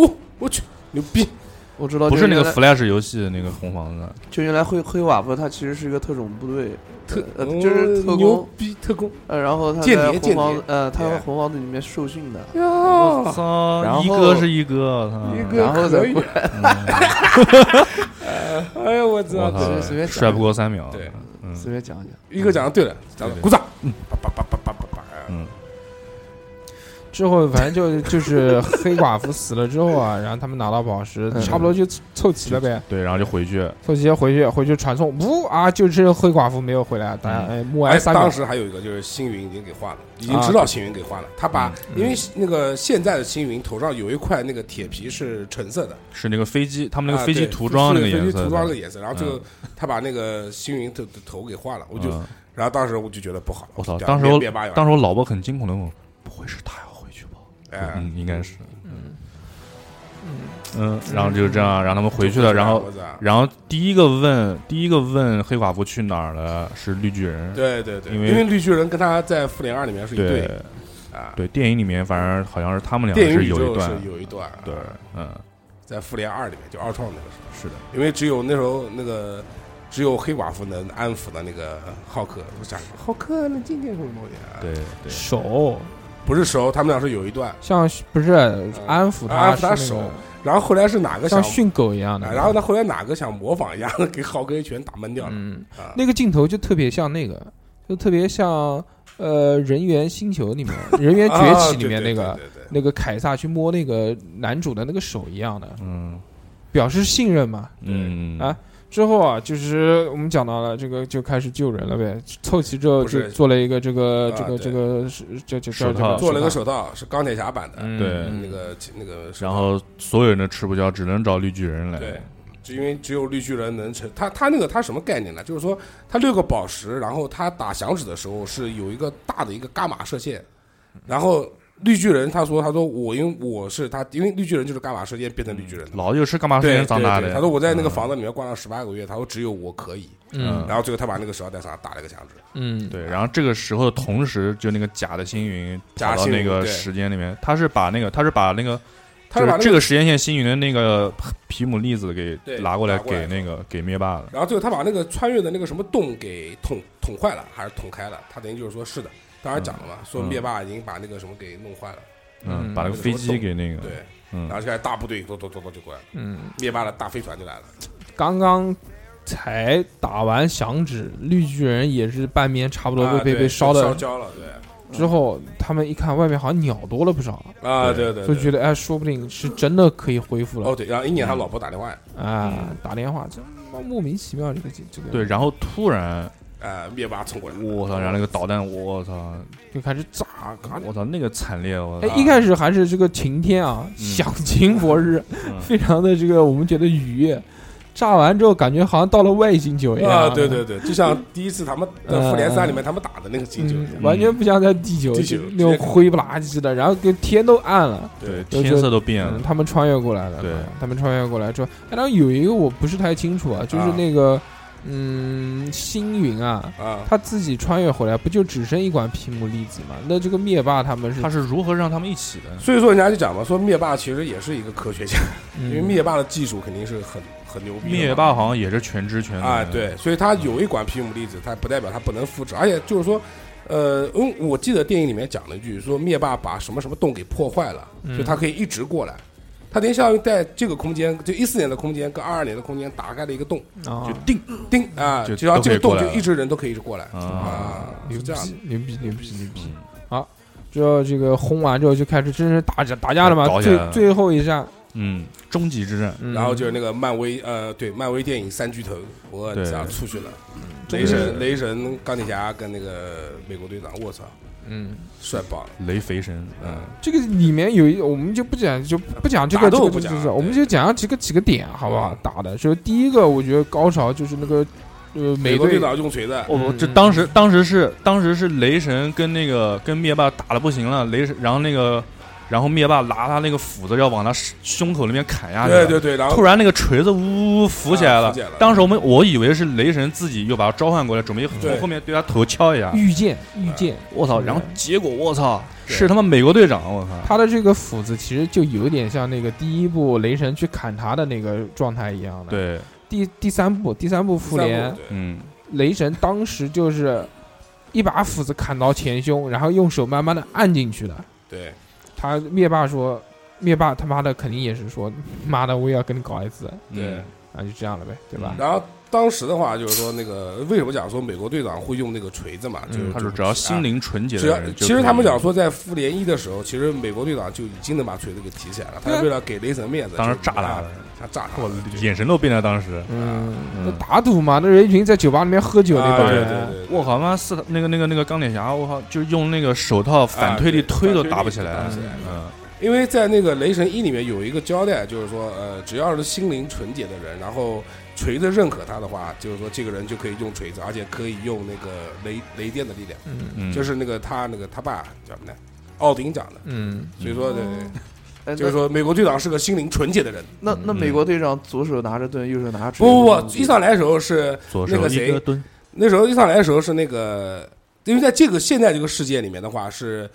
D: 哦，我去，牛逼！
E: 我知
D: 哦
E: 道，
H: 不
E: 就是
H: 那
E: 原
H: 个
E: 来
H: Flash 游戏那个红房子，
E: 就原来黑黑瓦夫他其实是一个特种部队，
D: 特
E: 呃就是特
D: 哦牛
E: 工，
D: 逼特 工
E: 呃，然后他
D: 间
E: 在
D: 谍
E: 红
D: 间
E: 房
D: 谍
E: 子，呃，他在
D: Yeah
E: 红房子里面受训的，
H: 哦
D: 哟，
E: 哦然
H: 操，
E: 后
H: 一哥是一哥，
D: 嗯
H: 啊
D: 一
H: 操
D: 个
E: 然后
D: 可以
E: 再，
D: 哎呦我知
H: 我
D: 道，
H: 操
E: 随随，便讲
H: 帅不过三秒，
D: 对
H: 嗯，
E: 随便讲一讲。
D: 一哥讲的对了，讲的
H: 对
D: 鼓掌，叭叭叭叭叭叭叭，
H: 嗯
B: 之后，反正就就是黑寡妇死了之后啊，然后他们拿到宝石，
E: 嗯
B: 差不多就凑凑齐了呗，
H: 对，然后就回去，
B: 凑齐了回去回去传送，呜啊，就只有黑寡妇没有回来，大家哎默哀
D: 哎，
B: 三秒
D: 当。时还有一个就是星云已经给化了，已
H: 啊
D: 经知道星云给化了。他
H: 嗯
D: 把因为那个现在的星云头上有一块那个铁皮是橙色的，
H: 是那个飞机，他们
D: 啊
H: 那个飞机
D: 对
H: 涂装那
D: 是
H: 个
D: 飞
H: 颜
D: 机
H: 色
D: 涂装那个
H: 的，
D: 颜色。然后这个他把那个星云的的头给化了，我就
H: 嗯
D: 然后当时我就觉得不好了，
H: 我操
D: 就！
H: 当时
D: 别
H: 我
D: 别扒眼
H: 当时我老婆很惊恐的问我，不会是他要回去吧？
D: 哎，
H: 嗯，应该是，嗯，然后就是这样，让他们回去了，然后
D: 我操
H: 然后第一个问第一个问黑寡妇去哪儿了是绿巨人，
D: 对对对，
H: 因
D: 因
H: 为
D: 为绿巨人跟他在复联二里面是一对
H: 对
D: 啊，
H: 对电影里面反正好像是他们两
D: 电影
H: 个是
D: 宇
H: 有一
D: 宙
H: 段
D: 是，有一段，啊
H: 对，嗯，
D: 在复联二里面就二创那个时候，
H: 是的，
D: 因为只有那时候那个。只有黑寡妇能安抚的那个浩克，我想浩克那今天什么东西啊？
H: 对对，
B: 手
D: 不是手，他们俩是有一段，
B: 像不是安抚他，
D: 嗯安抚他
B: 是那个
D: 手然后后来是哪个想
B: 像，训狗一样的。
D: 啊然后他后来哪个想模仿一样，给浩哥一拳打闷掉了。
B: 嗯
D: 啊，
B: 那个镜头就特别像那个，就特别像呃《人猿星球》里面《人猿崛起》里面那
D: 啊
B: 个
D: 对对对对对
B: 那个凯撒去摸那个男主的那个手一样的，
H: 嗯
B: 表示信任嘛。
H: 嗯
B: 啊之后啊，就是我们讲到了这个，就开始救人了呗。凑齐之后
D: 不
B: 就是做了一个这个
D: 啊
B: 这个
D: 对
B: 这个是这这
H: 手
B: 这
H: 套
D: 做了个
B: 手
D: 手套，是钢铁侠版的，
B: 嗯
H: 对
D: 那个那个手套。
H: 然后所有人都吃不消，只能找绿巨人来。
D: 对，就因为只有绿巨人能成，他他那个他什么概念呢？就是说他六个宝石，然后他打响指的时候是有一个大的一个伽马射线，然后绿巨人他说他说我因为我是他，因为绿巨人就是伽马射线变成绿巨人的。
H: 嗯老就是干嘛时
D: 对
H: 间
D: 对
H: 长大的
D: 对，？他说我在那个
H: 嗯
D: 房子里面关了十八个月，他说只有我可以，
B: 嗯
D: 然后最后他把那个手套戴上，打了个响指。
B: 嗯，
H: 对，然后这个时候同时就那个假的星云
D: 假
H: 跑到
D: 星
H: 那
D: 云
H: 个
D: 对
H: 时间里面，他是把那个他是把那个
D: 他是把
H: 就
D: 那
H: 这
D: 个，
H: 个时间线星云的那个皮姆粒子给
D: 对
H: 拿过来
D: 拿过来
H: 给那个给灭霸了。
D: 然后最后他把那个穿越的那个什么洞给捅捅坏了，还是捅开了？他等于就是说是的，当时讲了嘛，说
H: 嗯
D: 灭霸已经把那个什么给弄坏了，
H: 嗯，
B: 嗯
H: 把那个飞机给那个，
D: 对，
H: 嗯
D: 然后就开始大部队，咚咚咚咚就过来了，
B: 嗯，
D: 灭霸的大飞船就来了。
B: 刚刚才打完响指，绿巨人也是半边差不多
D: 啊
B: 被被
D: 对
B: 被烧
D: 烧嗯
B: 的
D: 焦了，对
B: 之后，他们一看外面好像鸟多了不少，
D: 啊，
H: 对
D: 对对，
B: 就
D: 对
B: 觉得哎，说不定是真的可以恢复了
D: 哦嗯对，然后一年他老婆打电话，
B: 啊！打电话，这妈莫名其妙这个这个
H: 对，然后突然
D: 呃，灭霸冲过来，
H: 我操，然后那个导弹，我操，
B: 就开始炸。
D: 啊
B: 嘎
H: 我操，那个惨烈，我
B: 哎
H: 操，，
B: 一开始还是这个晴天啊，
D: 嗯
B: 响晴博日，
H: 嗯
B: 非常的这个我们觉得愉悦。炸完之后，感觉好像到了外星球一样
D: 啊，对对对，就像第一次他们
B: 嗯
D: 的复联三里面他们打的那个星球一
B: 嗯，
D: 样，
B: 完全不像在地球，
D: 地球
B: 就那种灰不拉几的，然后跟天都暗了。
H: 对，
B: 就
H: 天色都变
B: 嗯，
H: 了，
B: 他们穿越过来的，
H: 对
B: 他们穿越过来之后，哎然后有一个我不是太清楚啊，就是
D: 啊
B: 那个，嗯，星云啊，
D: 啊，
B: 他自己穿越回来，不就只剩一管皮姆粒子嘛？那这个灭霸他们是，
H: 他是如何让他们一起的？
D: 所以说人家就讲嘛，说灭霸其实也是一个科学家，
B: 嗯
D: 因为灭霸的技术肯定是很很牛逼的嘛，
H: 灭霸好像也是全知全能
D: 啊，，对，所以他有一管皮姆粒子，它不代表他不能复制，而且就是说，呃，嗯，我记得电影里面讲了一句，说灭霸把什么什么洞给破坏了，所以他
H: 嗯
D: 可以一直过来。他等于相当于在这个空间，就一四年的空间跟二二年的空间打开了一个洞，
B: 啊
H: 就，定
D: 叮啊，
H: 就
D: 只要这个
H: 都可
D: 洞
H: 以过来
D: 就
H: 了
D: 一直人都可以一直过来
H: 啊，
D: 啊，
B: 牛
D: 是这样的
B: 逼，牛逼，牛逼，牛逼
H: 嗯！
B: 好，之后这个轰完之后就开始真是打架打架了嘛，
H: 搞起来
B: 最
H: 了
B: 最后一战，
H: 嗯，终极之战，
B: 嗯
D: 然后就是那个漫威，呃，对，漫威电影三巨头，我
H: 对嗯
D: 操出去了，
B: 对
D: 雷神、雷神、钢铁侠跟那个美国队长，我操，
B: 嗯，
D: 帅爆了，
H: 雷肥神，嗯
D: 嗯。
B: 这个里面有一，我们就不讲，就不讲这个
D: 打
B: 这
D: 斗
B: 个
D: 不
B: 这
D: 讲对
B: 个
D: 嗯
B: 这个我们就讲几个几个点，好不好？打的，就第一个，我觉得高潮就是那个，呃，美
D: 美国队
B: 队
D: 长用锤子，
H: 我我这
B: 嗯
H: 当时当时是当时是雷神跟那个跟灭霸打的不行了，雷神然后那个然后灭霸拿他那个斧子要往他胸口那边砍下去了，
D: 对对对，然后
H: 突然那个锤子呜呜浮起来了。
D: 啊浮起来了
H: 当时我们我以为是雷神自己又把他召唤过来，准备从
D: 对
H: 后面对他头敲一下。
B: 御剑，
D: 哎
B: 御剑，
H: 我操！
B: 对
H: 然后结果我操，
D: 对
H: 是他妈美国队长！我操！
B: 他的这个斧子其实就有点像那个第一部雷神去砍他的那个状态一样的。，
H: 对，
B: 第第三部，第三部复联，
D: 对
H: 嗯，
B: 雷神当时就是一把斧子砍到前胸，然后用手慢慢的按进去的。
D: 对，
B: 他灭霸说，灭霸他妈的肯定也是说，妈的我也要跟你搞一次。
H: 嗯，
B: 啊，就这样了呗，对吧？
D: 然后当时的话就是说，那个为什么讲说美国队长会用那个锤子嘛？就
H: 嗯他
D: 是啊
H: 说只要心灵纯洁
D: 只要
H: 的人，
D: 其实他们讲，说，在复联一的时候，其实美国队长就已经能把锤子给提起来了。他为了给雷神面子，
H: 啊当时
D: 就
H: 炸他了，
D: 他炸他
H: 我
D: 了。
H: 眼神都变了。当时，
B: 嗯，那
H: 嗯
B: 打赌嘛，那人群在酒吧里面喝酒那
D: 啊
B: 帮
D: 对
B: 人，
D: 对对，
H: 我靠妈四那个那个那个钢铁侠，我靠，就是用那个手套
D: 啊
H: 反推力推都打不起
D: 打
H: 来
D: 不起来。
H: 嗯，
D: 因为在那个雷神一里面有一个交代，就是说，呃，只要是心灵纯洁的人，然后锤子认可他的话，就是说这个人就可以用锤子，而且可以用那个雷雷电的力量，
H: 嗯
D: 就是那个他那个他爸叫什么呢？奥丁讲的。
B: 嗯，
D: 所以说，对，
E: 哎，
D: 就是说美国队长是个心灵纯洁的
H: 嗯
D: 人。
E: 那那那美国队长左手拿着盾，右手拿着锤
D: 不
E: 子。
D: 不不，一上来的时候是
H: 左
D: 那
H: 手
D: 个
H: 一
D: 谁
H: 个蹲，
D: 那时候一上来的时候是那个，因为在这个现在这个世界里面的话是。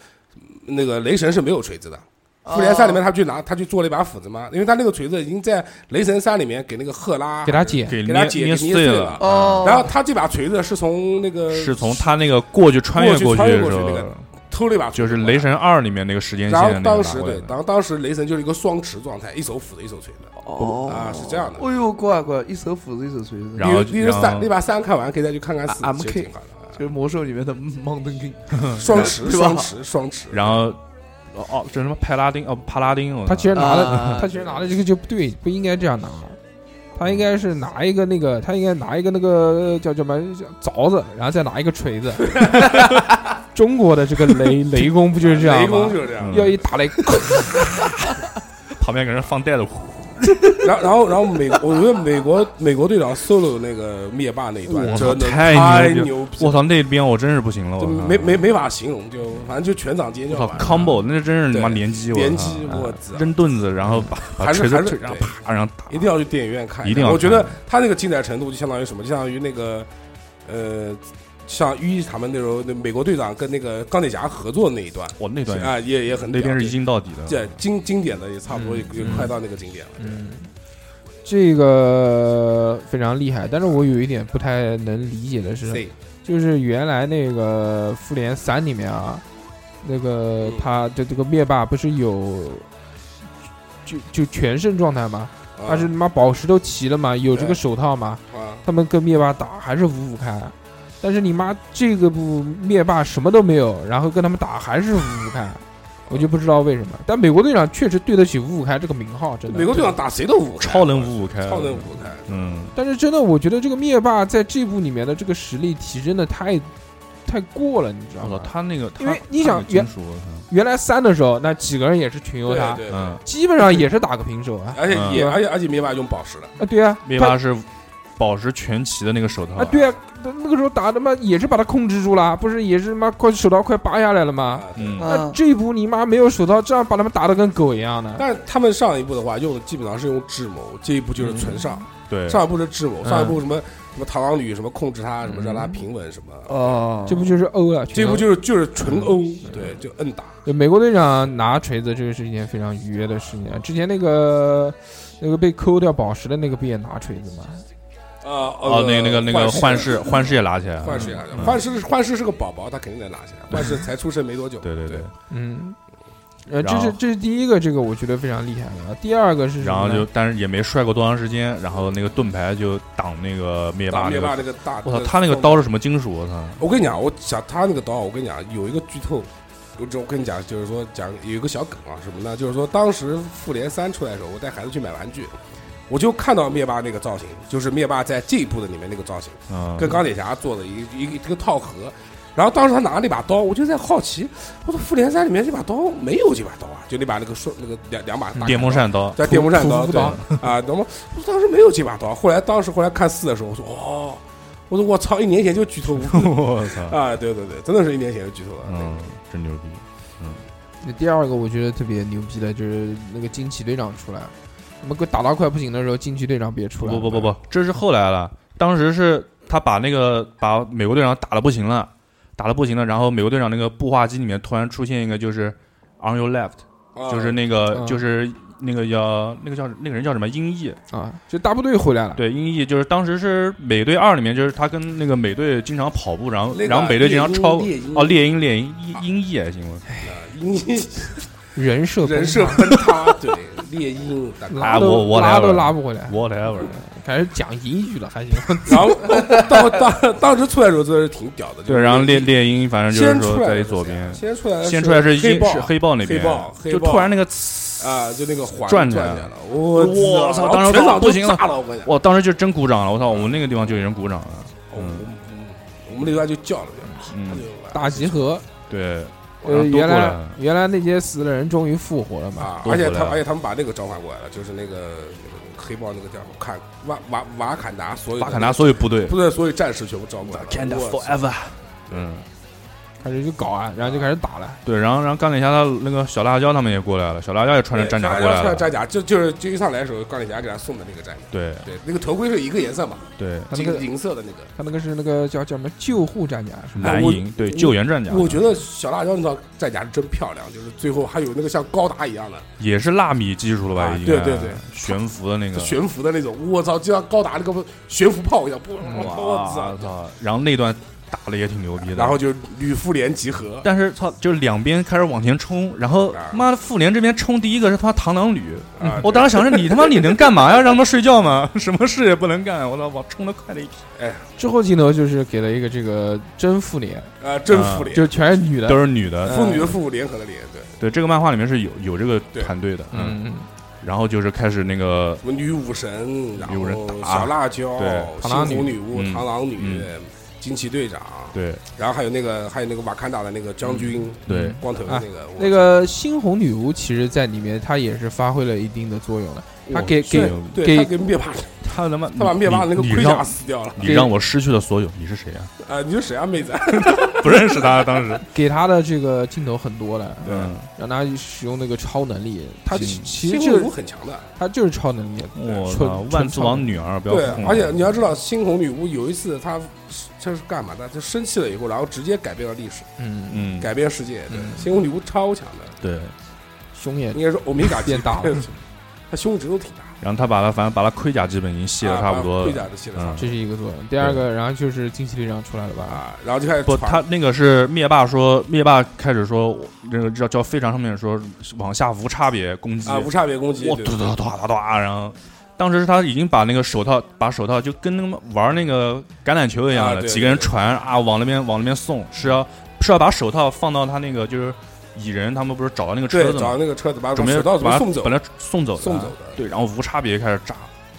D: 那个雷神是没有锤子的，
E: 哦
D: 复联三里面他去拿他去做了一把斧子嘛，因为他那个锤子已经在雷神三里面给那个赫拉
B: 给他解，
H: 给
D: 给他
H: 捏
D: 解
H: 捏
D: 给捏
H: 碎
D: 碎
H: 了
D: 了。
E: 哦，
D: 然后他这把锤子是从那个
H: 是从他那个过去穿越
D: 过去
H: 去
D: 穿越
H: 的时
D: 过去那
H: 候
D: 个，偷了一把锤
H: 就
D: 子
H: 是
D: 过来，
H: 雷神二里面那个时间线
D: 然后
H: 的那个
D: 当
H: 拿
D: 时
H: 过来
D: 对
H: 的，
D: 然后当时雷神就是一个双持状态，一手斧子一手锤子
E: 哦
D: 啊，是这样的。
E: 哎呦，乖乖，一手斧子，一手锤子，
H: 然后
D: 你你是
H: 然
D: 三
H: 后
D: 那把三看完可以再去看看
E: 啊
D: 四，
E: I'm
D: 其实
E: King
D: 挺好的啊
E: 就是魔兽里面的 Mountain King。
H: 嗯
D: 双持
E: 对吧
D: 双持双持，
H: 然后哦哦，这什么派拉丁哦，帕拉丁，我
B: 他
H: 操
B: 其实拿的
E: 啊，
B: 他其实拿的这个就不对，不应该这样拿。他应该是拿一个那个，他应该拿一个那个叫叫什么凿子，然后再拿一个锤子。中国的这个雷雷公不就是这样
D: 雷
B: 吗
D: 公？就是这样。
H: 嗯
B: 要一打雷，
H: 旁边给人放袋子，呼
D: 然后然后然后美，我觉得美国美国队长 solo 那个灭霸那一段
H: 我操
D: 真的
H: 太牛逼
D: 牛逼
H: 我
D: 了，
H: 操那边我真是不行了，我
D: 就
H: 操
D: 没没没法形容，就反正就全场尖
H: 我
D: 叫
H: 操
D: 吧。
H: combo 那真是他妈
D: 对
H: 连击，我
D: 连
H: 操
D: 击
H: 啊
D: 我操
H: 扔盾子，然后把把
D: 还是
H: 锤子
D: 还是
H: 推，然后
D: 对
H: 啪，然后打，
D: 一定要去电影院看下。
H: 一定要看
D: 我觉得他那个精彩程度就相当于什么？就相当于那个呃，像一他们那时候那美国队长跟那个钢铁侠合作那一段
H: 我那段也
D: 啊，也也很
H: 那边是一
D: 经
H: 镜到底的，
D: 这经经典的也差不多，也
B: 嗯
D: 也快到那个经典了。
B: 嗯，这个非常厉害。但是我有一点不太能理解的是，
D: C
B: 就是原来那个复联三里面啊，那个
D: 嗯
B: 他的这个灭霸不是有就就全胜状态吗？
D: 啊
B: 他是他妈宝石都齐了嘛，有这个
D: 对
B: 手套嘛，
D: 啊，
B: 他们跟灭霸打还是五五开。但是你妈这个部灭霸什么都没有，然后跟他们打还是五五开，
D: 啊
B: 我就不知道为什么。但美国队长确实对得起五五开这个名号，真的。
D: 美国队长打谁都五开
H: 超能五五开，
D: 超能五开。
H: 嗯，
B: 但是真的，我觉得这个灭霸在这部里面的这个实力提升的太太过了，你知道
H: 我操
B: 吗？
H: 他那个，
B: 因为
H: 他
B: 你想
H: 他那个金属，我操
B: 原来三的时候，那几个人也是群殴他，
D: 对对对，
H: 嗯，
B: 基本上也是打个平手 啊
D: 而且也
B: 嗯
D: 而且而且灭霸用宝石了。
B: 啊，对啊，
H: 灭
B: 他
H: 霸是宝石全齐的那个手套
B: 啊，对啊，那那个时候打他妈也是把他控制住了，不是也是他妈快手刀快拔下来了
D: 啊，
B: 吗？
D: 对
H: 嗯，
B: 那
E: 嗯，
B: 这一部你妈没有手套，这样把他们打得跟狗一样的，
D: 但是他们上一部的话用的基本上是用智谋，这一部就是纯上。
H: 嗯对，
D: 上一部是智谋，
B: 嗯
D: 上一部什么什么螳螂女什么控制他，什么
B: 嗯
D: 让他平稳什么。啊
E: 哦，
B: 这不就是欧了？
D: 这部
B: 部
D: 就是就是纯
H: 嗯
D: 殴，对，就摁打。
B: 美国队长拿锤子这个是一件非常愉悦的事情啊。之前那个那个被抠掉宝石的那个不也拿锤子吗？
D: 啊
H: 哦，那个那个那个幻
D: 幻
H: 视，幻视也拿起来了，
D: 幻视也拿下来，
H: 嗯
D: 幻视幻视是个宝宝，他肯定得拿下来。幻视才出生没多久，
H: 对对对，
B: 嗯，呃，
H: 然
B: 这
H: 后
B: 是这是第一个，这个我觉得非常厉害的。啊第二个是什
H: 然后
B: 么呢
H: 就但是也没帅过多长时间，然后那个盾牌就挡那个灭
D: 打
H: 霸那
D: 灭霸那个
H: 个，
D: 大，
H: 我操，他那个刀，是什么金属？我操，
D: 我跟你讲，我讲他那个刀，我跟你讲有一个剧透。我这我跟你讲，就是说讲有一个小梗啊，什么呢？就是说当时复联三出来的时候，啊我带孩子去买玩具，我就看到灭霸那个造型，就是灭霸在这一部的里面那个造型。
H: 嗯，
D: 跟钢铁侠做的一一个一个套盒。然后当时他拿那把刀，我就在好奇，我说复联三里面这把刀没有这把刀啊，就那把那个双那个两两把大砍刀
H: 电风，扇刀，
D: 在电风扇刀
B: 屠屠夫
D: 对啊，懂吗？我当时没有这把刀，后来当时后来看四的时候，我说哦，我说我操，一年前就剧透
H: 我操，
D: 啊，对对对，真的是一年前就剧透了。
H: 嗯，真牛逼，
B: 那第二个我觉得特别牛逼的就是那个惊奇队长出来，那么给打到快不行的时候，惊奇队长别出
H: 不
B: 来。
H: 不不不不，这是后来了，当时是他把那个把美国队长打的不行了，打的不行了，然后美国队长那个步话机里面突然出现一个就是 on your left，
D: 啊
H: 就是那个
B: 嗯
H: 就是那个叫那个叫那个人叫什么音译，
B: 啊，就大部队回来了。
H: 对，音译就是当时是美队二里面，就是他跟那个美队经常跑步，然后
D: 那个
H: 然后美队经常超
D: 猎鹰
H: 哦，猎鹰猎鹰音音译也行吗？
D: 你
B: 人设崩塌
D: 人设崩塌，对猎鹰大哥
H: 哎
B: 拉都
H: 我我来
B: 拉
H: 啊我
B: 都
H: 来
B: 拉不回来。
D: 哎
H: whatever，
B: 开始讲英语了，还行。
D: 然后当当当时出来的时候真的是挺屌的，就是
H: 对，然后猎猎鹰反正就是
D: 先出
H: 说
D: 来
H: 在
D: 的
H: 你
D: 是
H: 左
D: 谁啊
H: 边，
D: 先出来的
H: 先出来是
D: 是
H: 鹰是
D: 豹
H: 黑豹那
D: 黑
H: 边，
D: 豹，黑
H: 就
D: 豹
H: 突然那个
D: 啊，就那个环
H: 转起
D: 起
H: 来
D: 来
H: 了
D: 了，我
H: 我
D: 操
H: 操当时
D: 全
H: 我
D: 场
H: 不
D: 都
H: 行了
D: 炸了，我跟你讲，哦
H: 我当时就真鼓掌了，我操，我们那个地方就有人鼓掌了，
D: 我们我们那边就叫了，就
H: 嗯，
B: 大集合，
H: 对，然
B: 呃，
H: 后都过
B: 原
H: 来
B: 来
H: 了，
B: 原来那些死的人终于复活了嘛，
D: 啊，
H: 都
D: 而且
H: 回来
D: 他
H: 了
D: 而且他们把那个召唤过来了，就是那个那个黑豹那个叫什么坎瓦瓦瓦坎达所有的
H: 瓦坎达所有部队，
D: 不对，所有战士全部召过来了，我操
H: forever，嗯，
B: 开始就搞啊，然后就开始打了。
H: 对，然后然后钢铁侠他那个小辣椒他们也过来了，小辣椒也穿着
D: 对
H: 战甲
D: 小
H: 过
D: 辣椒
H: 来
D: 穿着
H: 了，
D: 战甲，就哎就是就一上来的时候，钢铁侠给他送的那个战甲，
H: 对
D: 对，那个头盔是一个颜色嘛，
H: 对，
B: 他那
D: 金
B: 个
D: 银色的那个。
B: 他那个是那个叫叫什么救护战甲是吗？
H: 蓝
D: 我
H: 银对救援战甲，
D: 我觉得小辣椒那套战甲是真漂亮，就是最后还有那个像高达一样的
H: 也是纳米技术了吧？
D: 啊
H: 应该
D: 对对对，
H: 悬浮的那个，
D: 悬浮的那种，我操，就像高达那个悬浮炮一样，不，我
H: 哇
D: 操！
H: 操！然后那段打的也挺牛逼的，
D: 然后就女复联集合，
H: 但是操，就是两边开始往前冲，然后
D: 啊
H: 妈的复联这边冲第一个是他妈螳螂女，
D: 啊
H: 我当时想着你他妈你能干嘛呀？让他们睡觉吗？ 什么事也不能干，我操，往冲的快的一批，
B: 之后镜头就是给了一个这个真复联，
D: 啊，真复联，
B: 就全是女的。
H: 都是嗯女的。
D: 妇女嗯妇联合的联，对，
H: 对，这个漫画里面是有有这个
D: 对
H: 团队的，嗯，
B: 嗯，
H: 然后就是开始那个
D: 什么女武神，然
H: 女武神
D: 后
H: 打
D: 小辣椒
H: 对、
B: 螳螂
D: 猩
B: 女
D: 红女巫、
H: 嗯
D: 螳螂女
H: 嗯、
D: 惊奇队长，
H: 对
D: 然后还有那个还有那个瓦坎达的那个将军，
H: 对
D: 光头的那个，我
B: 那个猩红女巫其实在里面她也是发挥了一定的作用的，她给
H: 这
B: 给
H: 个
D: 对
B: 给
D: 他跟灭霸，
H: 他他妈
D: 他把灭霸那个
H: 你
D: 盔
H: 你
D: 甲
H: 让
D: 撕掉了，
H: 你让我失去了所有，你是谁啊？
D: 啊，你是谁啊，妹子？
H: 不认识他当时，
B: 给她的这个镜头很多了，
H: 嗯，
B: 让她使用那个超能力，她
H: 嗯
B: 其其
D: 新
B: 实
D: 红
B: 就
D: 女巫
B: 是
D: 很强的，
B: 她就是超能力，
H: 我
B: 纯
H: 操，
B: 纯
H: 万磁
B: 超
H: 王
B: 能力
H: 女儿不要
D: 对
H: 碰，我
D: 而且你要知道，猩红女巫有一次她她是干嘛的？她生气了以后，然后直接改变了历史，
B: 嗯，
H: 嗯，哎
D: 改变世界。对
B: 嗯，
D: 猩红女巫超强的，
H: 对，
B: 胸也
D: 应该是欧米伽级
B: 变大了，
D: 她胸值都挺大，
H: 然后他把他反正把他盔甲基本已经卸的
D: 啊
H: 差不多
D: 把盔
H: 了，
D: 甲都卸的差不
B: 这是一个作用。第二个，然后就是惊奇队长出来了
D: 多
B: 吧？
D: 啊，然后就开始
H: 嗯不，
D: 传
H: 他那个是灭霸说，灭霸开始说，那个叫叫非常上面说往下无差别攻击，
D: 啊无差别攻击，
H: 哇
D: 对
H: 哒哒哒哒哒，然后当时他已经把那个手套把手套就跟那个玩那个橄榄球一样
D: 啊
H: 的，
D: 对
H: 几个人传啊往那边往那边送，是要是要把手套放到他那个就是蚁人他们不是找到那个车
D: 对，
H: 子
D: 找
H: 吗？
D: 那个车子把
H: 准备
D: 手套怎么
H: 把
D: 送走
H: 把，他送走的
D: 送走的。
H: 对，然后无差别开始炸，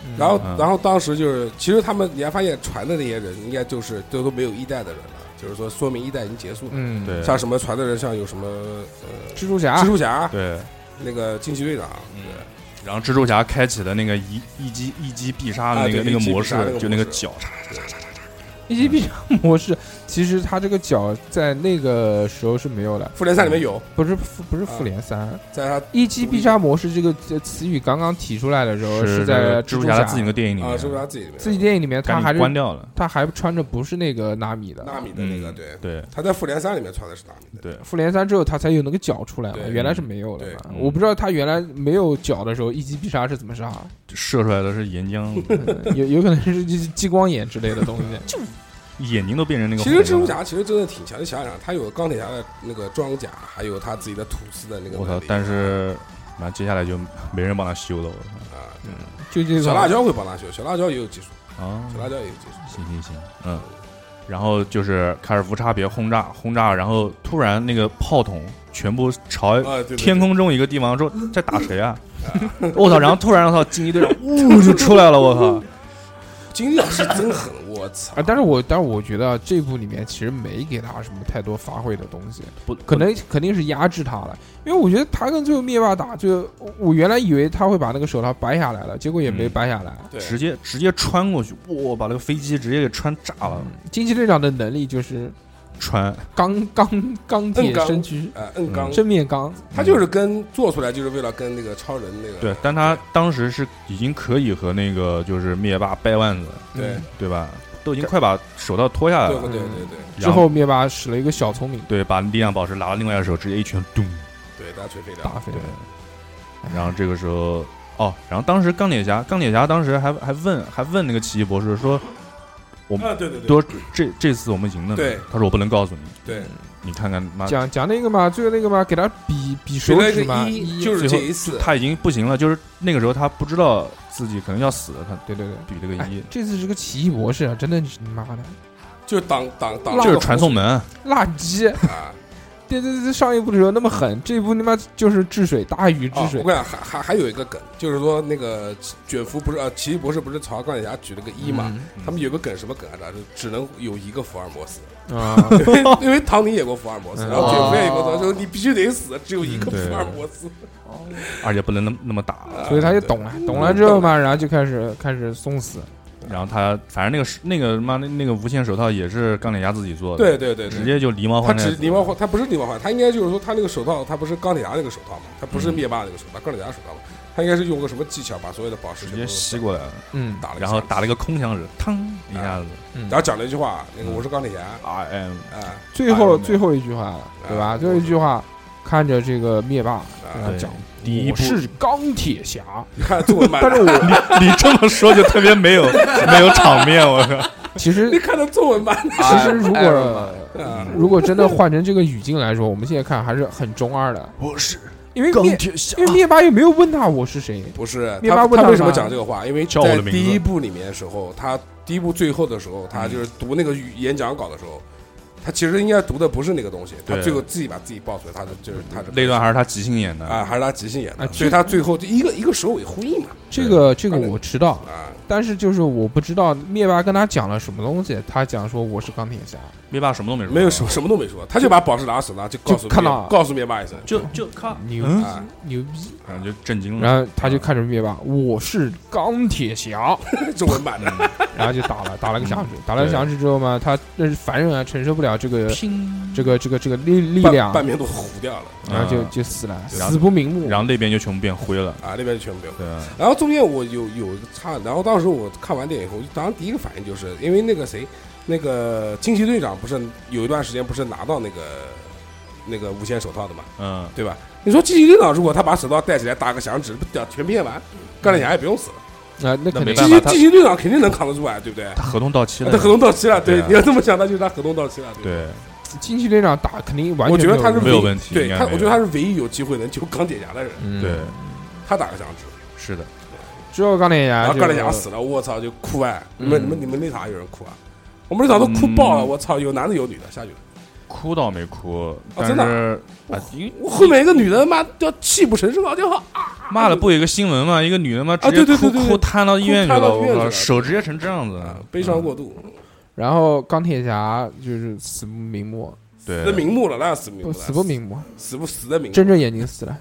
B: 嗯
D: 然后
H: 嗯，
D: 然后当时就是，其实他们你还发现传的那些人，应该就是都都没有一代的人了，就是说说明一代已经结束了。
B: 嗯，
H: 对啊
D: 像什么传的人，像有什么呃
B: 蜘蛛侠
D: 蜘蛛侠，
H: 对，
D: 那个惊奇队长，
H: 嗯，然后蜘蛛侠开启的那个一一击一击必杀的
D: 啊
H: 那个、
D: 对
H: 那个
D: 一击必
H: 模
D: 杀那
H: 式，
D: 个
H: 就
D: 模
H: 那个
D: 式
H: 脚
B: 一级必杀模式，其实他这个脚在那个时候是没有的，
D: 复联三里面有，
H: 嗯
B: 不是复不是复联三，
D: 在他
B: 一击必杀模式这个呃词语刚刚提出来的时候
H: 是
B: 在
H: 蜘
B: 蜘
H: 蛛
B: 侠
H: 侠的自己那个电影里面，
D: 啊，是不是他自己里面有
B: 自己电影里面，他
H: 赶
B: 还
H: 紧
B: 是
H: 关掉了。
B: 他还穿着不是那个纳米的，
D: 纳米的那个？
H: 嗯
D: 对，
H: 对
D: 他在复联三里面穿的是纳米的，
H: 对，
B: 复联三之后他才有那个脚出来嘛，
D: 对
B: 原来是没有的
D: 对
B: 嘛。
H: 嗯
B: 我不知道他原来没有脚的时候一击必杀是怎 么杀，
H: 射出来的是岩浆，
B: 嗯有有可能是就是激光眼之类的东西。
H: 眼睛都变成那个
D: 其
H: 红
D: 实
H: 的。
D: 蜘蛛侠其实真的挺强，你想想，他有钢铁侠的那个装甲，还有他自己的吐丝的那个
H: 我操
D: 能力！
H: 但是，那接下来就没人帮他修了。我操
D: 啊，
B: 就这个
D: 小辣椒会帮他修，小辣椒也有技术，
H: 啊，
D: 小辣椒也有技术。
H: 行行行，嗯。然后就是开始无差别轰炸，轰炸，然后突然那个炮筒全部朝
D: 啊，对对对
H: 嗯天空中一个地方说在打谁啊？我操！然后突然我操，惊奇队长呜就出来了，我操！
D: 经济是真狠，我操
B: 啊！！但是我但是我觉得这部里面其实没给他什么太多发挥的东西，
H: 不
B: 可能肯定是压制他了，因为我觉得他跟最后灭霸打，最后我我原来以为他会把那个手套掰下来了，结果也没
H: 嗯
B: 掰下来。
D: 对，
H: 直接直接穿过去，哇，把那个飞机直接给穿炸了，
B: 惊奇队长的能力就是
H: 穿
B: 钢钢钢铁
D: 硬刚
B: 身躯，
D: 呃，摁
H: 嗯
D: 钢，
B: 正面刚，
D: 他就是跟做出来就是为了跟那个超人那个
H: 对，但他当时是已经可以和那个就是灭霸掰腕子，
D: 对
H: 对吧？都已经快把手套脱下来
D: 对
H: 了，
D: 对对对对
B: 之
H: 然
B: 后灭霸使了一个小聪明
H: 对，把力量宝石拿到另外的手，直接一拳咚，
D: 对，大锤飞掉
B: 打，飞
H: 对
B: 了。，
H: 然后这个时候哦，然后当时钢铁侠，钢铁侠当时还还问还问那个奇异博士说。我们
D: 啊，对对对，
H: 都说这这次我们赢了，
D: 对，
H: 他说我不能告诉你，
D: 对，
H: 你看看妈，
B: 讲讲那个嘛，最后那个嘛，给他比比手
D: 除了一
B: 指嘛
D: 个，一，
B: 一
D: 就是
H: 最
D: 这
H: 后
D: 一次，
H: 他已经不行了，就是那个时候他不知道自己可能要死了，他
B: 对对对。
H: 比这个
B: 哎
H: 一，，
B: 这次是个奇异博士啊，真的是妈的
D: 就挡挡挡
H: 就是传送门，
B: 辣鸡！
D: 啊！
B: 对对对，上一部的时候那么狠，这一部他妈就是治水大禹治
D: 啊
B: 水
D: 我跟你讲，还还还有一个梗，就是说那个卷福不是呃，奇异博士不是朝钢铁侠举了个一嘛？
B: 嗯
D: 他们有个梗什么梗啊？就只能有一个福尔摩斯，
B: 啊，
D: 因为因为唐尼演过福尔摩斯，
B: 嗯
D: 然后卷福也演过福尔摩斯，说你必须得死，只有一个
H: 哦嗯对
D: 福尔摩斯，
H: 而且不能那么那么打，
D: 啊
B: 所以他就
D: 对
B: 懂了，懂了之后嘛，然后就开始开始送死。
H: 然后他反正那个是那个妈那那个无限手套也是钢铁侠自己做的，
D: 对对对对，
H: 直接就狸猫
D: 他
H: 换太
D: 只
H: 子，
D: 狸猫换，他不是狸猫换，他应该就是说他那个手套，他不是钢铁侠那个手套嘛，他不是
H: 嗯
D: 灭霸那个手套，钢铁侠手套嘛，他应该是用个什么技巧把所有的宝石
H: 直
D: 全
H: 接
D: 部
H: 吸过来了，
B: 嗯，
D: 啊打了，
H: 然后打了一个空响指，嘡一下子
B: 嗯
D: 然后讲了一句话，那个
H: 嗯
D: 我是钢铁侠啊
H: ，R M，
D: 啊
B: 最后
H: Iron Man
B: 最后一句话了，对吧？
D: 啊
B: 最后一句话，看着这个灭霸跟他
H: 对
B: 讲，
H: 第一
B: 我
H: 部
B: 是钢铁侠，
D: 你看中文版，
B: 但是我
H: 你这么说就特别没有没有场面，我靠，
B: 其 实
D: 你看到中文版
B: 其实如
E: 哎哎
B: 果
D: 啊，
B: 如果真的换成这个语境来说，我们现在看还是很中二的。
H: 我是
B: 因为灭，
H: 铁侠
B: 因为灭霸又没有问他我是谁，
D: 不是
B: 灭霸
D: 他
B: 问他
D: 他为什么
B: 嘛
D: 讲这个话？因为
H: 叫我
D: 在
H: 的名字嗯
D: 第一部里面的时候，他第一部最后的时候，他就是读那个语演讲稿的时候。他其实应该读的不是那个东西，他
H: 对
D: 最后自己把自己爆出来，他就就是他是
H: 那段还是他即兴演的
D: 啊，还是他即兴演
B: 啊
D: 的，
B: 这
D: 所以他最后就一个一个首尾呼应嘛
B: 这个这个我知道，
D: 啊，
B: 但是就是我不知道灭霸跟他讲了什么东西，他讲说我是钢铁侠，
H: 灭霸什么都没说，
D: 没有什么什么都没说，他就把宝石拿手了，就告诉
B: 就看
D: 灭
B: 到了
D: 告诉灭霸一声，
H: 就就靠，
B: 牛
H: 嗯
D: 啊，
B: 牛逼，
H: 反正就震惊了。
B: 然后他就看着灭霸，
H: 嗯
B: 我是钢铁 侠，
D: 中文 版的
B: 然后就打了打了个响
H: 嗯
B: 指，打了个响指之后嘛，他那是凡人啊，承受不了这个这个这个这个力力量
D: 半，半边都糊掉了
B: 然后就
H: 嗯
B: 就死了，
H: 然后
B: 死不瞑目。
H: 然后那边就全部变灰 了。
D: 啊，那边全部没有。
H: 对，
D: 然后中间我有有一个差，然后当时我看完电影以后，当时第一个反应就是因为那个谁，那个惊奇队长不是有一段时间不是拿到那个那个无限手套的嘛，
H: 嗯，
D: 对吧？你说惊奇队长如果他把手套戴起来打个响指，不屌全变完，钢铁侠也不用死了，
B: 啊，那肯
H: 没
B: 定
H: 办
D: 惊
H: 法
D: 奇
H: 他
D: 惊奇队长肯定能扛得住啊，对不对？
H: 他合同到期
D: 他
H: 了，
D: 合同到期了，
H: 对
D: 对，
H: 啊
D: 你要这么想，那就是他合同到期了，对不对
H: 对，
B: 惊奇队长打肯定完全
D: 我觉得他是
H: 没有问题
D: 对
H: 应该
D: 他，
H: 没有
D: 我觉得他是唯一有机会能救钢铁侠的人。
B: 嗯
H: 对，
D: 他打个响指，
H: 是的，
B: 之后钢铁
H: 哎
D: 然
B: 侠
D: 后
B: 就
D: 钢铁侠死了，我操就哭哎！你们
B: 嗯
D: 你们你们那场有人哭啊？我们那场都哭爆了，
H: 嗯
D: 我操！有男的有女的，下去了。
H: 哭倒没哭，但
D: 真的
H: 是啊，因为
D: 我后面一个女的妈要泣不成声了，就好啊！
H: 骂了不有一个新闻嘛，一个女的嘛，直
D: 对
H: 接
D: 对
H: 哭
D: 对对
H: 哭瘫到医院去
D: 哭瘫
H: 了，
D: 到医院
H: 我
D: 去
H: 靠，
D: 了
H: 手直接成这样子，
D: 啊悲伤
H: 嗯
D: 过度，
B: 然后钢铁侠就是死不瞑目，
D: 死
H: 对
D: 瞑目了，那死瞑目
B: 不
D: 了，
B: 死不瞑目，
D: 死不死的瞑目。
B: 睁着眼睛死了。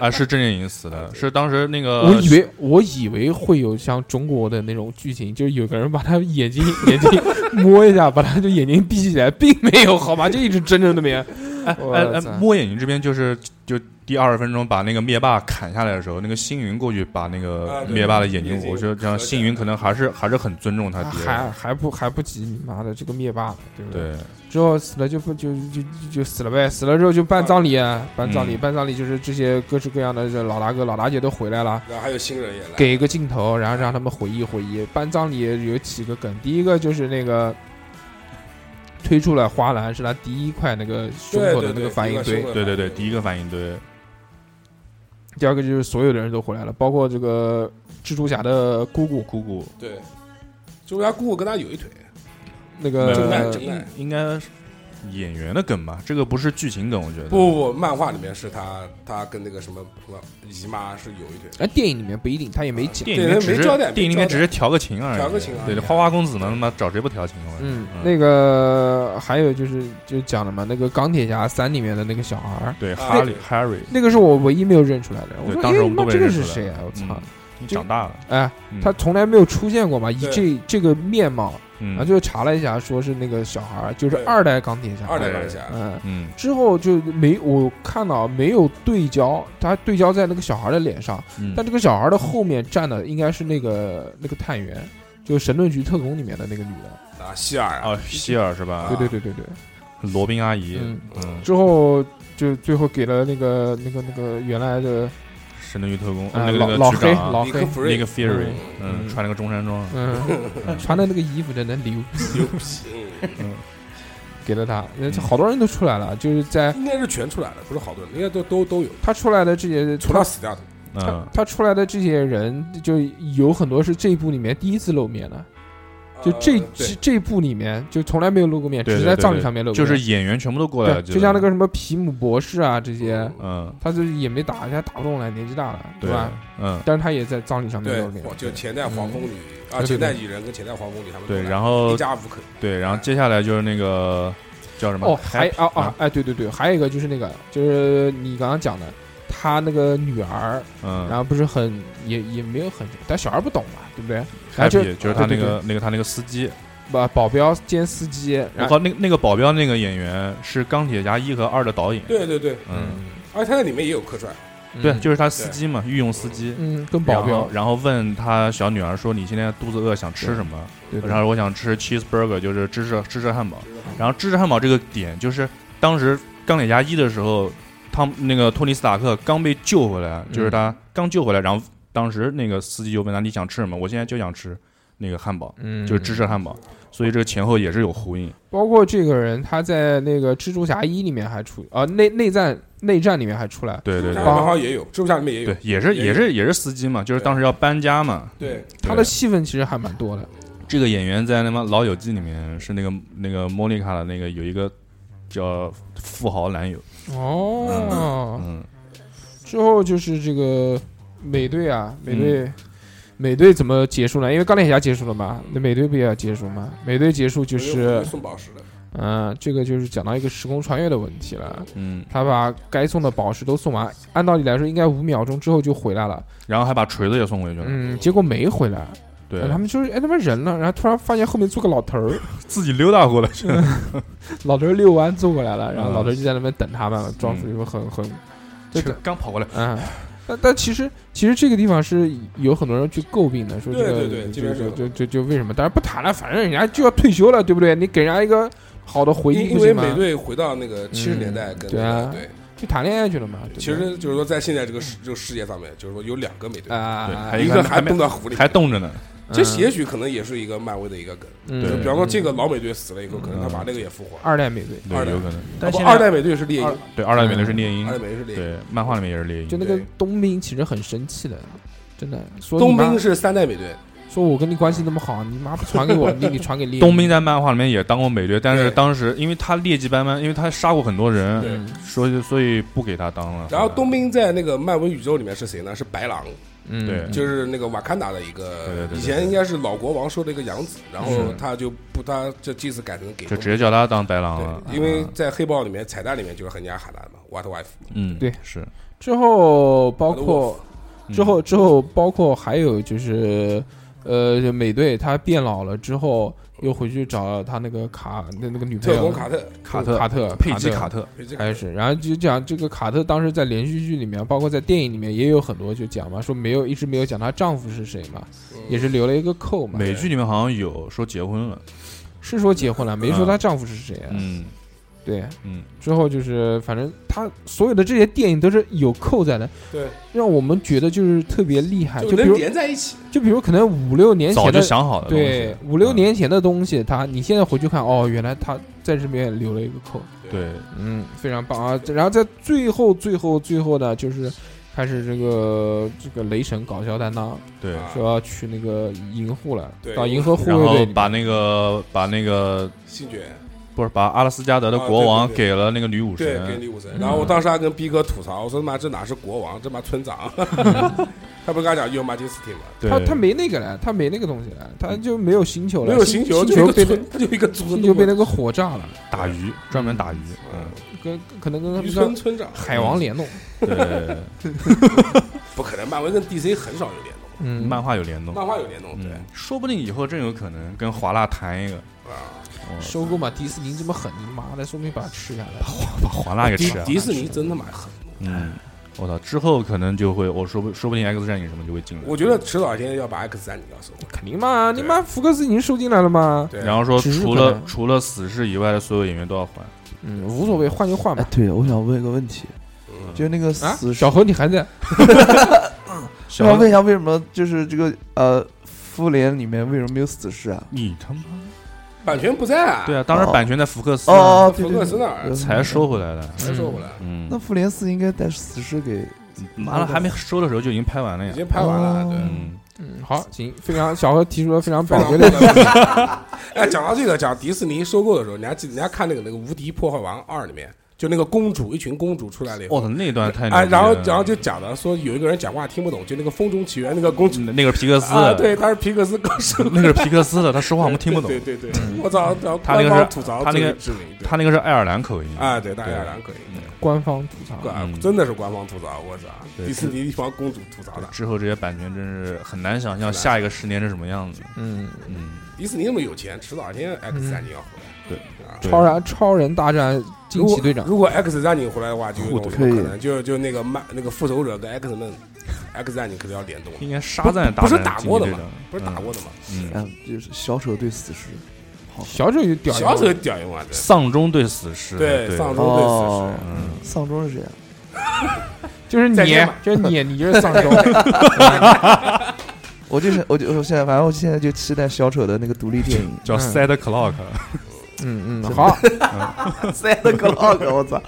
H: 啊，是郑业颖死的，是当时那
D: 呃
H: 个
B: 我以为我以为会有像中国的那种剧情，就是有个人把他 眼睛眼睛摸一下，把他的眼睛闭起来，并没有，好吧，就一直睁着那 边。
D: 呃
H: 哎
B: 我
H: 哎哎
B: 操，
H: 摸眼睛这边就是就第二十分钟把那个灭霸砍下来的时候，那个星云过去把那
D: 啊
H: 个
D: 对
H: 灭霸的眼
D: 眼
H: 睛，
D: 睛
H: 我觉得这样
D: 合起来
H: 星云可能还是还是很尊重他
D: 啊
H: 爹的，
B: 还还不还不及你妈的这个灭霸，对不？
H: 对，
B: 之后死了就不就就就就死了呗，死了之后就办葬礼，啊办葬礼，
H: 嗯
B: 办葬礼就是这些各式各样的这老大哥老大姐都回来了。
D: 然后还有新人也来，
B: 给一个镜头，然后让他们回忆回忆。办葬礼有几个梗，第一个就是那个推出了花篮，是他第一块那个胸
D: 对
B: 口
D: 对
B: 的那
D: 对
B: 个反应
D: 第一
B: 堆
D: 个胸；口
H: 对对对，第一个反应对，
B: 第二个就是所有的人都回来了，包括这个蜘蛛侠的姑姑，
H: 姑姑
D: 对，就人家姑姑跟他有一腿，
B: 那
H: 呃
D: 真爱
B: 个
D: 真爱。
H: 应该是演员的梗吧，这个不是剧情梗，我觉得
D: 不不不，漫画里面是他他跟那个什么什么姨妈是有一腿的，
B: 哎，电影里面不一定，他也没讲。
H: 电影里面只是
D: 没交代
H: 电影里面
D: 没交代
H: 只是调个情而已，
D: 调个情而已
H: 对，花花公子嘛，他妈找谁不调情？我
B: 嗯，
H: 嗯
B: 那个还有就是就讲了嘛，那个钢铁侠三里面的那个小孩儿，
H: 对
D: 啊
H: 哈利 Harry，
B: 那个是我唯一没有认出来的。我
H: 对，
B: 说，
H: 当时
B: 哎
H: 我们
B: 妈
H: 都被
B: 这个
H: 认
B: 是
H: 出来
B: 谁啊？
H: 了
B: 我操
H: 嗯！你长大了，
B: 哎，
H: 嗯
B: 他从来没有出现过嘛，以
D: 对
B: 这这个面貌，
H: 嗯
B: 然啊后就查了一下，说是那个小孩儿，就是
D: 对
B: 二代钢铁侠，
D: 二代钢铁侠
B: 嗯。
H: 嗯
B: 之后就没我看到没有对焦，他对焦在那个小孩的脸上，
H: 嗯
B: 但这个小孩的后面站的应该是那个那个探员，就神盾局特工里面的那个女的。
D: 啊，希尔啊
H: 哦，希尔是吧
B: 对？对对对对，
H: 罗宾阿姨，
B: 嗯
H: 嗯，
B: 之后就最后给了那个那个那个原来的
H: 神盾局特工，
B: 啊
H: 那个那个
B: 老
H: 局长
B: 老
H: 啊
B: 黑
D: 尼克弗瑞
H: ，Nick Fury，
B: 嗯
H: 嗯，穿了个中山装，
B: 嗯，
H: 嗯
B: 穿的那个衣服真的牛，
D: 牛皮，嗯
B: 给了他，人家好多人都出来了，就是在
D: 应该是全出来了，不是好多人，应该都都都有，
B: 他出来的这些，
D: 除了死掉的，
B: 他
H: 嗯，
B: 他出来的这些人，就有很多是这一部里面第一次露面的，就这
D: 呃对
B: 这这部里面就从来没有露过面，
H: 对
B: 只
H: 对
B: 是在葬礼上面露过
H: 就
B: 面，
H: 是演员全部都过来了，
B: 对，就像那个什么皮姆博士啊这些，
H: 嗯，
B: 他就是也没打，他打不动了，年纪大了，
H: 对
B: 吧？，
H: 嗯。
B: 但是他也在葬礼上面
D: 对
B: 露面，，
D: 哇就前代黄蜂女啊，
B: 对对
D: 前代蚁人跟前代黄蜂女他们
H: 对，然
D: 后
H: 后
D: 一家五口，
H: 对，然后接下来就是那个叫什么？
B: 哦，还
H: 还
B: 啊啊，哎，对对对，还有一个就是那个，就是你刚刚讲的，他那个女儿，
H: 嗯，
B: 然后不是很也也没有很，但小孩不懂嘛，对不对？然后
H: Happy，
B: 就啊
H: 就是他那
B: 对对
H: 个那个他那个司机，
B: 把保镖兼司机，
H: 我
B: 然后
H: 靠，那个那个保镖那个演员是钢铁侠一和二的导演，
D: 对对对，
H: 嗯，
D: 而且他在里面也有客串，
H: 对，
B: 嗯
H: 就是他司机嘛，御用司机。
B: 嗯跟保
H: 然
B: 镖
H: 后，然后问他小女儿说：“你现在肚子饿，想吃什么？”
B: 对
H: 然后我想吃 cheeseburger，就是芝士芝士汉堡。然后芝士汉堡这个点，就是当时钢铁侠一的时候，汤那个托尼斯塔克刚被救回来，
B: 嗯
H: 就是他刚救回来，然后当时那个司机就问他：“你想吃什么？”我现在就想吃那个汉堡，
B: 嗯，
H: 就是芝士汉堡。所以这个前后也是有呼应。
B: 包括这个人他在那个蜘蛛侠一里面还出啊、内内战内战里面还出来，
H: 对对
D: 然
H: 对
D: 后好像也有，蜘蛛侠里面也有
H: 对，，也是
D: 也
H: 也是也是司机嘛，就是当时要搬家嘛。
D: 对，
B: 他的戏份其实还蛮多的，
H: 这个演员在他妈《老友记》里面是那个那个莫妮卡的那个有一个叫富豪男友，
B: 哦，
H: 嗯，
B: 之后就是这个美队啊，美队。美队怎么结束呢？因为钢铁侠结束了嘛，那美队不也要结束吗？美队结束就
D: 有
B: 是，
D: 送宝石的，
B: 嗯、这个就是讲到一个时空穿越的问题了。
H: 嗯，
B: 他把该送的宝石都送完，按道理来说应该五秒钟之后就回来了，
H: 然后还把锤子也送回去了，
B: 嗯，结果没回来。
H: 对
B: 然后，他们就是哎他妈人了，然后突然发现后面坐个老头儿，
H: 自己溜达过来去了，
B: 老头儿遛弯坐过来了，然后
H: 嗯
B: 老头儿就在那边等他们，装出一副很很，就
H: 就刚跑过来，
B: 嗯，但但其实其实这个地方是有很多人去诟病的，说这
D: 对
B: 个
D: 对对这
B: 就
D: 边
B: 就是就就就为什么？当然不谈了，反正人家就要退休了，对不对？你给人家一个好的回忆
D: 因因
B: 不
D: 为
B: 行吗
D: 美？队回到那个七十年代跟
B: 对啊
D: 对。
B: 去谈恋爱去了嘛？对不对
D: 其实就是说，在现在这个世这个世界上面，就是说有两个美队，
H: 对，
B: 啊，
H: 还有
D: 一
H: 一
D: 个
H: 个
D: 还
H: 还没
D: 冻在湖里，
H: 还冻着呢，
D: 这
B: 嗯
D: 也许可能也是一个漫威的一个梗，
B: 嗯
H: 对
D: 就比方说这个老美队死了以后，
B: 嗯
D: 可能他把那个也复活。
B: 二代美队，
H: 对
D: 二，代
H: 有可能，
D: 啊
H: 但
D: 不
H: 嗯现在
D: 二代美队是猎鹰，
H: 对二代里面的是猎鹰
D: 二代，美队是猎鹰，
H: 对，漫画里面也是猎鹰，
B: 就那个
D: 对
B: 冬兵其实很生气的，真的说你
D: 冬
B: 妈
D: 兵是三代美队，
B: 说我跟你关系那么好，你妈不传 给我，你你传给猎
H: 冬
B: 鹰
H: 兵在漫画里面也当过美队，但是
D: 对
H: 当时因为他劣迹斑斑，因为他杀过很多人，
D: 对。
B: 嗯
H: 所以所以不给他当了。
D: 然后冬兵在那个漫威宇宙里面是谁呢？是白狼，
B: 嗯，
H: 对
D: 就是那个瓦坎达的一
H: 对
D: 个
H: 对，对对嗯
D: 以前应该是老国王收的一个养子，然后他就不，他这这次改成给
H: 就
D: 冬
H: 直接叫他当白狼了，
D: 对，因为在黑豹里面彩蛋里面就是人家喊他的嘛，What wife，
H: 嗯，
B: 对
H: 是
B: 之后包括嗯
D: Wolf
B: 之后之后包括还有就是，呃，就美队他变老了之后，又回去找他那个卡那那个女
H: 啊
B: 朋
D: 特
B: 友
D: 工卡特，
H: 卡特
B: 卡特
H: 佩吉卡
B: 特
H: 特，
D: 对这个
B: 开始，然后就讲这个卡特当时在连续剧里面，包括在电影里面也有很多就讲嘛，说没有一直没有讲她丈夫是谁嘛，
D: 嗯
B: 也是留了一个扣嘛，
H: 美剧里面好像有说结婚了，
B: 是说结婚了，没说她丈夫是谁啊，
H: 嗯
B: 对，
H: 嗯，
B: 之后就是，反正他所有的这些电影都是有扣在的，
D: 对，
B: 让我们觉得就是特别厉害。
D: 就
B: 就比
D: 能
B: 如，
D: 连在一起，
B: 就比如可能五六年
H: 早
B: 前
H: 就
B: 的，
H: 想好的东西，
B: 对，五六
H: 嗯
B: 年前的东西，他你现在回去看，哦，原来他在这边留了一个扣，
H: 对，
B: 嗯，非常棒啊。然后在最后、最后、最后呢，就是开始这个这个雷神搞笑担当
H: 对，
D: 啊
B: 说要去那个银护了
D: 对，
B: 到银河护
H: 然
B: 卫队
H: 后
B: 里
H: 把那个把那个
D: 星爵。
H: 不是把阿拉斯加德的
D: 啊
H: 国王
D: 对对
H: 给了那个女武
D: 对，给
H: 神，
D: 李武神。然后我当时还跟逼哥吐槽，我说他妈这哪是国王，这妈村长。他不是跟他讲 You Majesty 吗？
H: 对，
B: 他他没那个了，他没那个东西了，他就没有星球了，
D: 没有
B: 星
D: 星球，
B: 星
D: 就一
B: 球
D: 个
B: 被那
D: 村，他就一个族
B: 星球被
D: 那
B: 那个火炸了。
H: 打鱼，专门打鱼，嗯，
B: 跟可能跟他
D: 渔
B: 们
D: 村
B: 跟
D: 村长，
B: 海王联动，
H: 对，
D: 不可能，漫威跟 DC 很少有联动，
B: 嗯
H: 漫画有联动，
D: 漫画有联动，对
H: 嗯，说不定以后真有可能跟华纳谈一个，
D: 啊。
B: 收购嘛，迪士尼这么狠，你妈的，说不定把它吃下来。
H: 把华纳给
D: 哦迪
H: 吃了，
D: 迪士尼真他妈狠，
H: 嗯，我操，之后可能就会，我说不，说不定 X 战警什么就会进来，
D: 我觉得迟早一天要把 X 战警要收回来。
B: 肯定嘛，你妈福克斯已经收进来了嘛，
D: 对，
H: 然后说
B: 只是
H: 除
B: 可
H: 了
B: 能
H: 除了死侍以外的所有演员都要还，
B: 嗯，无所谓，换就换
E: 哎
B: 吧。，
E: 对了，我想问一个问题，
D: 嗯
E: 就是那个
B: 啊
E: 死，
B: 小何你还在？
E: 我想问一下，为什么就是这个呃，复联里面为什么没有死士啊？
H: 你他妈！
D: 版权不在啊，
H: 对啊，当时版权在福克斯
E: 哦
H: 啊
E: 哦，对
D: 福
E: 对
D: 克斯那儿
E: 对，
H: 才收回来的。
D: 才收回来，
H: 嗯
E: 那，复联四应该带死士给，
D: 嗯
H: 完了还没收的时候就已经拍完了
D: 已
H: 呀。
D: 经拍完了。对，
H: 嗯，
B: 嗯，好，行，非常小何提出了非常
D: 非
B: 宝
D: 常
B: 贵
D: 好
B: 的，
D: 的。 哎，讲到这个，讲迪士尼收购的时候，你还记得？你还看那个那个《无敌破坏王二》里面，就那个公主，一群公主出来了以后，
H: 我操，那段太
D: 哎，
H: 牛逼
D: 然后
H: 了
D: 然后就讲了说有一个人讲话听不懂，就那个《风中奇缘》那个公主
H: 那嗯个是皮克斯
D: 啊，，对，他是皮克斯高手，
H: 那个是皮克斯的，他说话我们听不懂嗯
D: 对。对对，对我操，然后
H: 他那个是
D: 官方吐槽
H: 他那个
D: 最知名，对
H: 他那个是爱尔兰口音
D: 啊，对，大家两可以，
B: 官方吐槽。
D: 对
H: 嗯
D: 真的是官方吐槽，我操，
H: 对
D: 迪士尼一帮公主吐槽的，
H: 之后这些版权真是很难想象下一个十年是什么样子。
B: 嗯，
H: 嗯，
D: 迪士尼那么有钱，迟早一天 X 战警要回来，
H: 对
D: 啊。
H: 对
B: 超人超人大战惊奇队长，
D: 如果 X 战警回来的话，就有一种
E: 互怼
D: 可能，就就那个漫那个复仇者跟 X 们，X 战警可能要联动，
H: 应该沙赞
D: 不是打过的
H: 嘛
D: 嘛？不是打过的嘛？
H: 嗯，
E: 啊，就是小丑对死士，好，
B: 小丑就屌
D: 小
B: 用
D: 丑
B: 了
D: 屌用啊，这
H: 丧钟对死尸，
D: 对
H: 对
D: 丧钟对
E: 哦
D: 死，
H: 嗯，。
E: 丧钟是谁啊？
B: 就是你
D: 再见吧，
B: 就是你，你就是丧钟。
E: 我就是，我就我现在，反正我现在就期待小丑的那个独立电 影
H: 叫 Sad Clock，
E: 嗯
B: 嗯嗯，好，
E: 塞了个 log，我操！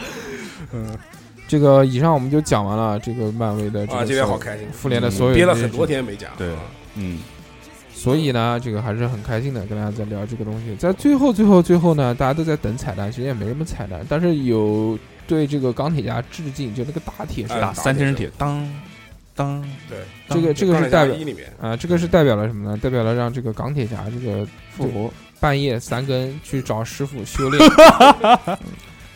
B: 这个以上我们就讲完了这个漫威的这
D: 尸
B: 个
D: 啊，今天
B: 所
D: 好
B: 有
D: 开心，
B: 复联的所有
D: 憋了
B: 这些
D: 很多
B: 事情，
D: 天没讲，啊
H: 对嗯，
B: 所以呢，这个还是很开心的，跟大家在聊这个东西。在最后最后最后呢，大家都在等彩蛋，其实也没什么彩蛋，但是有对这个钢铁侠致敬，就那个大铁
D: 哎
B: 是
H: 打三千人铁，当当，
D: 对，
B: 这个
D: 这
B: 这个是代表
D: 一里面
B: 啊，这个是代表了什么呢？代表了让这个钢铁侠这个
E: 复活，
B: 半夜三更去找师傅修 炼。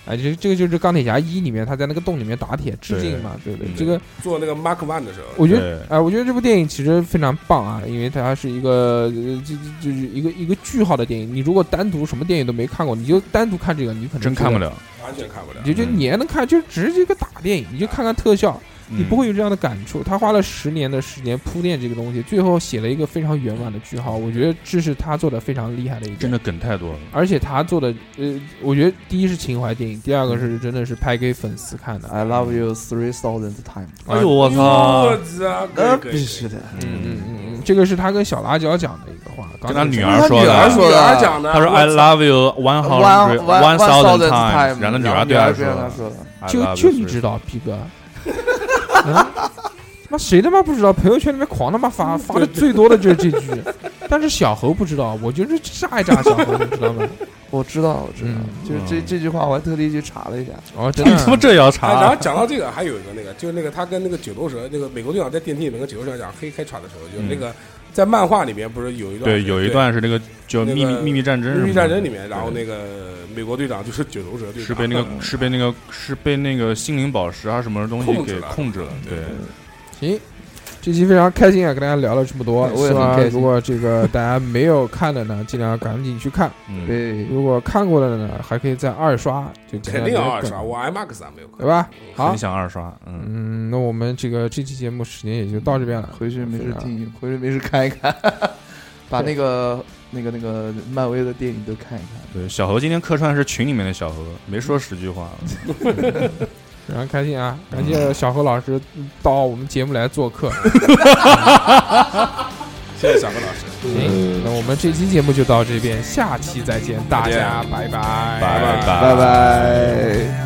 B: 哎，这这个就是钢铁侠一里面他在那个洞里面打铁致敬嘛，对不对？
H: 嗯
B: 这个
D: 做那个 Mark One 的时候，
B: 我觉得，
H: 对
B: 哎、我觉得这部电影其实非常棒啊，因为它是一个呃就就就是一个一个句号的电影。你如果单独什么电影都没看过，你就单独看这个，你可能
H: 真看不
B: 了。
H: 了，
D: 完全看不了。
B: 你就就
H: 嗯啊
B: 你也能看，就只是一个打电影，你就看看特效，你
H: 嗯
B: 不会有这样的感触。他花了十年的时间铺垫这个东西，最后写了一个非常圆满的句号，我觉得这是他做的非常厉害的一点。
H: 真的梗太多了，
B: 而且他做的，呃，我觉得第一是情怀电影，第二个
H: 嗯
B: 是真的是拍给粉丝看的。啊
E: I love you three thousand times。
H: 哎呦我啊操
D: 我，操，
E: 那
D: 可以可以
E: 呃必须的，
B: 嗯嗯嗯嗯，这个是他跟小辣椒讲的一个话，
H: 跟他女
B: 儿。
H: 儿说
E: 跟他
H: 的
E: 女。说
D: 女儿
E: 的，啊
D: 讲的，
H: 他说
D: 我
H: “I
D: 操
H: love you one hundred
E: one
H: one thousand
E: thousand
H: times”，然后女儿对他
E: 女
H: 说
E: 儿
H: 的
E: 他说的，
H: “I
B: 就
H: love
B: 就
H: you
B: 你知
H: three
B: 道，逼哥，啊，妈谁他妈不知道？朋友圈里面狂他妈发发的最多的就是这句，但是小猴不知道，我就是炸一炸小猴，你知道吗？
E: 我知道，我知道
B: 嗯，
E: 就是这这句话，我还特地去查了一下。
B: 哦，真
H: 你他妈
B: 的，
H: 这也要
D: 哎然后
H: 查？啊
D: 讲到这个，还有一个那个，就是那个他跟那个九头蛇，那个美国队长在电梯里面跟九头蛇讲黑开叉的时候，就是那个在漫画里面不是有一段
H: 对，有一段是那个叫
D: 那
H: 秘密
D: 个
H: 秘密战争什
D: 《
H: 么的，
D: 秘密战争》里面，然后
H: 对
D: 那个美国队长就是九头蛇队长，
H: 是被那个是被那个是被那个心灵宝石啊什么东西
D: 控制
H: 给
D: 了
H: 控制了，对，
B: 行。这期非常开心啊，跟大家聊了这么
D: 哎
B: 多。
E: 我也
B: 希望
E: 很开心
B: 如果这个大家没有看的呢，尽量赶紧去看；
H: 嗯，
E: 对，
B: 如果看过的呢，还可以再二刷，就
D: 肯定要二 刷，，我 IMAX 啊没有看，
B: 对吧？好
H: 很，想二刷，嗯，
B: 嗯，那我们这个这期节目时间也就到这边了。
E: 回去没
B: 非
E: 事
B: 常
E: 听，回去没事看一看，把那个那个那个漫威的电影都看一看。
H: 对，小何今天客串是群里面的小何，没说十句话，
B: 非常开心啊！
E: 嗯
B: 感谢小何老师到我们节目来做客。
D: 谢谢小何老师，
B: 行，那我们这期节目就到这边，下期再见，大家拜拜，
H: 拜
E: 拜拜。